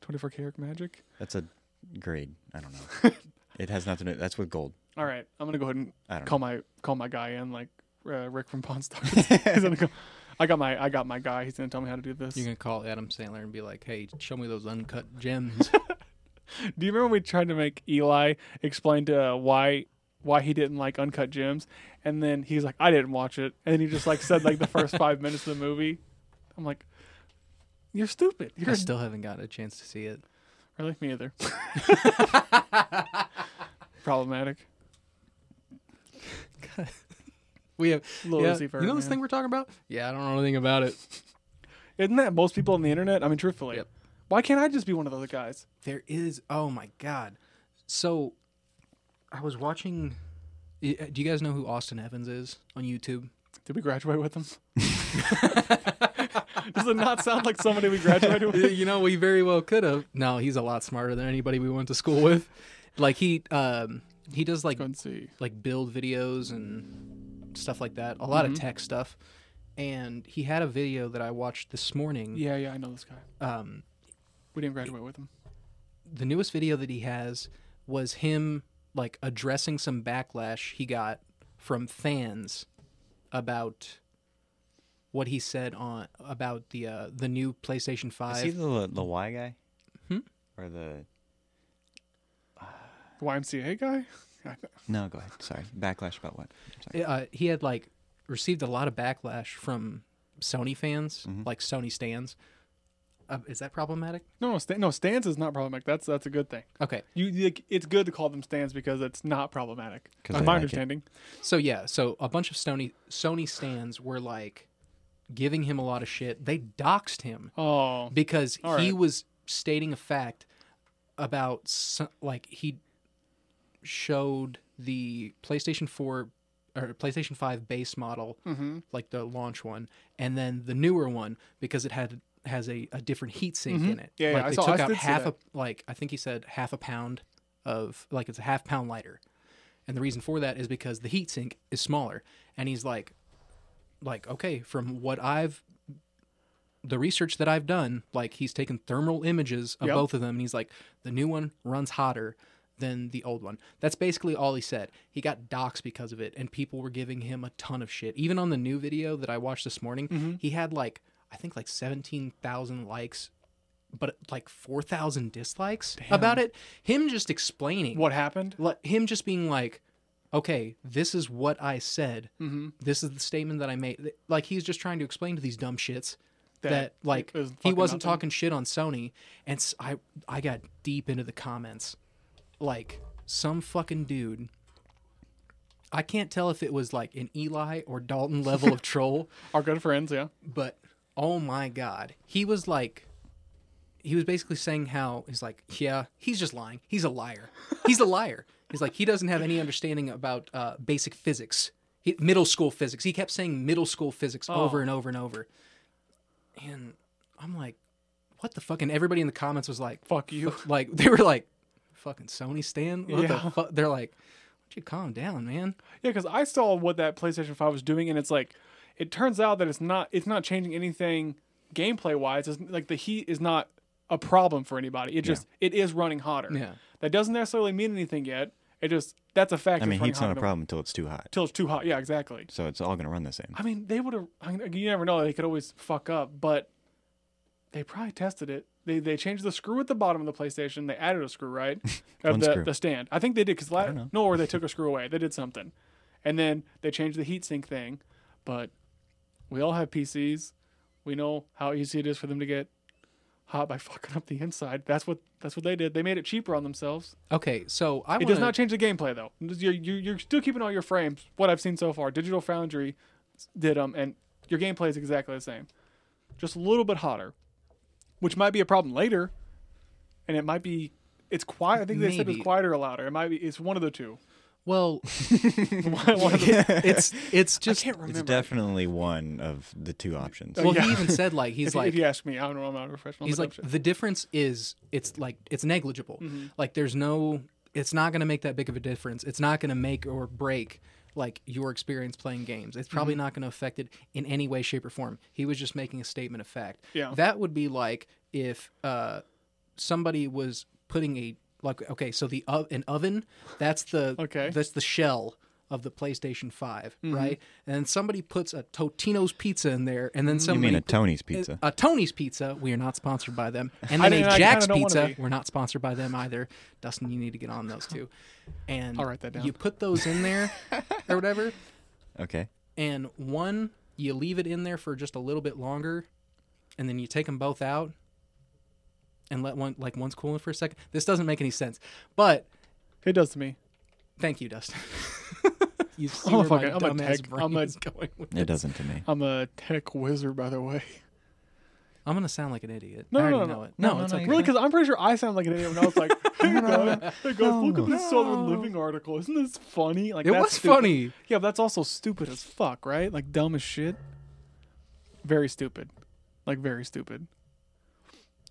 Speaker 3: Twenty four carat magic?
Speaker 2: That's a grade. I don't know. it has nothing to. That's with gold.
Speaker 3: All right, I'm gonna go ahead and
Speaker 2: I don't
Speaker 3: call my call my guy in, like uh, Rick from Pawn Stars. He's gonna go, I got my I got my guy. He's gonna tell me how to do this.
Speaker 1: You're gonna call Adam Sandler and be like, "Hey, show me those uncut gems."
Speaker 3: do you remember when we tried to make Eli explain to uh, why why he didn't like Uncut Gems, and then he's like, I didn't watch it, and he just like said like the first five minutes of the movie. I'm like, you're stupid. You're
Speaker 1: I
Speaker 3: a
Speaker 1: still haven't got a chance to see it.
Speaker 3: Really? Me either. Problematic.
Speaker 1: We have
Speaker 3: Little
Speaker 1: yeah,
Speaker 3: Uzi Vert,
Speaker 1: You know this
Speaker 3: man.
Speaker 1: thing we're talking about? Yeah, I don't know anything about it.
Speaker 3: Isn't that most people on the internet? I mean, truthfully.
Speaker 1: Yep.
Speaker 3: Why can't I just be one of those guys?
Speaker 1: There is. Oh my god. So, I was watching. y- uh, Do you guys know who Austin Evans is on YouTube?
Speaker 3: Did we graduate with them? Does it not sound like somebody we
Speaker 1: Y-
Speaker 3: graduated with?
Speaker 1: you know, we very well could have. No, he's a lot smarter than anybody we went to school with. Like he, um, he does like
Speaker 3: Go and see.
Speaker 1: like build videos and stuff like that. A lot of tech stuff. And he had a video that I watched this morning.
Speaker 3: Yeah, yeah, I know this guy.
Speaker 1: Um,
Speaker 3: We didn't graduate with him.
Speaker 1: the newest video that he has was him like addressing some backlash he got from fans about what he said on about the uh, the new PlayStation
Speaker 2: Is he
Speaker 1: Five.
Speaker 2: the the Y guy?
Speaker 3: Hmm?
Speaker 2: Or the
Speaker 3: The YMCA guy?
Speaker 2: no? Go ahead. Sorry. Backlash about what? I'm sorry.
Speaker 1: uh, he had like received a lot of backlash from Sony fans,
Speaker 2: Mm-hmm.
Speaker 1: like Sony stands. Uh, is that problematic?
Speaker 3: No, no, Stan, no. Stans is not problematic. That's that's a good thing.
Speaker 1: Okay,
Speaker 3: You, like, it's good to call them stands because it's not problematic.
Speaker 2: 'Cause
Speaker 3: My
Speaker 2: they like it.
Speaker 3: understanding.
Speaker 1: So yeah, so a bunch of Sony Sony stands were like giving him a lot of shit. They doxed him
Speaker 3: Oh,
Speaker 1: because
Speaker 3: All
Speaker 1: he
Speaker 3: right.
Speaker 1: was stating a fact about so- like he showed the PlayStation 4 or PlayStation 5 base model,
Speaker 3: Mm-hmm.
Speaker 1: like the launch one, and then the newer one because it had has a, a different heat sink in it.
Speaker 3: Mm-hmm. Yeah, yeah,
Speaker 1: like
Speaker 3: I
Speaker 1: they
Speaker 3: saw-
Speaker 1: took
Speaker 3: I
Speaker 1: out
Speaker 3: did see
Speaker 1: half a
Speaker 3: that.
Speaker 1: like I think he said half a pound of like it's a half pound lighter. And the reason for that is because the heat sink is smaller. And he's like like okay, from what I've the research that I've done, like he's taken thermal images of
Speaker 3: Yep.
Speaker 1: both of them and he's like, the new one runs hotter than the old one. That's basically all he said. He got doxxed because of it, and people were giving him a ton of shit. Even on the new video that I watched this morning, he had like, I think like 17,000 likes, but like 4,000 dislikes about it. Him just explaining
Speaker 3: what happened?
Speaker 1: like him just being like okay this is what i said
Speaker 3: Mm-hmm.
Speaker 1: this is the statement that i made Th- like he's just trying to explain to these dumb shits that,
Speaker 3: That
Speaker 1: like
Speaker 3: it was
Speaker 1: he
Speaker 3: fucking
Speaker 1: wasn't
Speaker 3: nothing.
Speaker 1: talking shit on sony and s- i i got deep into the comments like some fucking dude i can't tell if it was like an eli or dalton level of troll
Speaker 3: Our good friends, yeah.
Speaker 1: but oh my god he was like he was basically saying how he's like, yeah, he's just lying. He's a liar. He's a liar. He's like, he doesn't have any understanding about uh, basic physics, he, middle school physics. He kept saying middle school physics
Speaker 3: Oh.
Speaker 1: over and over and over. And I'm like, what the fuck? And everybody in the comments was like,
Speaker 3: Fuck you.
Speaker 1: fu- like they were like, fucking Sony Stan. What
Speaker 3: Yeah.
Speaker 1: the fuck? They're like, why don't you calm down, man?
Speaker 3: Yeah, because I saw what that PlayStation Five was doing, and it's like, it turns out that it's not it's not changing anything gameplay wise. It's like the heat is not a problem for anybody. It just it is running hotter.
Speaker 1: Yeah.
Speaker 3: that doesn't necessarily mean anything yet. It just that's a fact.
Speaker 2: I mean,
Speaker 3: it's running
Speaker 2: heat's not a
Speaker 3: hotter
Speaker 2: problem until it's too hot.
Speaker 3: Till it's too hot. Yeah, exactly.
Speaker 2: So it's all going to run the same.
Speaker 3: I mean, they would have. I mean, you never know. They could always fuck up, but they probably tested it. They they changed the screw at the bottom of the PlayStation. They added a screw, right? Of
Speaker 2: One
Speaker 3: the,
Speaker 2: screw.
Speaker 3: the stand. I think they did because la-
Speaker 2: know.
Speaker 3: no, or they took a screw away. They did something, and then they changed the heatsink thing. But we all have PCs. We know how easy it is for them to get hot by fucking up the inside. That's what that's what they did. They made it cheaper on themselves.
Speaker 1: Okay, so I
Speaker 3: It
Speaker 1: want
Speaker 3: does not change the gameplay though. You're, you're, you're still keeping all your frames. What I've seen so far, Digital Foundry did them, and your gameplay is exactly the same, just a little bit hotter, which might be a problem later, and it might be it's quiet. I think they said
Speaker 1: Maybe.
Speaker 3: it's quieter or louder. It might be it's one of the two.
Speaker 1: Well,
Speaker 3: One of the-
Speaker 1: it's it's
Speaker 3: I
Speaker 1: just
Speaker 3: can't remember.
Speaker 2: It's definitely one of the two options.
Speaker 1: well.
Speaker 3: yeah.
Speaker 1: He even said like he's
Speaker 3: if,
Speaker 1: like
Speaker 3: if you ask me, I don't know. I'm not a professional.
Speaker 1: he's
Speaker 3: but
Speaker 1: like the difference is it's like it's negligible
Speaker 3: Mm-hmm.
Speaker 1: like there's no it's not going to make that big of a difference it's not going to make or break like your experience playing games it's
Speaker 3: Mm-hmm.
Speaker 1: probably not going to affect it in any way shape or form he was just making a statement of fact
Speaker 3: Yeah.
Speaker 1: that would be like if uh somebody was putting a like okay so the o- an oven that's the
Speaker 3: Okay. Mm-hmm.
Speaker 1: that's the shell of the PlayStation 5 right and then somebody puts a Totino's pizza in there and
Speaker 3: Mm-hmm.
Speaker 1: then
Speaker 2: You
Speaker 1: somebody
Speaker 2: mean a Tony's
Speaker 1: is
Speaker 2: pizza?
Speaker 1: a Tony's Pizza. We are not sponsored by them. And
Speaker 3: I
Speaker 1: then
Speaker 3: mean,
Speaker 1: a
Speaker 3: I
Speaker 1: Jack's
Speaker 3: kinda don't wanna
Speaker 1: Pizza.
Speaker 3: be.
Speaker 1: We're not sponsored by them either. Dustin, you need to get on those two. And
Speaker 3: I'll write that down.
Speaker 1: you put those in there or whatever.
Speaker 2: Okay.
Speaker 1: And one, you leave it in there for just a little bit longer. And then you take them both out and let one, like one's cooling for a second. This doesn't make any sense. But
Speaker 3: it does to me.
Speaker 1: thank you, Dustin. you see
Speaker 3: I'm a
Speaker 1: where my
Speaker 3: fucking- I'm a
Speaker 1: dumbass
Speaker 3: tech-
Speaker 1: brain
Speaker 3: I'm a-
Speaker 1: is going with
Speaker 2: It doesn't to me.
Speaker 3: I'm a tech wizard, by the way.
Speaker 1: I'm going to sound like an idiot.
Speaker 3: No,
Speaker 1: I already
Speaker 3: no, no,
Speaker 1: know
Speaker 3: no.
Speaker 1: it.
Speaker 2: No,
Speaker 1: No,
Speaker 2: no,
Speaker 1: it's
Speaker 2: no,
Speaker 1: okay.
Speaker 2: you're
Speaker 3: Really? Because I'm pretty sure I sound like an idiot when I was like, "Hey guys, hey guys, look at this Southern Living article. Isn't this funny?" Like
Speaker 1: It
Speaker 3: that's
Speaker 1: was
Speaker 3: stupid.
Speaker 1: funny.
Speaker 3: Yeah, but that's also stupid as fuck, right? Like dumb as shit. Very stupid. Like very stupid.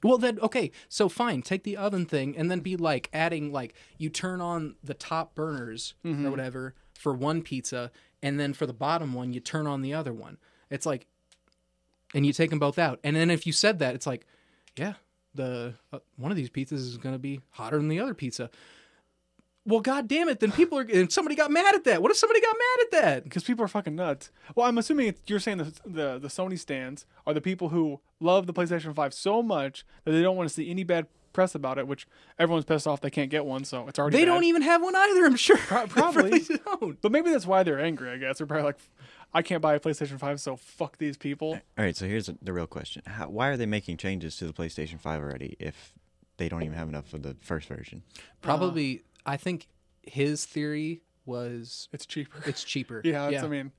Speaker 1: Well, then, okay, so fine, take the oven thing and then be like adding, like, you turn on the top burners or whatever for one pizza, and then for the bottom one, you turn on the other one. It's like, and you take them both out. And then if you said that, it's like, yeah, the uh, one of these pizzas is going to be hotter than the other pizza. Well, god damn it, then people are, and somebody got mad at that. What if somebody got mad at that?
Speaker 3: Because people are fucking nuts. Well, I'm assuming it's, you're saying the, the the Sony stands are the people who love the PlayStation Five so much that they don't want to see any bad press about it. Which everyone's pissed off they can't get one, so it's already
Speaker 1: They
Speaker 3: bad.
Speaker 1: don't e- even have one either, I'm sure.
Speaker 3: probably.
Speaker 1: They really don't.
Speaker 3: But maybe that's why they're angry. I guess they're probably like, "I can't buy a PlayStation Five, so fuck these
Speaker 1: Eh.
Speaker 3: people."
Speaker 2: All right. So here's the real question: How, Why are they making changes to the PlayStation Five already if they don't even have enough for the first version?
Speaker 3: Uh-huh.
Speaker 1: Probably, I think his theory was
Speaker 3: It's cheaper.
Speaker 1: it's cheaper.
Speaker 3: yeah, it's, I mean,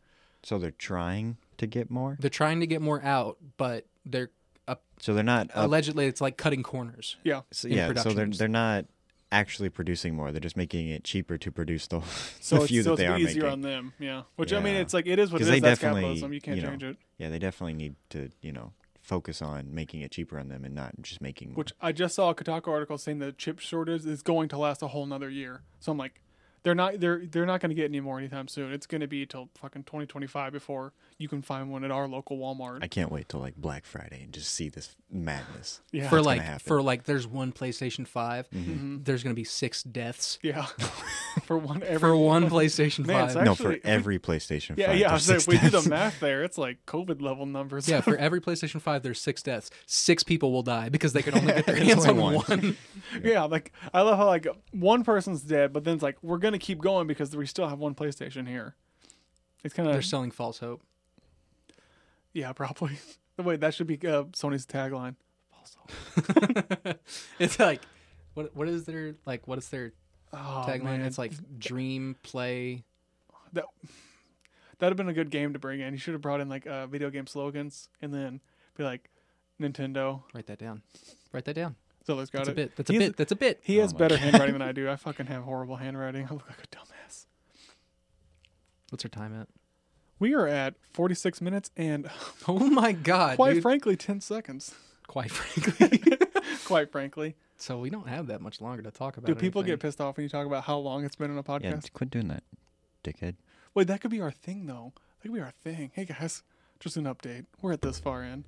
Speaker 2: So they're trying to get more.
Speaker 1: they're trying to get more out, but they're uh,
Speaker 2: So they're not. Up,
Speaker 1: allegedly it's like cutting corners.
Speaker 3: yeah.
Speaker 2: so,
Speaker 1: in
Speaker 2: yeah. So they're
Speaker 1: productions.
Speaker 2: they're not actually producing more. They're just making it cheaper to produce the,
Speaker 3: So
Speaker 2: the
Speaker 3: it's,
Speaker 2: few
Speaker 3: so
Speaker 2: that
Speaker 3: it's
Speaker 2: they are
Speaker 3: easier
Speaker 2: making.
Speaker 3: on them. Yeah. Which I mean,
Speaker 2: Yeah.
Speaker 3: it's like it is what it
Speaker 2: Because
Speaker 3: is.
Speaker 2: they
Speaker 3: that's
Speaker 2: definitely,
Speaker 3: capitalism. You can't
Speaker 2: know,
Speaker 3: change it.
Speaker 2: Yeah, they definitely need to, you know, focus on making it cheaper on them and not just making. more.
Speaker 3: Which I just saw a Kotaku article saying the chip shortage is going to last a whole another year. So I'm like, they're not they're they're not going to get any more anytime soon. It's going to be till fucking 2025 before you can find one at our local Walmart.
Speaker 2: I can't wait till like Black Friday and just see this madness.
Speaker 3: yeah.
Speaker 1: for
Speaker 2: it's gonna
Speaker 1: like
Speaker 2: happen. Mm-hmm.
Speaker 1: for like there's one PlayStation 5,
Speaker 3: Mm-hmm.
Speaker 1: there's going to be 6 deaths
Speaker 3: yeah. for one every.
Speaker 1: for one PlayStation
Speaker 3: Man,
Speaker 1: 5.
Speaker 3: so-
Speaker 2: no,
Speaker 3: Actually,
Speaker 2: for
Speaker 3: if we-
Speaker 2: every PlayStation.
Speaker 3: yeah,
Speaker 2: 5,
Speaker 3: yeah. I
Speaker 2: there's
Speaker 3: was like,
Speaker 2: six
Speaker 3: if we do
Speaker 2: deaths.
Speaker 3: the math there, it's like COVID level numbers.
Speaker 1: yeah, for every PlayStation 5 there's 6 deaths. 6 people will die because they can only get their hands on
Speaker 2: only
Speaker 1: one.
Speaker 2: one.
Speaker 3: Yeah, like I love how like one person's dead, but then it's like we're gonna keep going because we still have one PlayStation here. It's kind
Speaker 1: They're
Speaker 3: of
Speaker 1: selling false hope.
Speaker 3: yeah, probably. Wait, that should be uh, Sony's tagline.
Speaker 1: it's like what what is their like what is their
Speaker 3: Oh,
Speaker 1: tagline?
Speaker 3: man.
Speaker 1: It's like dream play.
Speaker 3: that. That'd have been a good game to bring in. You should have brought in like uh, video game slogans and then be like, Nintendo.
Speaker 1: Write that down. Write that down.
Speaker 3: Zillow's got
Speaker 1: That's
Speaker 3: it.
Speaker 1: a bit. That's a
Speaker 3: He's-
Speaker 1: bit. That's a bit.
Speaker 3: He
Speaker 2: Oh
Speaker 3: has
Speaker 2: my
Speaker 3: better handwriting than I do. I fucking have horrible handwriting. I look like a dumbass.
Speaker 1: What's her time at?
Speaker 3: We are at 46 minutes and,
Speaker 1: Oh my god.
Speaker 3: quite
Speaker 1: dude.
Speaker 3: frankly, 10 seconds.
Speaker 1: quite frankly.
Speaker 3: quite frankly,
Speaker 1: so we don't have that much longer to talk about.
Speaker 3: do people
Speaker 1: anything.
Speaker 3: get pissed off when you talk about how long it's been in a podcast?
Speaker 2: Yeah, quit doing that, dickhead.
Speaker 3: Wait, that could be our thing though. That could be our thing. Hey guys, just an update. We're at this far in.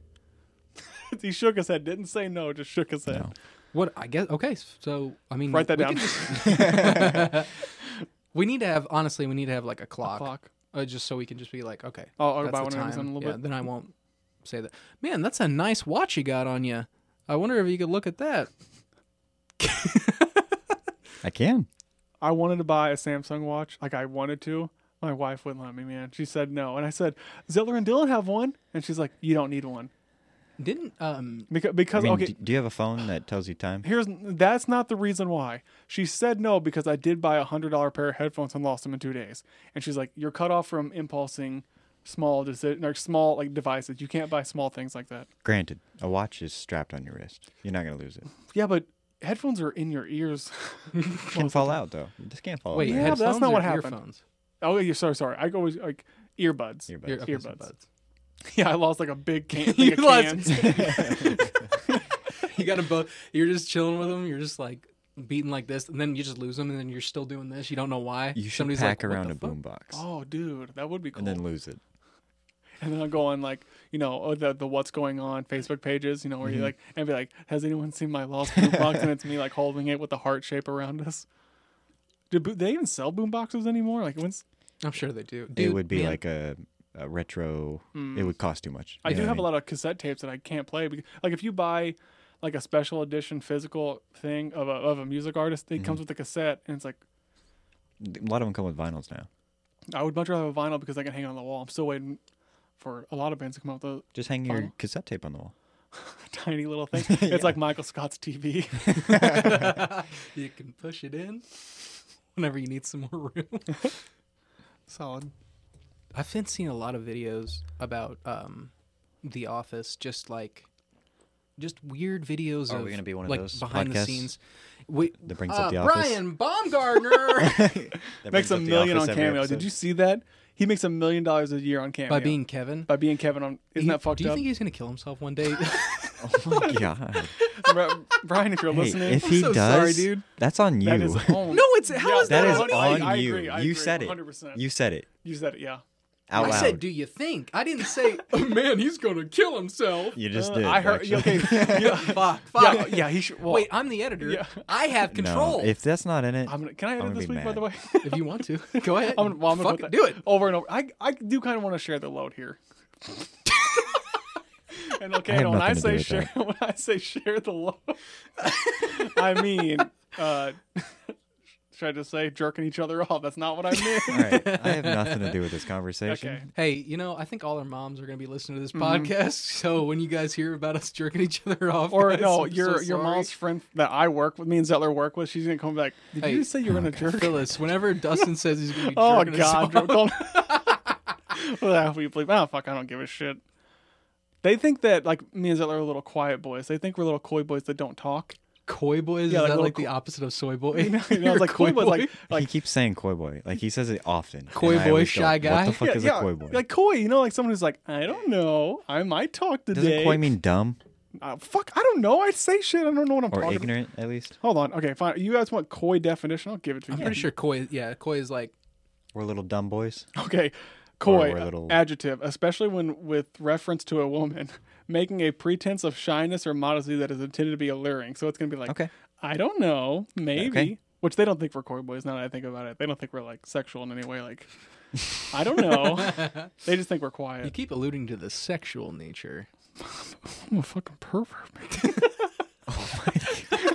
Speaker 3: he shook his head. Didn't say no. Just shook his head.
Speaker 2: No.
Speaker 1: What I guess okay, s- so I mean
Speaker 3: Write that
Speaker 1: we
Speaker 3: down.
Speaker 1: can just- we need to have honestly, we need to have like a clock,
Speaker 3: Clock.
Speaker 1: Uh, just so we can just be like, okay,
Speaker 3: I'll, I'll
Speaker 1: that's
Speaker 3: buy
Speaker 1: the
Speaker 3: one of
Speaker 1: time.
Speaker 3: these in a little
Speaker 1: yeah,
Speaker 3: bit.
Speaker 1: Then I won't say that. Man, that's a nice watch you got on you. I wonder if you could look at that.
Speaker 2: I can.
Speaker 3: I wanted to buy a Samsung watch. Like I wanted to. My wife wouldn't let me, man. She said no, and I said Ziller and Dylan have one, and she's like, "You don't need one
Speaker 1: Didn't um
Speaker 3: because
Speaker 2: I
Speaker 3: because
Speaker 2: mean,
Speaker 3: okay."
Speaker 2: d- do you have a phone that tells you time?
Speaker 3: Here's that's not the reason why she said no because I did buy a hundred dollar pair of headphones and lost them in two days, and she's like, "You're cut off from impulsing small deci- or small like devices. You can't buy small things like that."
Speaker 2: Granted, a watch is strapped on your wrist. You're not gonna lose it.
Speaker 3: Yeah, but headphones are in your ears.
Speaker 2: Can fall out though. This can't fall
Speaker 1: wait,
Speaker 2: out.
Speaker 3: Oh, Yeah,
Speaker 1: headphones
Speaker 3: but that's not
Speaker 1: or
Speaker 3: what happened.
Speaker 1: Earphones?
Speaker 3: oh, yeah, sorry, sorry. I always like earbuds.
Speaker 2: Earbuds.
Speaker 1: Ear- okay, so
Speaker 3: Earbuds.
Speaker 1: buds.
Speaker 3: Yeah, I lost like a big can.
Speaker 1: You
Speaker 3: Like a
Speaker 1: lost-
Speaker 3: can.
Speaker 1: You got them both. You're just chilling with them. You're just like beating like this, and then you just lose them, and then you're still doing this. You don't know why.
Speaker 2: You should
Speaker 1: Somebody's
Speaker 2: pack
Speaker 1: like,
Speaker 2: around
Speaker 1: what
Speaker 2: a
Speaker 1: the fuck?
Speaker 2: boombox
Speaker 3: Oh, dude, that would be cool.
Speaker 2: and then lose it.
Speaker 3: and then I'll go on like you know oh, the the what's going on Facebook pages, you know,
Speaker 2: Mm-hmm.
Speaker 3: where you like and be like, has anyone seen my lost boombox? and it's me like holding it with the heart shape around us. Do bo- they even sell boomboxes anymore? Like when's
Speaker 1: I'm sure they do. Dude,
Speaker 2: it would be
Speaker 1: man,
Speaker 2: like a, a retro. It would cost too much.
Speaker 3: hmm. Mm. I do have a lot of cassette tapes that I can't play. Because, like if you buy like a special edition physical thing of a of a music artist, it comes
Speaker 2: Mm-hmm.
Speaker 3: with a cassette, and it's like
Speaker 2: A lot of them come with vinyls now.
Speaker 3: I would much rather have a vinyl because I can hang it on the wall. I'm still waiting for a lot of bands to come out with a
Speaker 2: Just hang your
Speaker 3: Vinyl?
Speaker 2: cassette tape on the wall.
Speaker 3: tiny little thing. It's like Michael Scott's TV.
Speaker 1: you can push it in whenever you need some more room.
Speaker 3: Solid.
Speaker 1: I've been seeing a lot of videos about um, The Office, just like just weird videos
Speaker 2: Are
Speaker 1: of
Speaker 2: we gonna be one of
Speaker 1: like
Speaker 2: those
Speaker 1: behind the
Speaker 2: podcasts
Speaker 1: scenes. We,
Speaker 2: that brings up
Speaker 1: uh,
Speaker 2: The Office?
Speaker 1: Brian Baumgartner
Speaker 2: That brings
Speaker 3: makes a
Speaker 2: up The
Speaker 3: million on
Speaker 2: Office every
Speaker 3: cameo.
Speaker 2: episode.
Speaker 3: Did you see that? He makes a million dollars a year on cameo
Speaker 1: by being Kevin.
Speaker 3: by being Kevin on. Isn't
Speaker 1: You-
Speaker 3: that fucked
Speaker 1: Do you
Speaker 3: up?
Speaker 1: think he's gonna kill himself one day?
Speaker 2: Oh my god!
Speaker 3: Bri- Brian, if you're
Speaker 2: Hey,
Speaker 3: listening,
Speaker 2: if he
Speaker 1: so
Speaker 2: does,
Speaker 1: sorry, dude.
Speaker 2: that's on you.
Speaker 3: that is on.
Speaker 1: no, it's how is
Speaker 3: Yeah,
Speaker 2: That
Speaker 1: that
Speaker 2: is
Speaker 1: funny?
Speaker 3: I-
Speaker 2: on
Speaker 3: I
Speaker 2: you.
Speaker 3: agree, I
Speaker 2: you
Speaker 3: agree,
Speaker 2: said it.
Speaker 3: 100%.
Speaker 2: You said it
Speaker 3: You said it, yeah.
Speaker 2: out
Speaker 1: I
Speaker 2: loud.
Speaker 1: said, "Do you think?" I didn't say, oh, "Man, he's gonna kill himself."
Speaker 2: you just
Speaker 3: Uh,
Speaker 2: did.
Speaker 3: I heard.
Speaker 2: actually.
Speaker 3: Okay. yeah,
Speaker 1: Fuck,
Speaker 3: yeah,
Speaker 1: fuck.
Speaker 3: yeah, he should. Well,
Speaker 1: Wait, I'm the editor.
Speaker 3: Yeah.
Speaker 1: I have control.
Speaker 2: No, if that's not in it,
Speaker 3: I'm gonna, can I edit
Speaker 2: gonna
Speaker 3: this
Speaker 2: be
Speaker 3: week, by
Speaker 2: mad.
Speaker 3: the way?
Speaker 1: If you want to, go ahead.
Speaker 3: I'm, gonna- well, I'm gonna
Speaker 1: Fuck
Speaker 3: put that
Speaker 1: it, do it.
Speaker 3: over and over. I, I do kind of want to share the load here. and okay,
Speaker 2: have
Speaker 3: and when I
Speaker 2: nothing to do
Speaker 3: say
Speaker 2: with
Speaker 3: share, when I say share the load, I mean, uh, should I just say jerking each other off? That's not what I
Speaker 2: all
Speaker 3: meant.
Speaker 2: right, I have nothing to do with this conversation.
Speaker 3: okay,
Speaker 1: Hey, you know, I think all our moms are gonna be listening to this
Speaker 3: Mm-hmm.
Speaker 1: podcast. So when you guys hear about us jerking each other off,
Speaker 3: or
Speaker 1: guys,
Speaker 3: no,
Speaker 1: I'm so
Speaker 3: your your
Speaker 1: sorry.
Speaker 3: mom's friend that I work with, me and Zettler work with, she's gonna come back. Did
Speaker 1: Hey,
Speaker 3: you say you were gonna
Speaker 2: Oh,
Speaker 3: jerk?
Speaker 1: Phyllis. Whenever Dustin says he's gonna be
Speaker 3: Oh
Speaker 1: jerking us
Speaker 3: God!
Speaker 1: off-
Speaker 3: Drew, don't- Well, that we believe. Oh fuck! I don't give a shit. They think that like me and Zeller are little quiet boys. They think we're little coy boys that don't talk.
Speaker 1: Koi boys is
Speaker 3: Yeah, like
Speaker 1: that
Speaker 3: little
Speaker 1: like
Speaker 3: co-
Speaker 1: the opposite of soy boy?
Speaker 3: You know, you know,
Speaker 1: You're
Speaker 3: it's like
Speaker 1: a
Speaker 3: coy boys, like
Speaker 2: he
Speaker 3: like
Speaker 2: keeps saying "coy boy," like he says it often.
Speaker 1: Coy
Speaker 2: and I
Speaker 1: boy,
Speaker 2: always
Speaker 1: shy
Speaker 2: go, What
Speaker 1: guy?
Speaker 2: the fuck
Speaker 3: yeah,
Speaker 2: is
Speaker 3: yeah,
Speaker 2: a coy boy?
Speaker 3: like coy. You know, like someone who's like, I don't know. I might talk
Speaker 2: Doesn't
Speaker 3: today.
Speaker 2: coy mean dumb
Speaker 3: Uh, fuck! I don't know. I say shit. I don't know what I'm
Speaker 2: or
Speaker 3: talking.
Speaker 2: ignorant at least,
Speaker 3: Hold on. Okay, fine. You guys want coy definition? I'll give it to
Speaker 1: I'm
Speaker 3: you.
Speaker 1: pretty sure koi. Yeah, koi is like
Speaker 2: We're little dumb boys?
Speaker 3: Okay. Coy,
Speaker 2: we're little-
Speaker 3: adjective, especially when with reference to a woman, making a pretense of shyness or modesty that is intended to be alluring. So it's going to be like,
Speaker 2: Okay.
Speaker 3: I don't know, maybe.
Speaker 2: Okay.
Speaker 3: Which they don't think we're coy boys now that I think about it. They don't think we're like sexual in any way. Like, I don't know. they just think we're
Speaker 1: you
Speaker 3: quiet.
Speaker 1: keep alluding to the sexual nature.
Speaker 3: I'm a fucking pervert, man.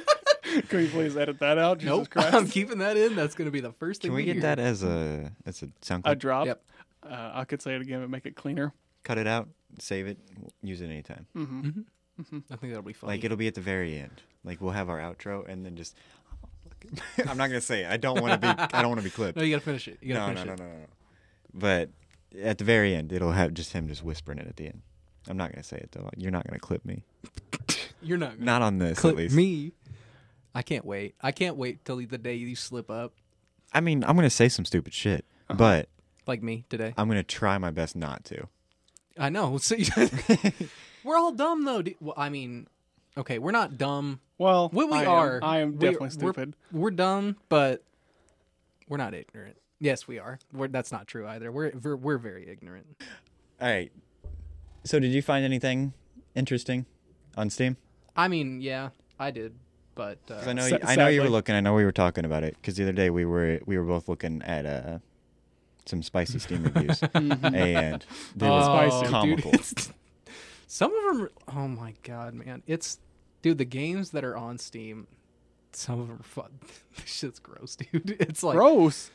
Speaker 3: Can we please edit that out? Jesus
Speaker 1: Nope,
Speaker 3: Christ.
Speaker 1: I'm keeping that in. That's gonna be the first thing.
Speaker 2: Can we get that as a as a sound
Speaker 3: A
Speaker 2: clip?
Speaker 3: drop.
Speaker 1: Yep.
Speaker 3: Uh, I could say it again, but make it cleaner.
Speaker 2: Cut it out, save it, we'll use it anytime.
Speaker 3: Mm.
Speaker 1: I think that'll be fun.
Speaker 2: Like it'll be at the very end. Like we'll have our outro and then just. I'm not gonna say it. I don't want to be. I don't want to be clipped.
Speaker 1: no, you gotta finish it. You gotta
Speaker 2: no, no,
Speaker 1: finish
Speaker 2: no,
Speaker 1: it.
Speaker 2: no, no. But at the very end, it'll have just him just whispering it at the end. I'm not gonna say it though. You're not gonna clip me.
Speaker 1: You're not gonna
Speaker 2: Not on this at
Speaker 1: clip
Speaker 2: least.
Speaker 1: me. I can't wait. I can't wait till the day you slip up
Speaker 2: I mean, I'm gonna say some stupid shit, but
Speaker 1: like me today.
Speaker 2: I'm gonna try my best not to.
Speaker 1: I know. So we're all dumb though. dude. Well, I mean, okay, we're not dumb.
Speaker 3: Well,
Speaker 1: What we
Speaker 3: I am-
Speaker 1: are,
Speaker 3: I am
Speaker 1: we-
Speaker 3: definitely
Speaker 1: we're-
Speaker 3: stupid.
Speaker 1: We're dumb, but we're not ignorant. Yes, we are. We're, that's not true either. We're, we're we're very ignorant.
Speaker 2: All right. So, did you find anything interesting on Steam?
Speaker 1: I mean, yeah, I did, but uh,
Speaker 2: 'Cause I know,
Speaker 3: Sa-
Speaker 2: you, I know you were
Speaker 3: sadly.
Speaker 2: looking. I know we were talking about it because the other day we were we were both looking at uh, some spicy Steam reviews,
Speaker 3: Mm-hmm.
Speaker 2: and they were
Speaker 3: Spicy, dude.
Speaker 2: comical.
Speaker 1: some of them. Oh my god, man! It's dude. The games that are on Steam, some of them are fun. this shit's gross, dude. It's like
Speaker 3: Gross.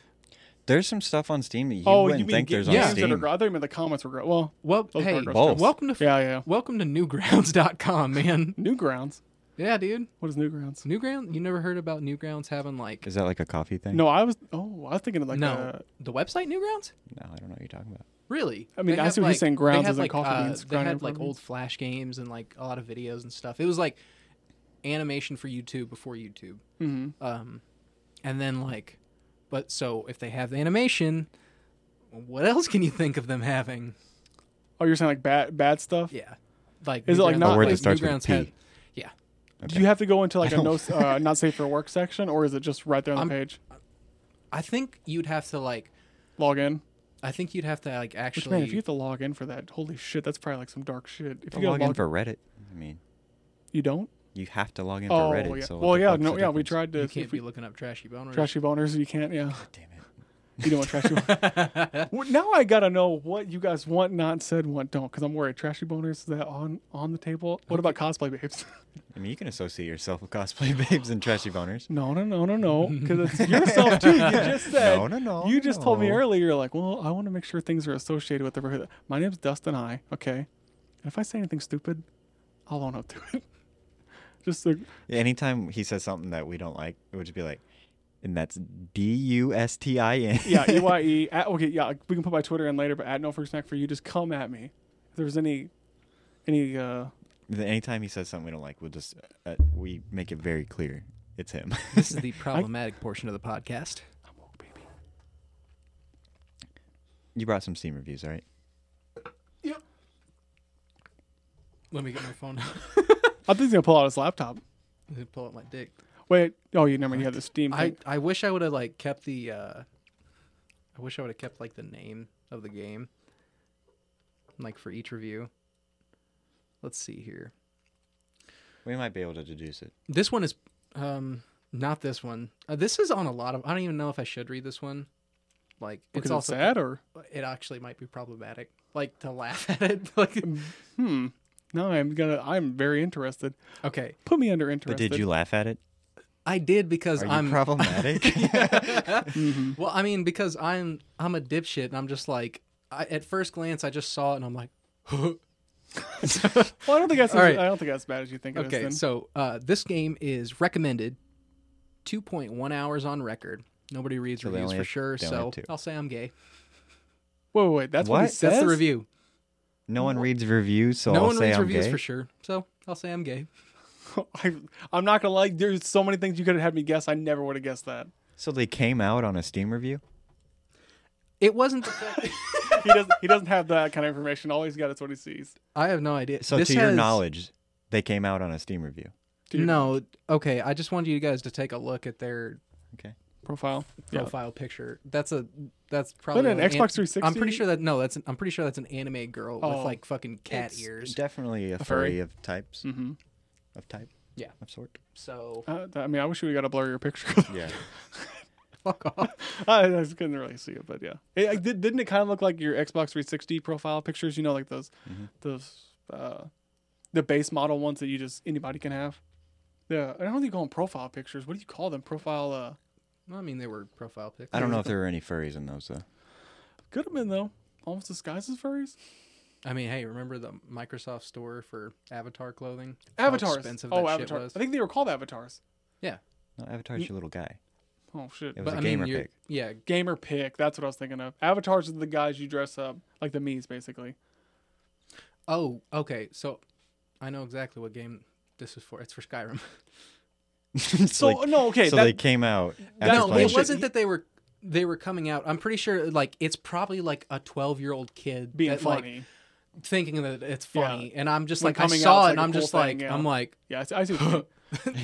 Speaker 2: There's some stuff on Steam that you
Speaker 3: oh,
Speaker 2: wouldn't
Speaker 3: you mean
Speaker 2: think
Speaker 3: ga-
Speaker 2: there's
Speaker 3: games
Speaker 2: on
Speaker 3: that are
Speaker 2: Steam.
Speaker 3: gross? I thought you meant the comments were gross. Well,
Speaker 1: well,
Speaker 3: Those
Speaker 1: hey,
Speaker 3: are gross
Speaker 2: Both.
Speaker 1: welcome to
Speaker 3: yeah, yeah.
Speaker 1: welcome to newgrounds.com, man.
Speaker 3: Newgrounds.
Speaker 1: Yeah, dude.
Speaker 3: What is Newgrounds?
Speaker 1: Newground. You never heard about Newgrounds having like
Speaker 2: Is that like a coffee thing?
Speaker 3: No, I was. Oh, I was thinking of like.
Speaker 1: no
Speaker 3: uh,
Speaker 1: the website Newgrounds.
Speaker 2: no, I don't know what you're talking about.
Speaker 1: Really?
Speaker 3: I mean,
Speaker 1: They
Speaker 3: I
Speaker 1: have,
Speaker 3: see what he's saying,
Speaker 1: they
Speaker 3: grounds
Speaker 1: had,
Speaker 3: as in
Speaker 1: like,
Speaker 3: coffee
Speaker 1: uh,
Speaker 3: beans,
Speaker 1: They
Speaker 3: ground
Speaker 1: had
Speaker 3: up
Speaker 1: like
Speaker 3: coffee
Speaker 1: old Flash games and like a lot of videos and stuff. It was like animation for YouTube before YouTube.
Speaker 3: mhm.
Speaker 1: Um, and then like, but so if they have the animation, what else can you think of them having?
Speaker 3: Oh, you're saying like bad bad stuff.
Speaker 1: Yeah, like
Speaker 3: Is it, like,
Speaker 1: Newgrounds-
Speaker 3: not- A word that
Speaker 2: starts with
Speaker 1: Newgrounds
Speaker 2: P?
Speaker 1: had- yeah,
Speaker 3: Do you have to go into like a no uh, not safe for work section, or is it just right there on the page?
Speaker 1: I think you'd have to like.
Speaker 3: Log in.
Speaker 1: I think you'd have to like actually.
Speaker 3: Man, if you have to log in for that, holy shit, that's probably like some dark shit. If
Speaker 2: Don't
Speaker 3: you gotta
Speaker 2: log in
Speaker 3: log-
Speaker 2: for Reddit. I mean,
Speaker 3: you don't.
Speaker 2: you have to log in
Speaker 3: Oh,
Speaker 2: for Reddit.
Speaker 3: yeah.
Speaker 2: So what
Speaker 3: well,
Speaker 2: the
Speaker 3: yeah,
Speaker 2: fuck's
Speaker 3: no,
Speaker 2: the
Speaker 3: yeah, we
Speaker 2: difference?
Speaker 3: tried to.
Speaker 1: you
Speaker 3: see
Speaker 1: can't
Speaker 3: if we,
Speaker 1: be looking up trashy boners.
Speaker 3: trashy boners. You can't. Yeah,
Speaker 2: Damn it.
Speaker 3: you don't want trashy. boners. Well, now I gotta know what you guys want not said, what don't, because I'm worried. Trashy boners is that on on the table. What about cosplay babes?
Speaker 2: I mean, you can associate yourself with cosplay babes and trashy boners.
Speaker 3: No, no, no, no, no. Because it's yourself too. You just said.
Speaker 2: No, no, no,
Speaker 3: You just told me
Speaker 2: no.
Speaker 3: earlier. You're like, well, I want to make sure things are associated with the. My name's Dustin. I okay. And if I say anything stupid, I'll own up to it. Just like,
Speaker 2: Anytime he says something that we don't like, it would just be like, and that's D U S T I N.
Speaker 3: yeah, E Y E. at- Okay, yeah, we can put my Twitter in later, but at no first snack for you. Just come at me. If there's any, any. uh
Speaker 2: Then Anytime he says something we don't like, we'll just uh, we make it very clear it's him.
Speaker 1: This is the problematic portion of the podcast.
Speaker 3: I'm woke, baby.
Speaker 2: you brought some Steam reviews, right?
Speaker 1: Let me get my phone out
Speaker 3: I think he's gonna pull out his laptop.
Speaker 1: and pull up my dick.
Speaker 3: Wait. Oh, you never. You had the Steam.
Speaker 1: I,
Speaker 3: thing.
Speaker 1: I wish I would have like kept the uh I wish I would have kept like the name of the game like for each review. Let's see here.
Speaker 2: We might be able to deduce it.
Speaker 1: This one is um not this one. Uh, this is on a lot of I don't even know if I should read this one. Like
Speaker 3: Because
Speaker 1: it's also
Speaker 3: sad or
Speaker 1: it actually might be problematic like to laugh at it. like
Speaker 3: hmm. No, I'm gonna. I'm very interested.
Speaker 1: okay.
Speaker 3: Put me under
Speaker 2: But
Speaker 3: interested.
Speaker 2: did you laugh at it?
Speaker 1: I did because
Speaker 2: Are you
Speaker 1: I'm
Speaker 2: problematic? Mm-hmm.
Speaker 1: Well, I mean, because I'm I'm a dipshit, and I'm just like, I, at first glance, I just saw it, and I'm like,
Speaker 3: Well, I don't think that's.
Speaker 1: All right.
Speaker 3: I don't think that's as bad as you think it is.
Speaker 1: okay.
Speaker 3: Then.
Speaker 1: So uh, this game is recommended, 2.1 hours on record. Nobody reads
Speaker 2: So they
Speaker 1: reviews
Speaker 2: only
Speaker 1: for
Speaker 2: have-
Speaker 1: sure,
Speaker 2: they only
Speaker 1: so
Speaker 2: have two.
Speaker 1: I'll say I'm gay.
Speaker 3: wait, wait, wait. That's what, he
Speaker 2: What?
Speaker 3: says.
Speaker 1: That's the review.
Speaker 2: no one reads reviews, so
Speaker 1: no
Speaker 2: Oh, I'll
Speaker 1: one
Speaker 2: say
Speaker 1: reads
Speaker 2: I'm
Speaker 1: reviews
Speaker 2: gay.
Speaker 1: for sure, so I'll say I'm gay.
Speaker 3: I, I'm not gonna lie. There's so many things you could have had me guess. I never would have guessed that.
Speaker 2: So they came out on a Steam review.
Speaker 1: It wasn't. the fact-
Speaker 3: He doesn't. he doesn't have that kind of information. All he's got is what he sees.
Speaker 1: I have no idea.
Speaker 2: So
Speaker 1: This
Speaker 2: to your
Speaker 1: has-
Speaker 2: knowledge, they came out on a Steam review.
Speaker 3: to your-
Speaker 1: no. Okay, I just wanted you guys to take a look at their
Speaker 2: Okay.
Speaker 3: Profile. Yeah.
Speaker 1: profile picture. That's a that's probably
Speaker 3: an
Speaker 1: like
Speaker 3: Xbox
Speaker 1: I'm
Speaker 3: 360?
Speaker 1: pretty sure that no, that's an, I'm pretty sure that's an anime girl
Speaker 3: Oh.
Speaker 1: with like fucking cat
Speaker 2: It's
Speaker 1: ears.
Speaker 2: Definitely a
Speaker 3: furry.
Speaker 2: furry of types
Speaker 3: Mm-hmm.
Speaker 2: of type.
Speaker 1: Yeah.
Speaker 2: Of sort.
Speaker 1: so
Speaker 3: Uh, th- I mean, I wish we got a blurrier picture.
Speaker 2: Yeah.
Speaker 1: fuck off.
Speaker 3: I, I just couldn't really see it, but yeah. It, I, did, didn't it kind of look like your Xbox 360 profile pictures? You know, like those, those, uh, the base model ones that you just anybody can have. Yeah, I don't think you call them profile pictures. What do you call them? Profile. Uh,
Speaker 1: I mean, they were profile pics.
Speaker 2: I don't know if there were any furries in those though.
Speaker 3: could have been though. Almost disguised as furries.
Speaker 1: I mean, hey, remember the Microsoft store for Avatar clothing? How
Speaker 3: Avatars.
Speaker 1: expensive
Speaker 3: oh,
Speaker 1: that
Speaker 3: avatars.
Speaker 1: shit was.
Speaker 3: I think they were called avatars.
Speaker 1: yeah,
Speaker 2: No, Avatar's
Speaker 1: Mm.
Speaker 2: your little guy.
Speaker 3: Oh shit.
Speaker 2: It was
Speaker 1: but
Speaker 2: a
Speaker 1: I
Speaker 2: gamer
Speaker 1: mean, you're,
Speaker 2: pick.
Speaker 1: yeah,
Speaker 3: Gamer pick. That's what I was thinking of. Avatars are the guys you dress up like the me's basically.
Speaker 1: Oh, okay. So I know exactly what game this is for. It's for Skyrim.
Speaker 2: It's
Speaker 3: So
Speaker 2: like-
Speaker 3: no, okay.
Speaker 2: so
Speaker 3: that,
Speaker 2: they came out.
Speaker 3: That's
Speaker 2: After
Speaker 1: no,
Speaker 2: playing
Speaker 1: it
Speaker 3: bullshit.
Speaker 1: wasn't that they were they were coming out. I'm pretty sure like it's probably like a 12 year old kid
Speaker 3: being
Speaker 1: that, like,
Speaker 3: funny.
Speaker 1: thinking that it's
Speaker 3: Yeah.
Speaker 1: funny, and I'm just
Speaker 3: When
Speaker 1: like I
Speaker 3: coming
Speaker 1: saw
Speaker 3: out's
Speaker 1: it,
Speaker 3: like
Speaker 1: and
Speaker 3: a
Speaker 1: I'm
Speaker 3: cool
Speaker 1: just
Speaker 3: thing,
Speaker 1: like
Speaker 3: yeah.
Speaker 1: I'm like
Speaker 3: yeah, I see, I see what you mean.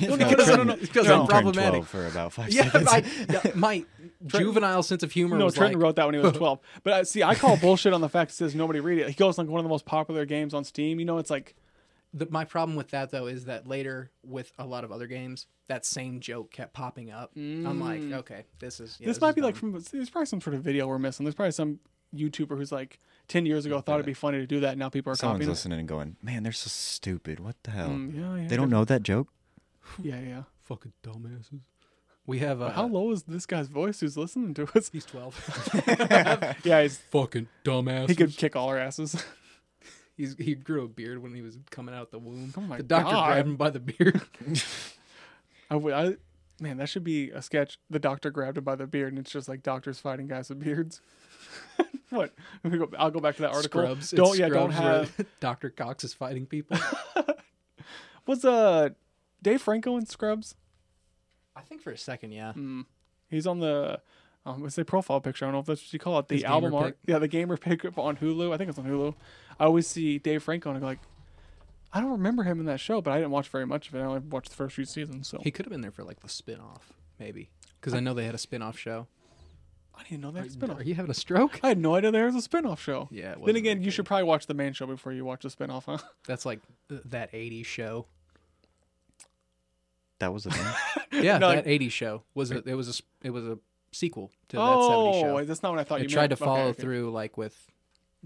Speaker 1: no,
Speaker 2: Don't
Speaker 1: because-
Speaker 2: turn-
Speaker 1: no, no, because
Speaker 2: don't
Speaker 1: I'm
Speaker 2: turn
Speaker 1: problematic.
Speaker 2: 12 for about five
Speaker 1: Yeah,
Speaker 2: seconds.
Speaker 1: I, yeah, my juvenile sense of humor
Speaker 3: No,
Speaker 1: was
Speaker 3: Trenton
Speaker 1: like,
Speaker 3: wrote that when he was 12. But I see, I call bullshit on the fact that says nobody read it. He goes like one of the most popular games on Steam. You know, it's like
Speaker 1: the, my problem with that though is that later with a lot of other games, that same joke kept popping up. I'm like, okay, this is yeah,
Speaker 3: Mm. this might
Speaker 1: is
Speaker 3: be like
Speaker 1: dumb.
Speaker 3: from there's probably some sort of video we're missing. There's probably some YouTuber who's like 10 years ago thought it'd be funny to do that. Now people are
Speaker 2: Someone's
Speaker 3: copying. it.
Speaker 2: listening and going, "Man, they're so stupid. What the hell?
Speaker 3: Mm, yeah, yeah,
Speaker 2: they don't know that joke."
Speaker 3: Yeah, yeah.
Speaker 1: fucking dumbasses. We have uh,
Speaker 3: How low is this guy's voice who's listening to us?
Speaker 1: he's 12.
Speaker 3: yeah, he's,
Speaker 1: fucking dumbass.
Speaker 3: he could kick all our asses.
Speaker 1: He's, he grew a beard when he was coming out the womb.
Speaker 3: Oh my
Speaker 1: the doctor
Speaker 3: God.
Speaker 1: grabbed him by the beard.
Speaker 3: I, would- I- man, that should be a sketch. The doctor grabbed him by the beard, and it's just like doctors fighting guys with beards. what? We go- I'll go back to that article.
Speaker 1: Scrubs. It's
Speaker 3: Don't yeah, don't
Speaker 1: Scrubs where
Speaker 3: have.
Speaker 1: Dr. Cox is fighting people.
Speaker 3: Was uh Dave Franco in Scrubs?
Speaker 1: I think for a second, yeah.
Speaker 3: He's on the um, it's a profile picture. I don't know if that's what you call it. The
Speaker 1: His gamer
Speaker 3: album art,
Speaker 1: pic.
Speaker 3: yeah, the gamer pick up on Hulu. I think it's on Hulu. I always see Dave Franco and I go like, I don't remember him in that show, but I didn't watch very much of it. I only watched the first few seasons, so
Speaker 1: He could have been there for like the spin off, maybe. Because I know they had a spin off show.
Speaker 3: I didn't know they had a
Speaker 1: Are
Speaker 3: spinoff.
Speaker 1: you having a stroke?
Speaker 3: I had no idea there was a spin-off show.
Speaker 1: Yeah, it
Speaker 3: Then
Speaker 1: wasn't
Speaker 3: again,
Speaker 1: very
Speaker 3: you should probably watch the main show before you watch the spin-off, huh?
Speaker 1: That's like th- that 80s show.
Speaker 2: That was the thing.
Speaker 1: Yeah,
Speaker 3: No,
Speaker 1: that 80s show was a, it was a s- it was a sequel to that 70s
Speaker 3: oh,
Speaker 1: show.
Speaker 3: that's not what I thought you
Speaker 1: it tried
Speaker 3: meant.
Speaker 1: to
Speaker 3: Okay,
Speaker 1: follow
Speaker 3: okay.
Speaker 1: through like with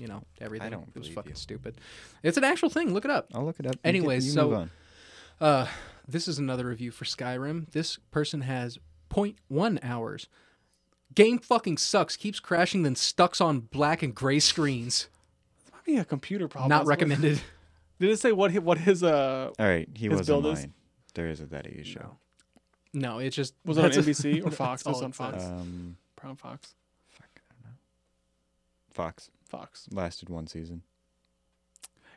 Speaker 1: you know everything.
Speaker 2: don't
Speaker 1: it was
Speaker 2: believe
Speaker 1: fucking
Speaker 2: you.
Speaker 1: stupid. It's an actual thing. Look it up.
Speaker 2: I'll look it up. You
Speaker 1: Anyways,
Speaker 2: get- you
Speaker 1: so-
Speaker 2: move on.
Speaker 1: Uh, this is another review for Skyrim. This person has 0.1 hours. Game fucking sucks. Keeps crashing, then stucks on black and gray screens.
Speaker 3: This might be a computer problem.
Speaker 1: Not
Speaker 3: Oh, That's what-
Speaker 1: recommended.
Speaker 3: Did it say what hi- what his uh
Speaker 2: all right, he
Speaker 3: his
Speaker 2: was
Speaker 3: build is-
Speaker 2: online. There is a that age show.
Speaker 1: No, it just
Speaker 3: was it on
Speaker 1: that's a-
Speaker 3: NBC or
Speaker 1: that's
Speaker 3: Fox? It was
Speaker 1: all
Speaker 3: on
Speaker 1: it says.
Speaker 3: Fox.
Speaker 2: Um,
Speaker 3: Brown Fox.
Speaker 2: Fox
Speaker 3: Fox.
Speaker 2: lasted one season.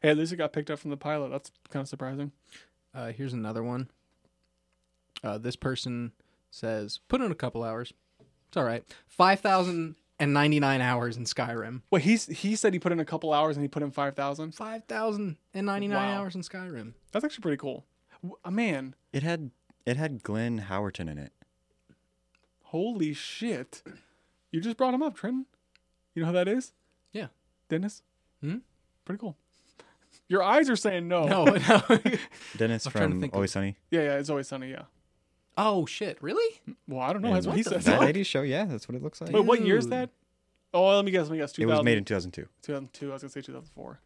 Speaker 3: Hey, at least it got picked up from the pilot. That's kind of surprising.
Speaker 1: Uh, here's another one. Uh, this person says, put in a couple hours. It's all right. 5,099 hours in Skyrim.
Speaker 3: Wait, he's he said he put in a couple hours and he put in five thousand.
Speaker 1: 5,099
Speaker 3: Wow.
Speaker 1: hours in Skyrim.
Speaker 3: That's actually pretty cool. W- uh, Man,
Speaker 2: It had it had Glenn Howerton in it.
Speaker 3: holy shit! You just brought him up, Trenton. You know who that is?
Speaker 1: Yeah.
Speaker 3: Dennis.
Speaker 1: Hmm?
Speaker 3: Pretty cool. Your eyes are saying no.
Speaker 1: No, no.
Speaker 2: Dennis
Speaker 1: I'm trying to
Speaker 2: from
Speaker 1: think of-
Speaker 2: Always Sunny.
Speaker 3: Yeah, yeah. It's always sunny. Yeah.
Speaker 1: oh, shit. Really?
Speaker 3: Well, I don't know.
Speaker 2: And
Speaker 3: That's what he
Speaker 1: what the
Speaker 3: says.
Speaker 2: That '80s show, yeah, that's what it looks like.
Speaker 3: Wait, what year is
Speaker 1: Dude.
Speaker 3: that? Oh, let me guess. Let me guess.
Speaker 2: It
Speaker 3: 2000,
Speaker 2: was made in 2002.
Speaker 3: 2002. I was gonna say 2004.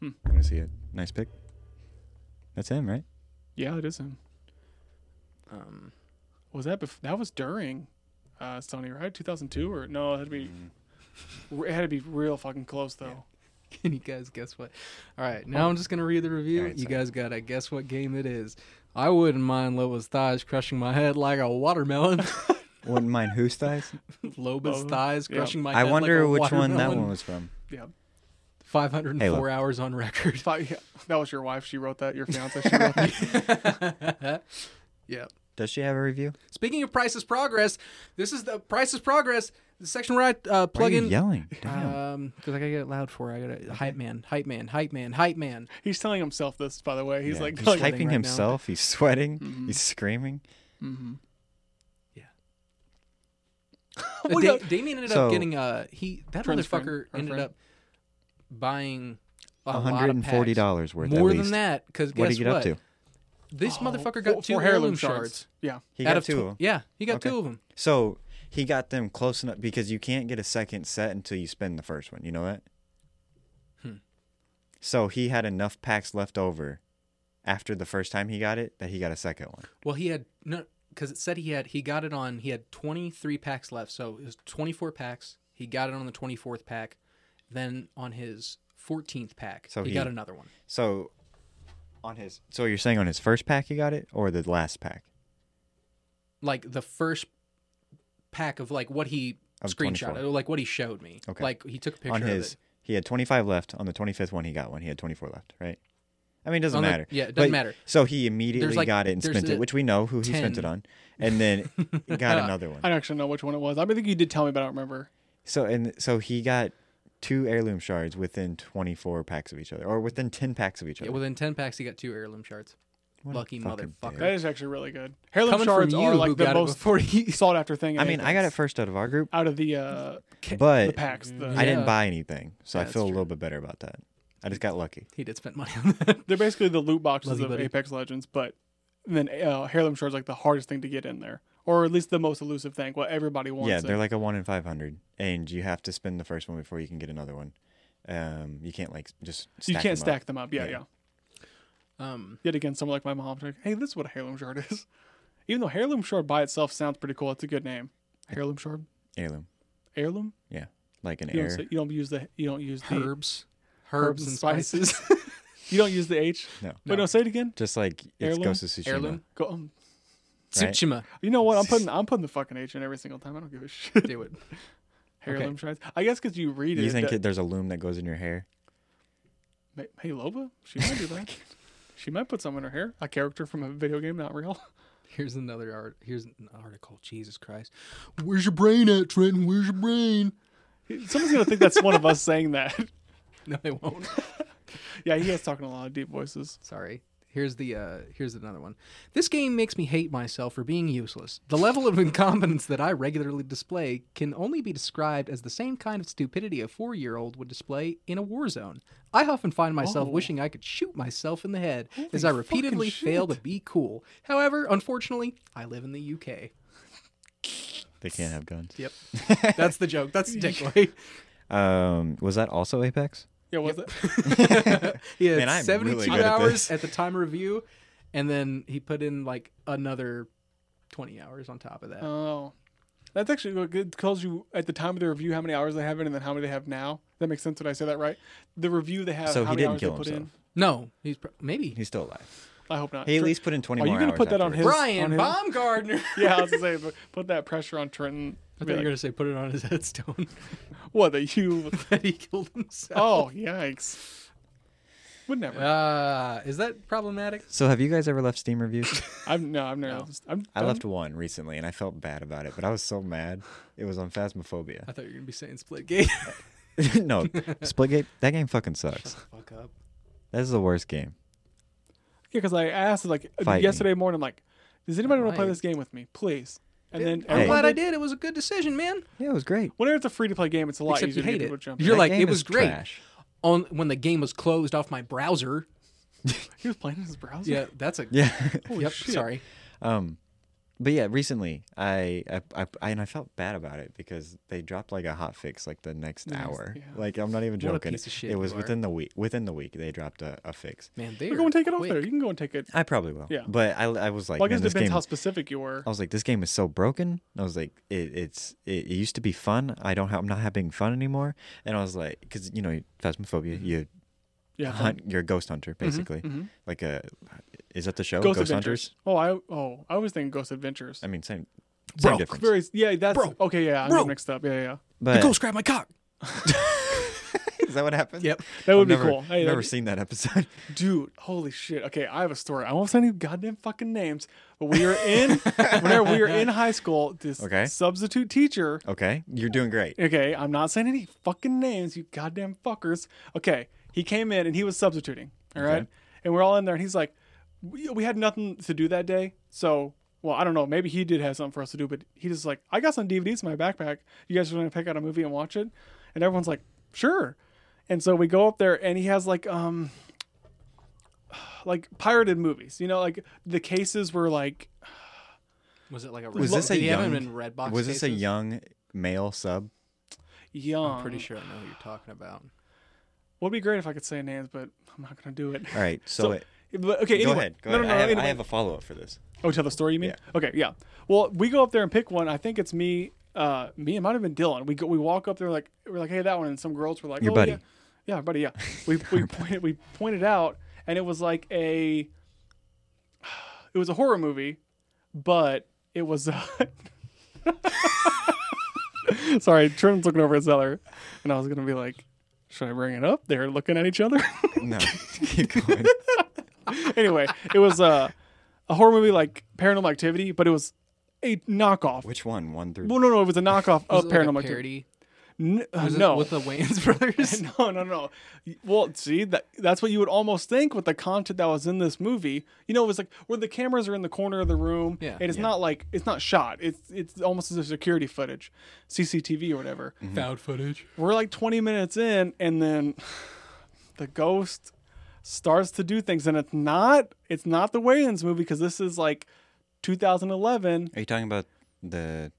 Speaker 2: I'm gonna see it. Nice pick. That's him, right?
Speaker 3: Yeah, it is him.
Speaker 1: Um,
Speaker 3: was that bef- that was during uh Sony right 2002 or no it had to be
Speaker 1: Mm-hmm.
Speaker 3: it had to be real fucking close though
Speaker 1: Can you guys guess what? All right, now
Speaker 3: Oh.
Speaker 1: I'm just gonna read the review.
Speaker 2: All right,
Speaker 1: you
Speaker 2: sorry.
Speaker 1: guys gotta guess what game it is. I wouldn't mind Loba's thighs crushing my head like a watermelon.
Speaker 2: Wouldn't mind who's thighs.
Speaker 1: Loba's
Speaker 3: Oh,
Speaker 1: thighs
Speaker 3: yeah.
Speaker 1: crushing my
Speaker 2: I
Speaker 1: head.
Speaker 2: wonder
Speaker 1: like a
Speaker 2: which one that
Speaker 1: watermelon.
Speaker 2: one was from.
Speaker 3: yeah,
Speaker 1: 504
Speaker 2: Halo.
Speaker 1: hours on record.
Speaker 3: Fi- yeah that was your wife she wrote that your fiance she wrote that
Speaker 1: yeah.
Speaker 2: Does she have a review?
Speaker 1: Speaking of Price's Progress, this is the Price's Progress the section where I uh,
Speaker 2: Why are
Speaker 1: plug
Speaker 2: you
Speaker 1: in.
Speaker 2: yelling? Damn.
Speaker 1: Um, because I gotta get it loud for. it. I gotta hype man, hype man, hype man, hype man.
Speaker 3: he's telling himself this by the way he's
Speaker 2: Yeah,
Speaker 3: like
Speaker 2: he's
Speaker 3: going,
Speaker 1: type-
Speaker 2: hyping
Speaker 1: right now. Mm-hmm.
Speaker 2: himself. He's sweating. He's screaming.
Speaker 1: Uh,
Speaker 3: What
Speaker 1: da-
Speaker 3: the-
Speaker 1: Damien ended
Speaker 2: So-
Speaker 1: up getting uh he that
Speaker 3: Trent's friend,
Speaker 1: motherfucker
Speaker 3: our
Speaker 1: ended
Speaker 3: friend.
Speaker 1: up buying a
Speaker 2: One
Speaker 1: lot
Speaker 2: hundred
Speaker 1: of
Speaker 2: and
Speaker 1: packs.
Speaker 2: forty dollars worth.
Speaker 1: more
Speaker 2: at
Speaker 1: than
Speaker 2: least.
Speaker 1: that because guess
Speaker 2: What did he get
Speaker 1: what?
Speaker 2: up to? Oh,
Speaker 1: This
Speaker 3: Oh,
Speaker 1: motherfucker
Speaker 3: four-
Speaker 1: got two
Speaker 3: four
Speaker 1: heirloom, shards.
Speaker 3: yeah
Speaker 2: He
Speaker 1: out
Speaker 2: got
Speaker 1: of
Speaker 2: two
Speaker 1: tw-
Speaker 2: of them.
Speaker 1: Yeah, he got
Speaker 2: Okay.
Speaker 1: two of them.
Speaker 2: So he got them close enough because you can't get a second set until you spend the first one. You know that?
Speaker 1: Hmm.
Speaker 2: So he had enough packs left over after the first time he got it that he got a second one.
Speaker 1: Well, he had no because it said he had he got it on he had 23 packs left, so it was 24 packs. He got it on the 24th pack, then on his 14th pack,
Speaker 2: So
Speaker 1: he,
Speaker 2: he-
Speaker 1: got another one.
Speaker 2: So on his so you're saying on his first pack he got it or the last pack?
Speaker 1: Like the first pack of like what he
Speaker 2: Of
Speaker 1: screenshotted,
Speaker 2: 24.
Speaker 1: or like what he showed me.
Speaker 2: Okay.
Speaker 1: Like he took a picture
Speaker 2: on
Speaker 1: of
Speaker 2: his
Speaker 1: it.
Speaker 2: He had 25 left. On the 25th one, he got one. He had 24 left, right? I mean, it doesn't
Speaker 1: On the-
Speaker 2: matter.
Speaker 1: yeah, it doesn't
Speaker 2: But-
Speaker 1: matter.
Speaker 2: So he immediately
Speaker 1: like-
Speaker 2: got it and
Speaker 1: there's
Speaker 2: spent
Speaker 1: the
Speaker 2: it, which we know who he spent
Speaker 1: 10.
Speaker 2: it on, and then got another one.
Speaker 3: I don't actually know which one it was. I mean, I think you did tell me, but I don't remember.
Speaker 2: So and so he got two heirloom shards within 24 packs of each other, or within 10 packs of each
Speaker 1: Yeah,
Speaker 2: other.
Speaker 1: within 10 packs, he got two heirloom shards.
Speaker 2: What a
Speaker 1: Lucky
Speaker 2: fucking
Speaker 1: motherfucker.
Speaker 2: dick.
Speaker 3: That is actually really good. Heirloom
Speaker 1: Coming
Speaker 3: shards
Speaker 1: from you
Speaker 3: are
Speaker 1: who
Speaker 3: like the
Speaker 1: got it
Speaker 3: most
Speaker 1: before he...
Speaker 3: sought after thing.
Speaker 2: I mean, I got it
Speaker 3: for
Speaker 2: first out of our group,
Speaker 3: out of the uh, the
Speaker 2: but
Speaker 3: packs. The,
Speaker 2: I didn't
Speaker 1: Yeah.
Speaker 2: buy anything, so I
Speaker 1: That's
Speaker 2: feel a little bit better about that. I just got lucky.
Speaker 1: He did spend money on that.
Speaker 3: They're basically the loot boxes
Speaker 1: Love you,
Speaker 3: of
Speaker 1: buddy.
Speaker 3: Apex Legends, but then uh, heirloom shards like the hardest thing to get in there, or at least the most elusive thing. What everybody wants.
Speaker 2: yeah,
Speaker 3: it.
Speaker 2: they're like a one in 500, and you have to spend the first one before you can get another one. Um, you can't like just
Speaker 3: you
Speaker 2: stack them
Speaker 3: can't stack
Speaker 2: Up.
Speaker 3: them up. Yeah, yeah,
Speaker 2: Yeah.
Speaker 1: Um,
Speaker 3: Yet again, someone like my mom, like, hey, this is what a heirloom shard is. Even though heirloom shard by itself sounds pretty cool, it's a good name. Heirloom shard,
Speaker 2: Heirloom,
Speaker 3: heirloom.
Speaker 2: yeah, like an
Speaker 3: You don't,
Speaker 2: heir.
Speaker 3: say, you don't use the you don't use the
Speaker 1: herbs. Herbs and
Speaker 3: and
Speaker 1: spices.
Speaker 3: you don't use the H.
Speaker 2: No.
Speaker 3: Wait, no, say it again.
Speaker 2: Just like it's
Speaker 3: Heirloom?
Speaker 2: Ghost of Tsushima.
Speaker 1: Heirloom.
Speaker 3: Go. Um,
Speaker 2: Right.
Speaker 1: Tsushima.
Speaker 3: you know what? I'm putting I'm putting the fucking H in every single time. I don't give a shit.
Speaker 1: Do it.
Speaker 3: Heirloom shards. I guess because you read it.
Speaker 2: You think
Speaker 3: that-
Speaker 2: it, there's a loom that goes in your hair?
Speaker 3: Ma- Hey, Loba, she might do that. she might put some in her hair. A character from a video game, not real.
Speaker 1: Here's another art. Here's an article. Jesus Christ. Where's your brain at, Trenton? Where's your brain?
Speaker 3: Someone's gonna think that's one of us saying that.
Speaker 1: No, they won't.
Speaker 3: yeah, he is talking a lot of deep voices.
Speaker 1: Sorry. Here's the uh here's another one. This game makes me hate myself for being useless. The level of incompetence that I regularly display can only be described as the same kind of stupidity a 4-year-old would display in a war zone. I often find myself
Speaker 3: Oh.
Speaker 1: wishing I could shoot myself in the head as I
Speaker 3: Holy
Speaker 1: repeatedly
Speaker 3: fucking
Speaker 1: fail to
Speaker 3: shit.
Speaker 1: be cool. However, unfortunately, I live in the UK.
Speaker 2: They can't have guns.
Speaker 1: Yep. That's the joke. That's the takeaway.
Speaker 2: Um, was that also Apex?
Speaker 3: Yeah, was it?
Speaker 1: yeah,
Speaker 2: Man, I'm
Speaker 1: 72
Speaker 2: really good at
Speaker 1: hours
Speaker 2: this.
Speaker 1: at, the time of review, and then he put in like another 20 hours on top of that.
Speaker 3: Oh, that's actually what good. Tells you at the time of the review how many hours they have in, and then how many they have now. That makes sense. Did I say that right? The review they have.
Speaker 2: So
Speaker 3: how
Speaker 2: he
Speaker 3: many
Speaker 2: didn't
Speaker 3: hours
Speaker 2: kill
Speaker 3: they put
Speaker 2: himself.
Speaker 1: no, he's pr- maybe
Speaker 2: He's still alive.
Speaker 3: In. I hope not.
Speaker 2: He at
Speaker 3: Tre-
Speaker 2: least put in 20
Speaker 3: Are you
Speaker 2: more
Speaker 3: gonna
Speaker 2: hours
Speaker 3: put that on
Speaker 2: afterwards.
Speaker 3: his-
Speaker 1: Brian
Speaker 3: on his-
Speaker 1: Baumgardner.
Speaker 3: yeah, I was gonna say, but put that pressure on Trenton.
Speaker 1: I thought you
Speaker 3: Be
Speaker 1: were
Speaker 3: like,
Speaker 1: gonna say put it on his headstone
Speaker 3: What that you?
Speaker 1: that he killed himself.
Speaker 3: Oh, yikes! Would
Speaker 2: Oh.
Speaker 3: never.
Speaker 1: Uh, is that problematic?
Speaker 2: So have you guys ever left Steam reviews?
Speaker 3: I've no. I've never.
Speaker 1: No.
Speaker 3: I'm,
Speaker 2: I
Speaker 3: I'm-
Speaker 2: left one recently and I felt bad about it, but I was so mad. It was on Phasmophobia.
Speaker 1: I thought you were gonna be saying split gate.
Speaker 2: no, Splitgate, that game fucking sucks.
Speaker 1: Fuck up.
Speaker 2: That is the worst game.
Speaker 3: Yeah, because I asked like uh,
Speaker 2: Fight me.
Speaker 3: yesterday morning, I'm like, does anybody want to play
Speaker 1: Right.
Speaker 3: this game with me, please? And then
Speaker 1: I'm
Speaker 2: Hey.
Speaker 1: glad I
Speaker 3: did.
Speaker 1: did. It was a good decision, man.
Speaker 2: Yeah, it was great.
Speaker 3: Whenever it's a free to play game, it's a lot
Speaker 1: Except you
Speaker 3: easier to
Speaker 1: hate
Speaker 3: get
Speaker 1: it.
Speaker 3: people to jump. in.
Speaker 1: You're
Speaker 2: That
Speaker 1: like,
Speaker 2: game
Speaker 1: it was
Speaker 2: is
Speaker 1: great.
Speaker 2: trash.
Speaker 1: On when the game was closed off my browser.
Speaker 3: he was playing in his browser.
Speaker 1: Yeah, that's a.
Speaker 2: Yeah.
Speaker 3: Holy
Speaker 1: yep.
Speaker 3: shit.
Speaker 1: Sorry.
Speaker 2: um, but yeah, recently I, I, I, I and I felt bad about it because they dropped like a hot fix like the next hour.
Speaker 3: yeah.
Speaker 2: Like I'm not even
Speaker 1: a
Speaker 2: joking.
Speaker 1: piece of shit
Speaker 2: it was
Speaker 1: you are.
Speaker 2: within the week. Within the week, they dropped a, a fix.
Speaker 1: Man, they
Speaker 3: You
Speaker 1: are
Speaker 3: go and take it off
Speaker 1: quick.
Speaker 3: there. You can go and take it.
Speaker 2: I probably will.
Speaker 3: Yeah.
Speaker 2: But I, I was like,
Speaker 3: Well, I
Speaker 2: man,
Speaker 3: guess
Speaker 2: this
Speaker 3: it depends
Speaker 2: game. Oh,
Speaker 3: how specific you were.
Speaker 2: I was like, this game is so broken. I was like, it, it's it, it used to be fun. I don't have, I'm not having fun anymore. And I was like, because you know, phasmophobia, you
Speaker 3: Yeah. fine.
Speaker 2: hunt, you're a ghost hunter basically. Like a, is that the show?
Speaker 3: Ghost,
Speaker 2: hunters.
Speaker 3: Adventures. Oh, I oh I was thinking Ghost Adventures.
Speaker 2: I mean, same, same
Speaker 1: Bro,
Speaker 2: difference.
Speaker 3: Very yeah. That's
Speaker 1: Bro.
Speaker 3: okay. Yeah, I'm
Speaker 1: Bro.
Speaker 3: mixed up. Yeah, yeah, yeah.
Speaker 1: The
Speaker 2: but
Speaker 1: ghost grabbed my cock.
Speaker 2: is that what happened?
Speaker 1: Yep.
Speaker 3: That would be
Speaker 2: never,
Speaker 3: cool. Hey, that'd
Speaker 2: never
Speaker 3: be-
Speaker 2: seen that episode.
Speaker 3: Dude, holy shit. Okay, I have a story. I won't say any goddamn fucking names, but we were in whenever we were in high school, this
Speaker 2: Okay.
Speaker 3: substitute teacher.
Speaker 2: okay, you're doing great.
Speaker 3: Okay, I'm not saying any fucking names, you goddamn fuckers. Okay, he came in and he was substituting. All right, and we're all in there, and he's like, we, we had nothing to do that day, so well, I don't know. Maybe he did have something for us to do, but he just like, I got some DVDs in my backpack. You guys want to pick out a movie and watch it? And everyone's like, sure. And so we go up there, and he has like um, like pirated movies. You know, like the cases were like
Speaker 1: Was it like a?
Speaker 2: Was
Speaker 1: red-
Speaker 2: this a
Speaker 1: Did he have
Speaker 2: young-
Speaker 1: him in red box
Speaker 2: Was this a
Speaker 1: cases?
Speaker 2: young male sub?
Speaker 3: young.
Speaker 1: I'm pretty sure I know who you're talking about.
Speaker 3: Would be great if I could say names, but I'm not gonna do it.
Speaker 2: All right, so, it,
Speaker 3: But, okay,
Speaker 2: go
Speaker 3: anyway.
Speaker 2: ahead. Go
Speaker 3: no,
Speaker 2: ahead.
Speaker 3: No, no,
Speaker 2: I, have,
Speaker 3: anyway.
Speaker 2: I have a follow up for this.
Speaker 3: Oh, tell the story. You mean?
Speaker 2: Yeah.
Speaker 3: Okay, yeah. Well, we go up there and pick one. I think it's me. Uh, me. It might have been Dylan. We go. We walk up there like we're like, hey, that one. And some girls were like,
Speaker 2: Your
Speaker 3: oh,
Speaker 2: buddy.
Speaker 3: Yeah. yeah, buddy. Yeah. We we pointed we pointed out, and it was like a. It was a horror movie, but it was. Uh, Sorry, Trim's looking over his cellar, and I was gonna be like, Should I bring it up? They're looking at each other.
Speaker 2: No, keep going.
Speaker 3: anyway, it was uh, a horror movie like Paranormal Activity, but it was a knockoff.
Speaker 2: Which one? One through.
Speaker 3: Well, no, no, it was a knockoff
Speaker 1: Was
Speaker 3: of
Speaker 1: it like
Speaker 3: Oh, Paranormal
Speaker 1: a
Speaker 3: Activity.
Speaker 1: parody?
Speaker 3: N- uh,
Speaker 1: Was it
Speaker 3: no,
Speaker 1: with the Wayans brothers.
Speaker 3: no, no, no. Well, see, that that's what you would almost think with the content that was in this movie. You know, it was like where the cameras are in the corner of the room,
Speaker 1: Yeah.
Speaker 3: and it's not like it's not shot. It's it's almost as if security footage, CCTV or whatever.
Speaker 2: Mm-hmm.
Speaker 1: Found footage.
Speaker 3: We're like 20 minutes in, and then the ghost starts to do things, and it's not it's not the Wayans movie because this is like 2011.
Speaker 2: Are you talking about the?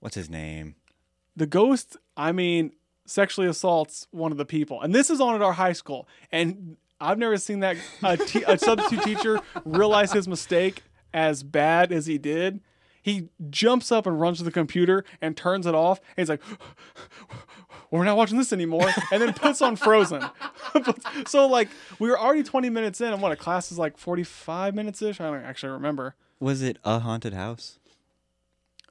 Speaker 2: What's his name?
Speaker 3: the ghost i mean sexually assaults one of the people and this is on at our high school and i've never seen that a, te- a substitute teacher realize his mistake as bad as he did he jumps up and runs to the computer and turns it off and he's like we're not watching this anymore and then puts on frozen But- so like we were already 20 minutes in and what a class is like 45 minutes ish i don't actually remember
Speaker 2: Was it a haunted house?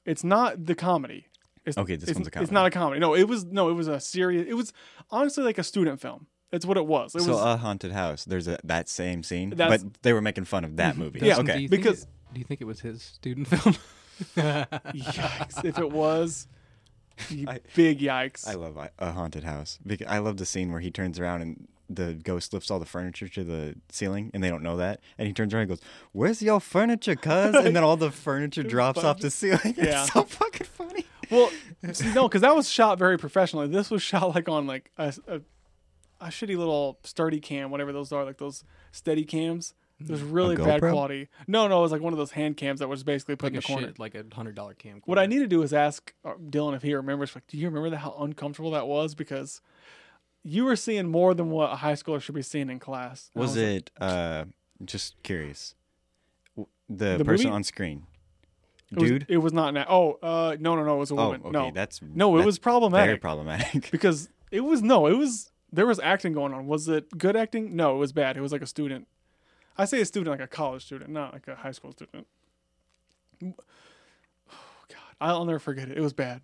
Speaker 3: it's not the comedy. It's,
Speaker 2: Okay, this
Speaker 3: it's-
Speaker 2: one's a
Speaker 3: It's not a comedy. No, it was no, it was a serious. It was honestly like a student film. That's what it was. It
Speaker 2: so
Speaker 3: was
Speaker 2: a haunted house. There's a that same scene,
Speaker 3: That's-
Speaker 2: but they were making fun of that movie.
Speaker 3: Yeah.
Speaker 1: Do
Speaker 2: Okay.
Speaker 1: you think
Speaker 3: because-
Speaker 1: it- do you think it was his student film?
Speaker 3: yikes. if it was, you
Speaker 2: uh, I-
Speaker 3: big yikes.
Speaker 2: I love I- a haunted house because I love the scene where he turns around and the ghost lifts all the furniture to the ceiling, and they don't know that. And he turns around and goes, "Where's your furniture, cuz?" And then all the furniture drops off the ceiling.
Speaker 3: Yeah.
Speaker 2: It's so fucking funny.
Speaker 3: well, see, no, because that was shot very professionally. This was shot like on like a, a, a shitty little sturdy cam, whatever those are, like those steady cams. It was really bad
Speaker 2: Mm. GoPro?
Speaker 3: quality. No, no, it was like one of those hand cams that was basically put
Speaker 1: like
Speaker 3: in
Speaker 1: a
Speaker 3: the corner.
Speaker 1: shit, like a hundred dollar camcorder.
Speaker 3: What I need to do is ask uh, Dylan if he remembers. Like, do you remember that, how uncomfortable that was? Because you were seeing more than what a high schooler should be seeing in class. And I
Speaker 2: Was
Speaker 3: like,
Speaker 2: it? Uh, just curious. W- The,
Speaker 3: The
Speaker 2: person
Speaker 3: movie?
Speaker 2: on screen,
Speaker 3: it was,
Speaker 2: dude.
Speaker 3: It was not. Na- oh, uh, no, no, no. It was a
Speaker 2: oh,
Speaker 3: woman.
Speaker 2: okay.
Speaker 3: no,
Speaker 2: That's
Speaker 3: no, it
Speaker 2: that's
Speaker 3: was problematic
Speaker 2: very problematic.
Speaker 3: because it was no, it was there was acting going on. Was it good acting? No, it was bad. It was like a student. I say a student like a college student, not like a high school student. Oh God, I'll never forget it. It was bad.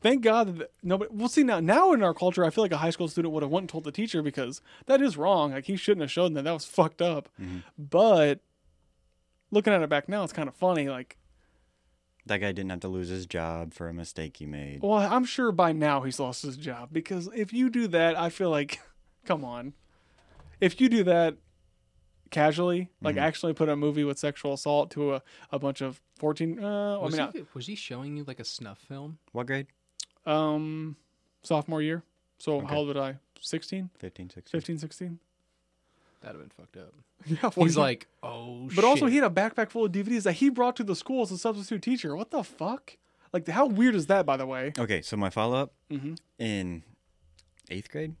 Speaker 3: Thank God that th- nobody. We'll see now. Now in our culture, I feel like a high school student would have went and told the teacher because that is wrong. Like he shouldn't have shown them. That was fucked up. But looking at it back now, it's kind of funny. Like,
Speaker 2: That guy didn't have to lose his job for a mistake he made.
Speaker 3: well, I'm sure by now he's lost his job because if you do that, I feel like, come on, if you do that casually, like actually put a movie with sexual assault to a, a bunch of fourteen. Uh, I
Speaker 1: Was,
Speaker 3: mean, I-
Speaker 1: he, was he showing you like a snuff film?
Speaker 2: What grade?
Speaker 3: um sophomore year so
Speaker 2: Okay.
Speaker 3: how old would i 16
Speaker 2: 15, 16.
Speaker 3: 15 16
Speaker 1: That'd have been fucked up.
Speaker 3: yeah well,
Speaker 1: He's
Speaker 3: he-
Speaker 1: like, oh,
Speaker 3: but also he had a backpack full of dvds that he brought to the school as a substitute teacher what the fuck like how weird is that by the way
Speaker 2: Okay, so my follow up
Speaker 3: Mhm.
Speaker 2: in eighth grade,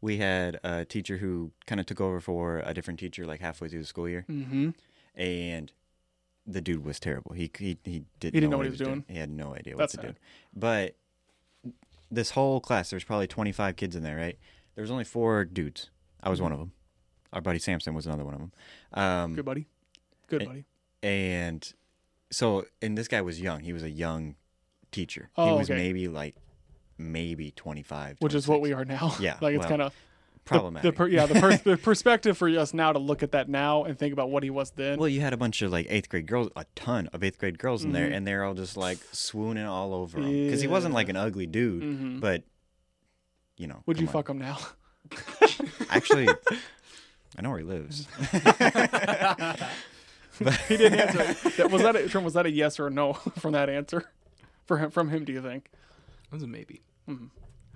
Speaker 2: we had a teacher who kind of took over for a different teacher like halfway through the school year,
Speaker 3: mm-hmm
Speaker 2: and the dude was terrible. He he he didn't,
Speaker 3: He didn't know what he was doing.
Speaker 2: He had no idea what
Speaker 3: That's
Speaker 2: to do.
Speaker 3: sad.
Speaker 2: But this whole class, there was probably twenty five kids in there, right? There was only four dudes. I was one of them. Our buddy Samson was another one of them. Um,
Speaker 3: Mm-hmm. good buddy good
Speaker 2: It-
Speaker 3: buddy
Speaker 2: and so and this guy was young he was a young teacher he
Speaker 3: Oh,
Speaker 2: was
Speaker 3: okay.
Speaker 2: maybe like maybe 25
Speaker 3: which is what we are now
Speaker 2: Yeah,
Speaker 3: like it's
Speaker 2: well,
Speaker 3: kind of the
Speaker 2: problematic
Speaker 3: per, yeah the, per, the perspective for us now to look at that now and think about what he was then
Speaker 2: well you had a bunch of like eighth grade girls a ton of eighth grade girls in
Speaker 3: Mm-hmm.
Speaker 2: there and they're all just like swooning all over him because he wasn't like an ugly dude but you know
Speaker 3: would Mm-hmm. you
Speaker 2: come on.
Speaker 3: fuck him now
Speaker 2: actually i know where he lives
Speaker 3: he didn't answer that was that a, Trim, was that a yes or a no from that answer for him from him do you think
Speaker 1: It was a maybe.
Speaker 2: Either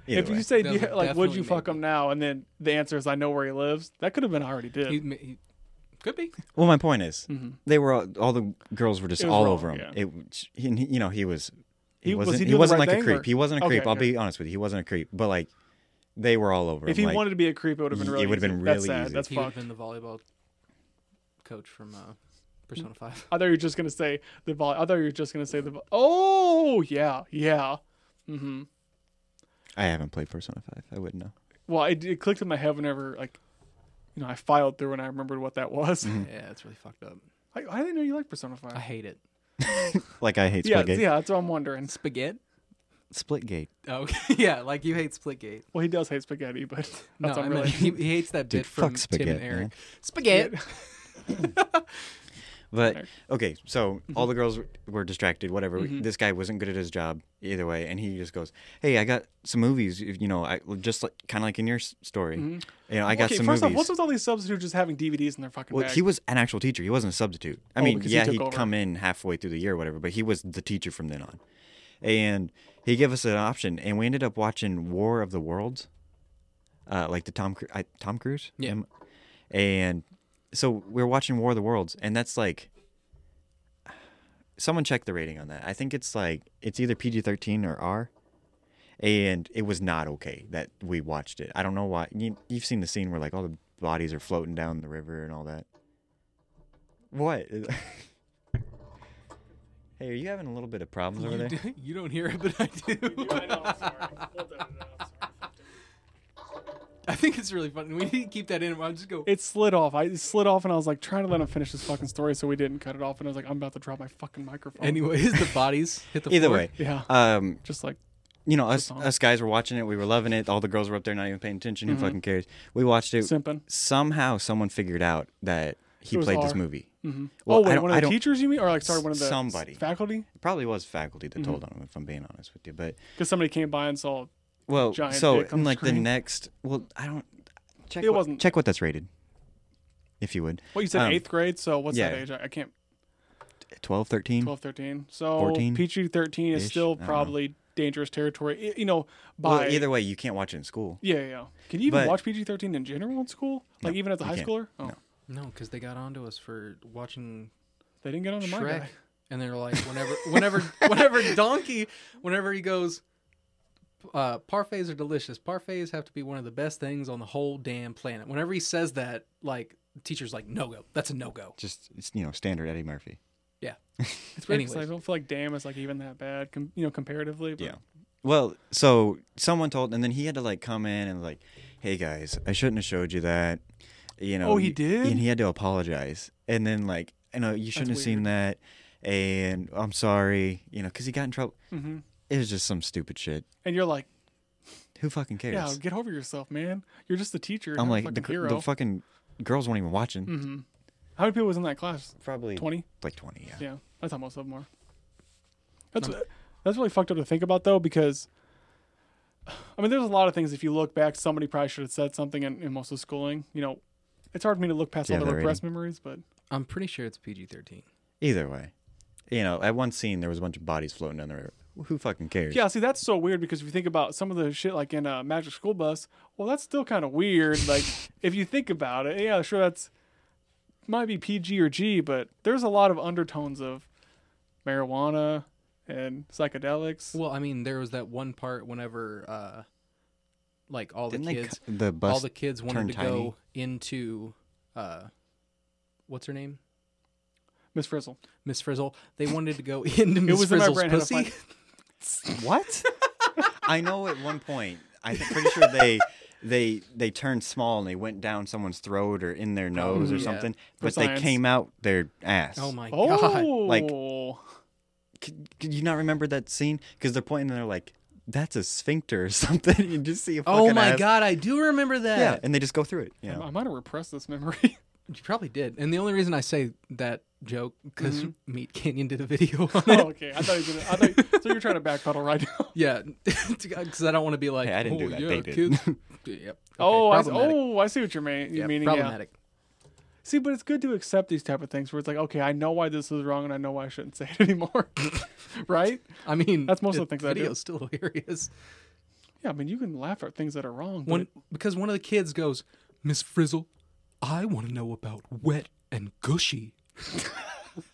Speaker 3: if
Speaker 2: way.
Speaker 3: you say
Speaker 1: That
Speaker 3: do you-
Speaker 1: would
Speaker 3: like would you
Speaker 1: definitely
Speaker 3: fuck
Speaker 1: make
Speaker 3: him now and then the answer is i know where he lives that could have been i already did
Speaker 1: He, ma- he could be.
Speaker 2: Well, my point is, they were all, all the girls were just
Speaker 3: Mm-hmm. It was
Speaker 2: all
Speaker 3: wrong,
Speaker 2: over him.
Speaker 3: yeah.
Speaker 2: It, he, he- you know, he was, he,
Speaker 3: He- was
Speaker 2: wasn't,
Speaker 3: he
Speaker 2: he,
Speaker 3: doing the
Speaker 2: wasn't
Speaker 3: right
Speaker 2: like a
Speaker 3: thing,
Speaker 2: creep.
Speaker 3: or-
Speaker 2: He wasn't a
Speaker 3: Okay,
Speaker 2: creep. I'll
Speaker 3: okay.
Speaker 2: be honest with you, he wasn't a creep. But like, they were all over
Speaker 3: if
Speaker 2: him.
Speaker 3: he
Speaker 2: like,
Speaker 3: wanted to be a creep it would have been
Speaker 2: y- it
Speaker 3: really
Speaker 2: would've been
Speaker 3: easy. that's
Speaker 2: really
Speaker 3: sad
Speaker 2: easy.
Speaker 3: that's
Speaker 1: He would have
Speaker 3: fucked
Speaker 1: been the volleyball coach from uh, Persona Five.
Speaker 3: i thought you were just gonna say the vol i thought you were just gonna say the vol- oh yeah yeah mm-hmm
Speaker 2: I haven't played Persona Five. I wouldn't know.
Speaker 3: well it, it clicked in my head whenever like you know i filed through and i remembered what that was
Speaker 2: Mm-hmm.
Speaker 1: Yeah, it's really fucked up.
Speaker 3: I, I didn't know you liked persona 5
Speaker 1: I hate it.
Speaker 2: Like I hate
Speaker 3: yeah
Speaker 2: spaghetti.
Speaker 3: yeah that's what i'm wondering
Speaker 1: Spaghetti.
Speaker 2: Splitgate.
Speaker 1: Oh, yeah, like you hate Splitgate.
Speaker 3: Well, he does hate spaghetti, but that's
Speaker 1: no, I mean,
Speaker 3: unrelated.
Speaker 1: he, he hates that
Speaker 2: Dude,
Speaker 1: bit from
Speaker 2: fuck
Speaker 1: Tim
Speaker 2: Spaghetti,
Speaker 1: and
Speaker 2: man.
Speaker 1: Eric. Spaghetti.
Speaker 2: But
Speaker 3: Eric.
Speaker 2: okay, so
Speaker 3: Mm-hmm.
Speaker 2: all the girls were- were distracted. Whatever. This guy wasn't good at his job either way, and he just goes, "Hey, I got some movies. if- You know, I just like kind of like in your s- story. You know, I got
Speaker 3: Mm-hmm. okay,
Speaker 2: some
Speaker 3: first off,
Speaker 2: movies."
Speaker 3: what's with all these substitutes just having DVDs in their fucking
Speaker 2: well,
Speaker 3: bag?
Speaker 2: he was an actual teacher. He wasn't a substitute. I mean,
Speaker 3: Oh, because he
Speaker 2: yeah,
Speaker 3: took
Speaker 2: he'd
Speaker 3: over.
Speaker 2: come in halfway through the year or whatever, but he was the teacher from then on. And he gave us an option, and we ended up watching War of the Worlds, uh, like the Tom Cru- I, Tom Cruise.
Speaker 1: Yeah.
Speaker 2: Am- And so we we're watching War of the Worlds, and that's like. Someone check the rating on that. I think it's like it's either PG thirteen or R, and it was not okay that we watched it. I don't know why. You, you've seen the scene where like all the bodies are floating down the river and all that. What? hey, are you having a little bit of problems over there?
Speaker 1: you don't hear it, but I do. I think it's really funny. We need to keep that in. I'll just go.
Speaker 3: it slid off. I it slid off, and I was like trying to let him finish his fucking story, so we didn't cut it off. And I was like, I'm about to drop my fucking
Speaker 1: oh.
Speaker 3: microphone.
Speaker 1: Anyways, the bodies hit the
Speaker 2: Either
Speaker 1: floor.
Speaker 2: way,
Speaker 3: yeah,
Speaker 2: um,
Speaker 3: just like
Speaker 2: you know, us
Speaker 3: song.
Speaker 2: us guys were watching it. We were loving it. All the girls were up there, not even paying attention.
Speaker 3: Mm-hmm.
Speaker 2: Who fucking cares? We watched it.
Speaker 3: simping.
Speaker 2: Somehow, someone figured out that he
Speaker 3: It was
Speaker 2: played this
Speaker 3: R.
Speaker 2: movie.
Speaker 3: Mm-hmm.
Speaker 2: Well,
Speaker 3: oh
Speaker 2: I
Speaker 3: wait,
Speaker 2: don't-
Speaker 3: one
Speaker 2: I
Speaker 3: of the
Speaker 2: don't-
Speaker 3: teachers you mean, or like sorry, one of the s-
Speaker 2: somebody.
Speaker 3: faculty?
Speaker 2: It probably was faculty that told on
Speaker 3: Mm-hmm.
Speaker 2: him, if I'm being honest with you. But
Speaker 3: Because somebody came by and saw.
Speaker 2: well,
Speaker 3: Giant
Speaker 2: so
Speaker 3: dick on
Speaker 2: in
Speaker 3: the
Speaker 2: like the
Speaker 3: screen.
Speaker 2: next, well, I don't check.
Speaker 3: It
Speaker 2: what,
Speaker 3: wasn't-
Speaker 2: check what that's rated, if you would.
Speaker 3: Well, you said
Speaker 2: Um,
Speaker 3: eighth grade, so what's that
Speaker 2: yeah.
Speaker 3: age? I, I can't.
Speaker 2: 12, 13?
Speaker 3: 12, 13. So
Speaker 2: 14?
Speaker 3: PG 13 is
Speaker 2: Ish, I
Speaker 3: still
Speaker 2: don't know.
Speaker 3: probably dangerous territory. I- You know, by
Speaker 2: Well, either way, you can't watch it in school.
Speaker 3: Yeah, yeah, yeah. Can you even
Speaker 2: But-
Speaker 3: watch PG thirteen in general in school? Like even as a
Speaker 2: you
Speaker 3: high
Speaker 2: can't.
Speaker 3: schooler? Oh,
Speaker 2: No.
Speaker 1: No, because they got onto us for watching
Speaker 3: they didn't get on the my
Speaker 1: Shrek,
Speaker 3: guy.
Speaker 1: and they're like, whenever, whenever, whenever Donkey, whenever he goes, uh, parfaits are delicious. Parfaits have to be one of the best things on the whole damn planet. Whenever he says that, like, the teacher's like, no go. That's a no go.
Speaker 2: Just it's, you know, standard Eddie Murphy.
Speaker 1: Yeah.
Speaker 3: It's weird 'cause
Speaker 1: Anyways.
Speaker 3: I don't feel like damn is like even that bad, com- you know, comparatively. But
Speaker 2: Yeah. Well, so someone told, and then he had to like come in and like, "Hey guys, I shouldn't have showed you that." You know.
Speaker 3: Oh, he
Speaker 2: you-
Speaker 3: did?
Speaker 2: And he had to apologize, and then like, you know, you shouldn't have seen that, and I'm sorry, you know, because he got in trouble.
Speaker 3: hmm
Speaker 2: It was just some stupid shit.
Speaker 3: And you're like,
Speaker 2: Who fucking cares?
Speaker 3: yeah, get over yourself, man. You're just the teacher.
Speaker 2: I'm
Speaker 3: not a
Speaker 2: like
Speaker 3: fucking
Speaker 2: the, gr-
Speaker 3: hero.
Speaker 2: the fucking girls weren't even watching.
Speaker 3: hmm How many people was in that class?
Speaker 2: Probably
Speaker 3: Twenty.
Speaker 2: like twenty. Yeah.
Speaker 3: Yeah, that's how most of them are. That's that's really fucked up to think about though, because I mean, there's a lot of things. If you look back, somebody probably should have said something in, in most of schooling. You know, it's hard for me to look past
Speaker 2: Do you
Speaker 3: all
Speaker 2: have
Speaker 3: the
Speaker 2: that
Speaker 3: repressed memories, but
Speaker 1: I'm pretty sure it's PG thirteen.
Speaker 2: Either way, you know, at one scene there was a bunch of bodies floating down the river. Who fucking cares?
Speaker 3: Yeah, see, that's so weird because if you think about some of the shit like in uh, Magic School Bus, well, that's still kind of weird. Like, if you think about it, yeah, sure, that's might be PG or G, but there's a lot of undertones of marijuana and psychedelics.
Speaker 1: Well, I mean, there was that one part whenever, uh, like, all the
Speaker 2: Didn't they
Speaker 1: kids,
Speaker 2: cut the bus
Speaker 1: all the kids wanted
Speaker 2: turned
Speaker 1: to go into, uh, what's her name?
Speaker 3: Miss Frizzle.
Speaker 1: Miss Frizzle. They wanted to go into
Speaker 3: It
Speaker 1: Miss
Speaker 3: was in my
Speaker 1: Frizzle's
Speaker 3: brain. I had to
Speaker 1: pussy.
Speaker 3: find-
Speaker 2: What? I know at one point, I'm pretty sure they they they turned small and they went down someone's throat or in their nose or
Speaker 1: yeah.
Speaker 2: something,
Speaker 3: For
Speaker 2: but they
Speaker 3: science.
Speaker 2: came out their ass.
Speaker 1: Oh my god!
Speaker 3: Oh,
Speaker 2: Like- Could, could you not remember that scene? Because they're pointing and they're like, "That's a sphincter or something." you just see a fucking
Speaker 1: Oh my
Speaker 2: ass.
Speaker 1: god! I do remember that.
Speaker 2: Yeah, and they just go through it. Yeah.
Speaker 3: I might have repressed this memory.
Speaker 1: You probably did. And the only reason I say that joke because
Speaker 2: Mm-hmm.
Speaker 1: Meat Canyon did a video on
Speaker 3: oh,
Speaker 1: it.
Speaker 3: okay, I thought you did. I thought so. You're trying to backpedal right now.
Speaker 1: Yeah, because I don't want to be like,
Speaker 2: Hey, I didn't
Speaker 1: oh,
Speaker 2: do that.
Speaker 1: Yeah,
Speaker 2: They did."
Speaker 1: kids- yep.
Speaker 3: oh, I,
Speaker 1: Okay,
Speaker 3: s-
Speaker 1: problematic.
Speaker 3: oh, I see what you're, mean, you're
Speaker 1: Yeah,
Speaker 3: meaning. Yeah.
Speaker 1: problematic.
Speaker 3: See, but it's good to accept these type of things where it's like, okay, I know why this is wrong and I know why I shouldn't say it anymore. right?
Speaker 1: I mean,
Speaker 3: That's most of the things I do.
Speaker 1: video is still hilarious.
Speaker 3: Yeah, I mean, you can laugh at things that are wrong. But
Speaker 1: One because one of the kids goes, Miss Frizzle, I want to know about wet and gushy.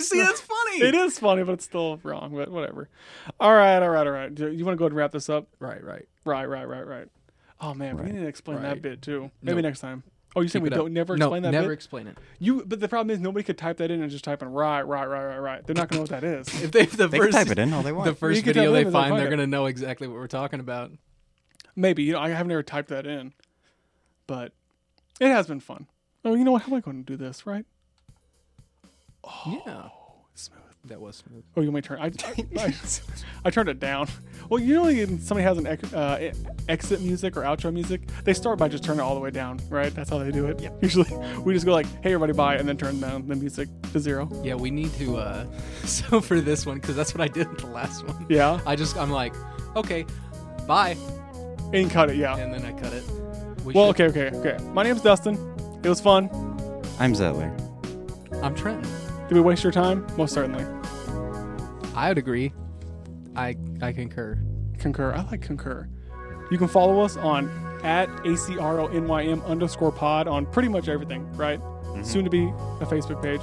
Speaker 1: See, that's funny.
Speaker 3: it is funny, but it's still wrong, but whatever. All right, all right, all right. Do You want to go ahead and wrap this up?
Speaker 1: Right, right.
Speaker 3: Right, right, right, right. Oh, man, we need to explain that
Speaker 1: Right.
Speaker 3: bit too. Maybe
Speaker 1: No.
Speaker 3: next time. Oh, you said
Speaker 1: Keep
Speaker 3: we
Speaker 1: it up.
Speaker 3: don't never
Speaker 1: no,
Speaker 3: explain that
Speaker 1: Never
Speaker 3: bit?
Speaker 1: explain it.
Speaker 3: You, but the problem is nobody could type that in and just type in right, right, right, right, right. They're not gonna know what that is.
Speaker 1: If they the
Speaker 2: They can
Speaker 1: first
Speaker 2: type it in all they want.
Speaker 1: the first
Speaker 3: You can
Speaker 1: video
Speaker 3: type it
Speaker 1: they
Speaker 3: in, they'll
Speaker 1: find,
Speaker 3: find
Speaker 1: they're
Speaker 3: it.
Speaker 1: gonna know exactly what we're talking about.
Speaker 3: Maybe you know I have never typed that in, but it has been fun. Oh, you know what? How am I going to do this? Right?
Speaker 1: Yeah.
Speaker 3: Smooth.
Speaker 1: That was smooth.
Speaker 3: Oh, you want me to turn? I, I, I turned it down. Well, you know when somebody has an ec- uh, e- exit music or outro music, they start by just turning it all the way down, right? That's how they do it. Usually, we just go like, "Hey, everybody, bye," and then turn down the music to zero.
Speaker 1: Yeah, we need to. Uh, so for this one, because that's what I did with the last one.
Speaker 3: Yeah,
Speaker 1: I just I'm like, okay, bye,
Speaker 3: and cut it. Yeah.
Speaker 1: and then I cut it. Uh, We
Speaker 3: Well,
Speaker 1: should-
Speaker 3: okay, okay, okay. My name's Dustin. It was fun.
Speaker 2: I'm Zettler.
Speaker 1: I'm Trenton.
Speaker 3: Did we waste your time? Most certainly.
Speaker 1: I would agree. I I concur.
Speaker 3: Concur. I like concur. You can follow us on at acronyym underscore pod on pretty much everything, right?
Speaker 1: Mm-hmm.
Speaker 3: Soon to be a Facebook page.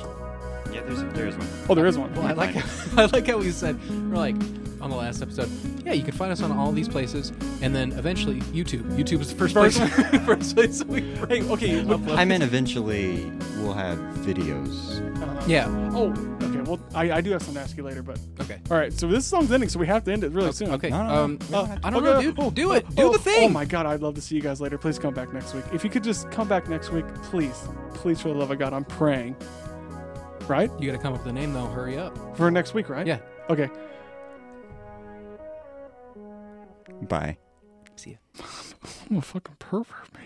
Speaker 2: Yeah, there's there's one.
Speaker 3: Oh, there is one.
Speaker 1: Well, I like how, I like how we said we're like on the last episode. Yeah, you can find us on all these places, and then eventually YouTube. YouTube is the first,
Speaker 3: First-
Speaker 1: place. first place we
Speaker 3: Hey, okay. what-
Speaker 1: upload.
Speaker 2: I meant eventually we'll have videos.
Speaker 3: uh,
Speaker 1: yeah.
Speaker 3: Oh, okay. Well, I, I do have something to ask you later, but
Speaker 1: Okay.
Speaker 3: all right. So this song's ending, so we have to end it really soon.
Speaker 1: Okay.
Speaker 2: No, no, no.
Speaker 1: Um,
Speaker 2: We don't have
Speaker 1: I don't
Speaker 2: to-
Speaker 3: Okay.
Speaker 1: know, dude.
Speaker 3: Oh,
Speaker 1: do it.
Speaker 3: oh,
Speaker 1: do
Speaker 3: oh,
Speaker 1: the thing.
Speaker 3: Oh my god, I'd love to see you guys later. Please come back next week. If you could just come back next week, please, please, for the love of God, I'm praying. Right
Speaker 1: You gotta come up with a name though. Hurry up.
Speaker 3: for next week, right?
Speaker 1: Yeah.
Speaker 3: Okay.
Speaker 2: Bye.
Speaker 1: See ya.
Speaker 3: I'm a fucking pervert, man.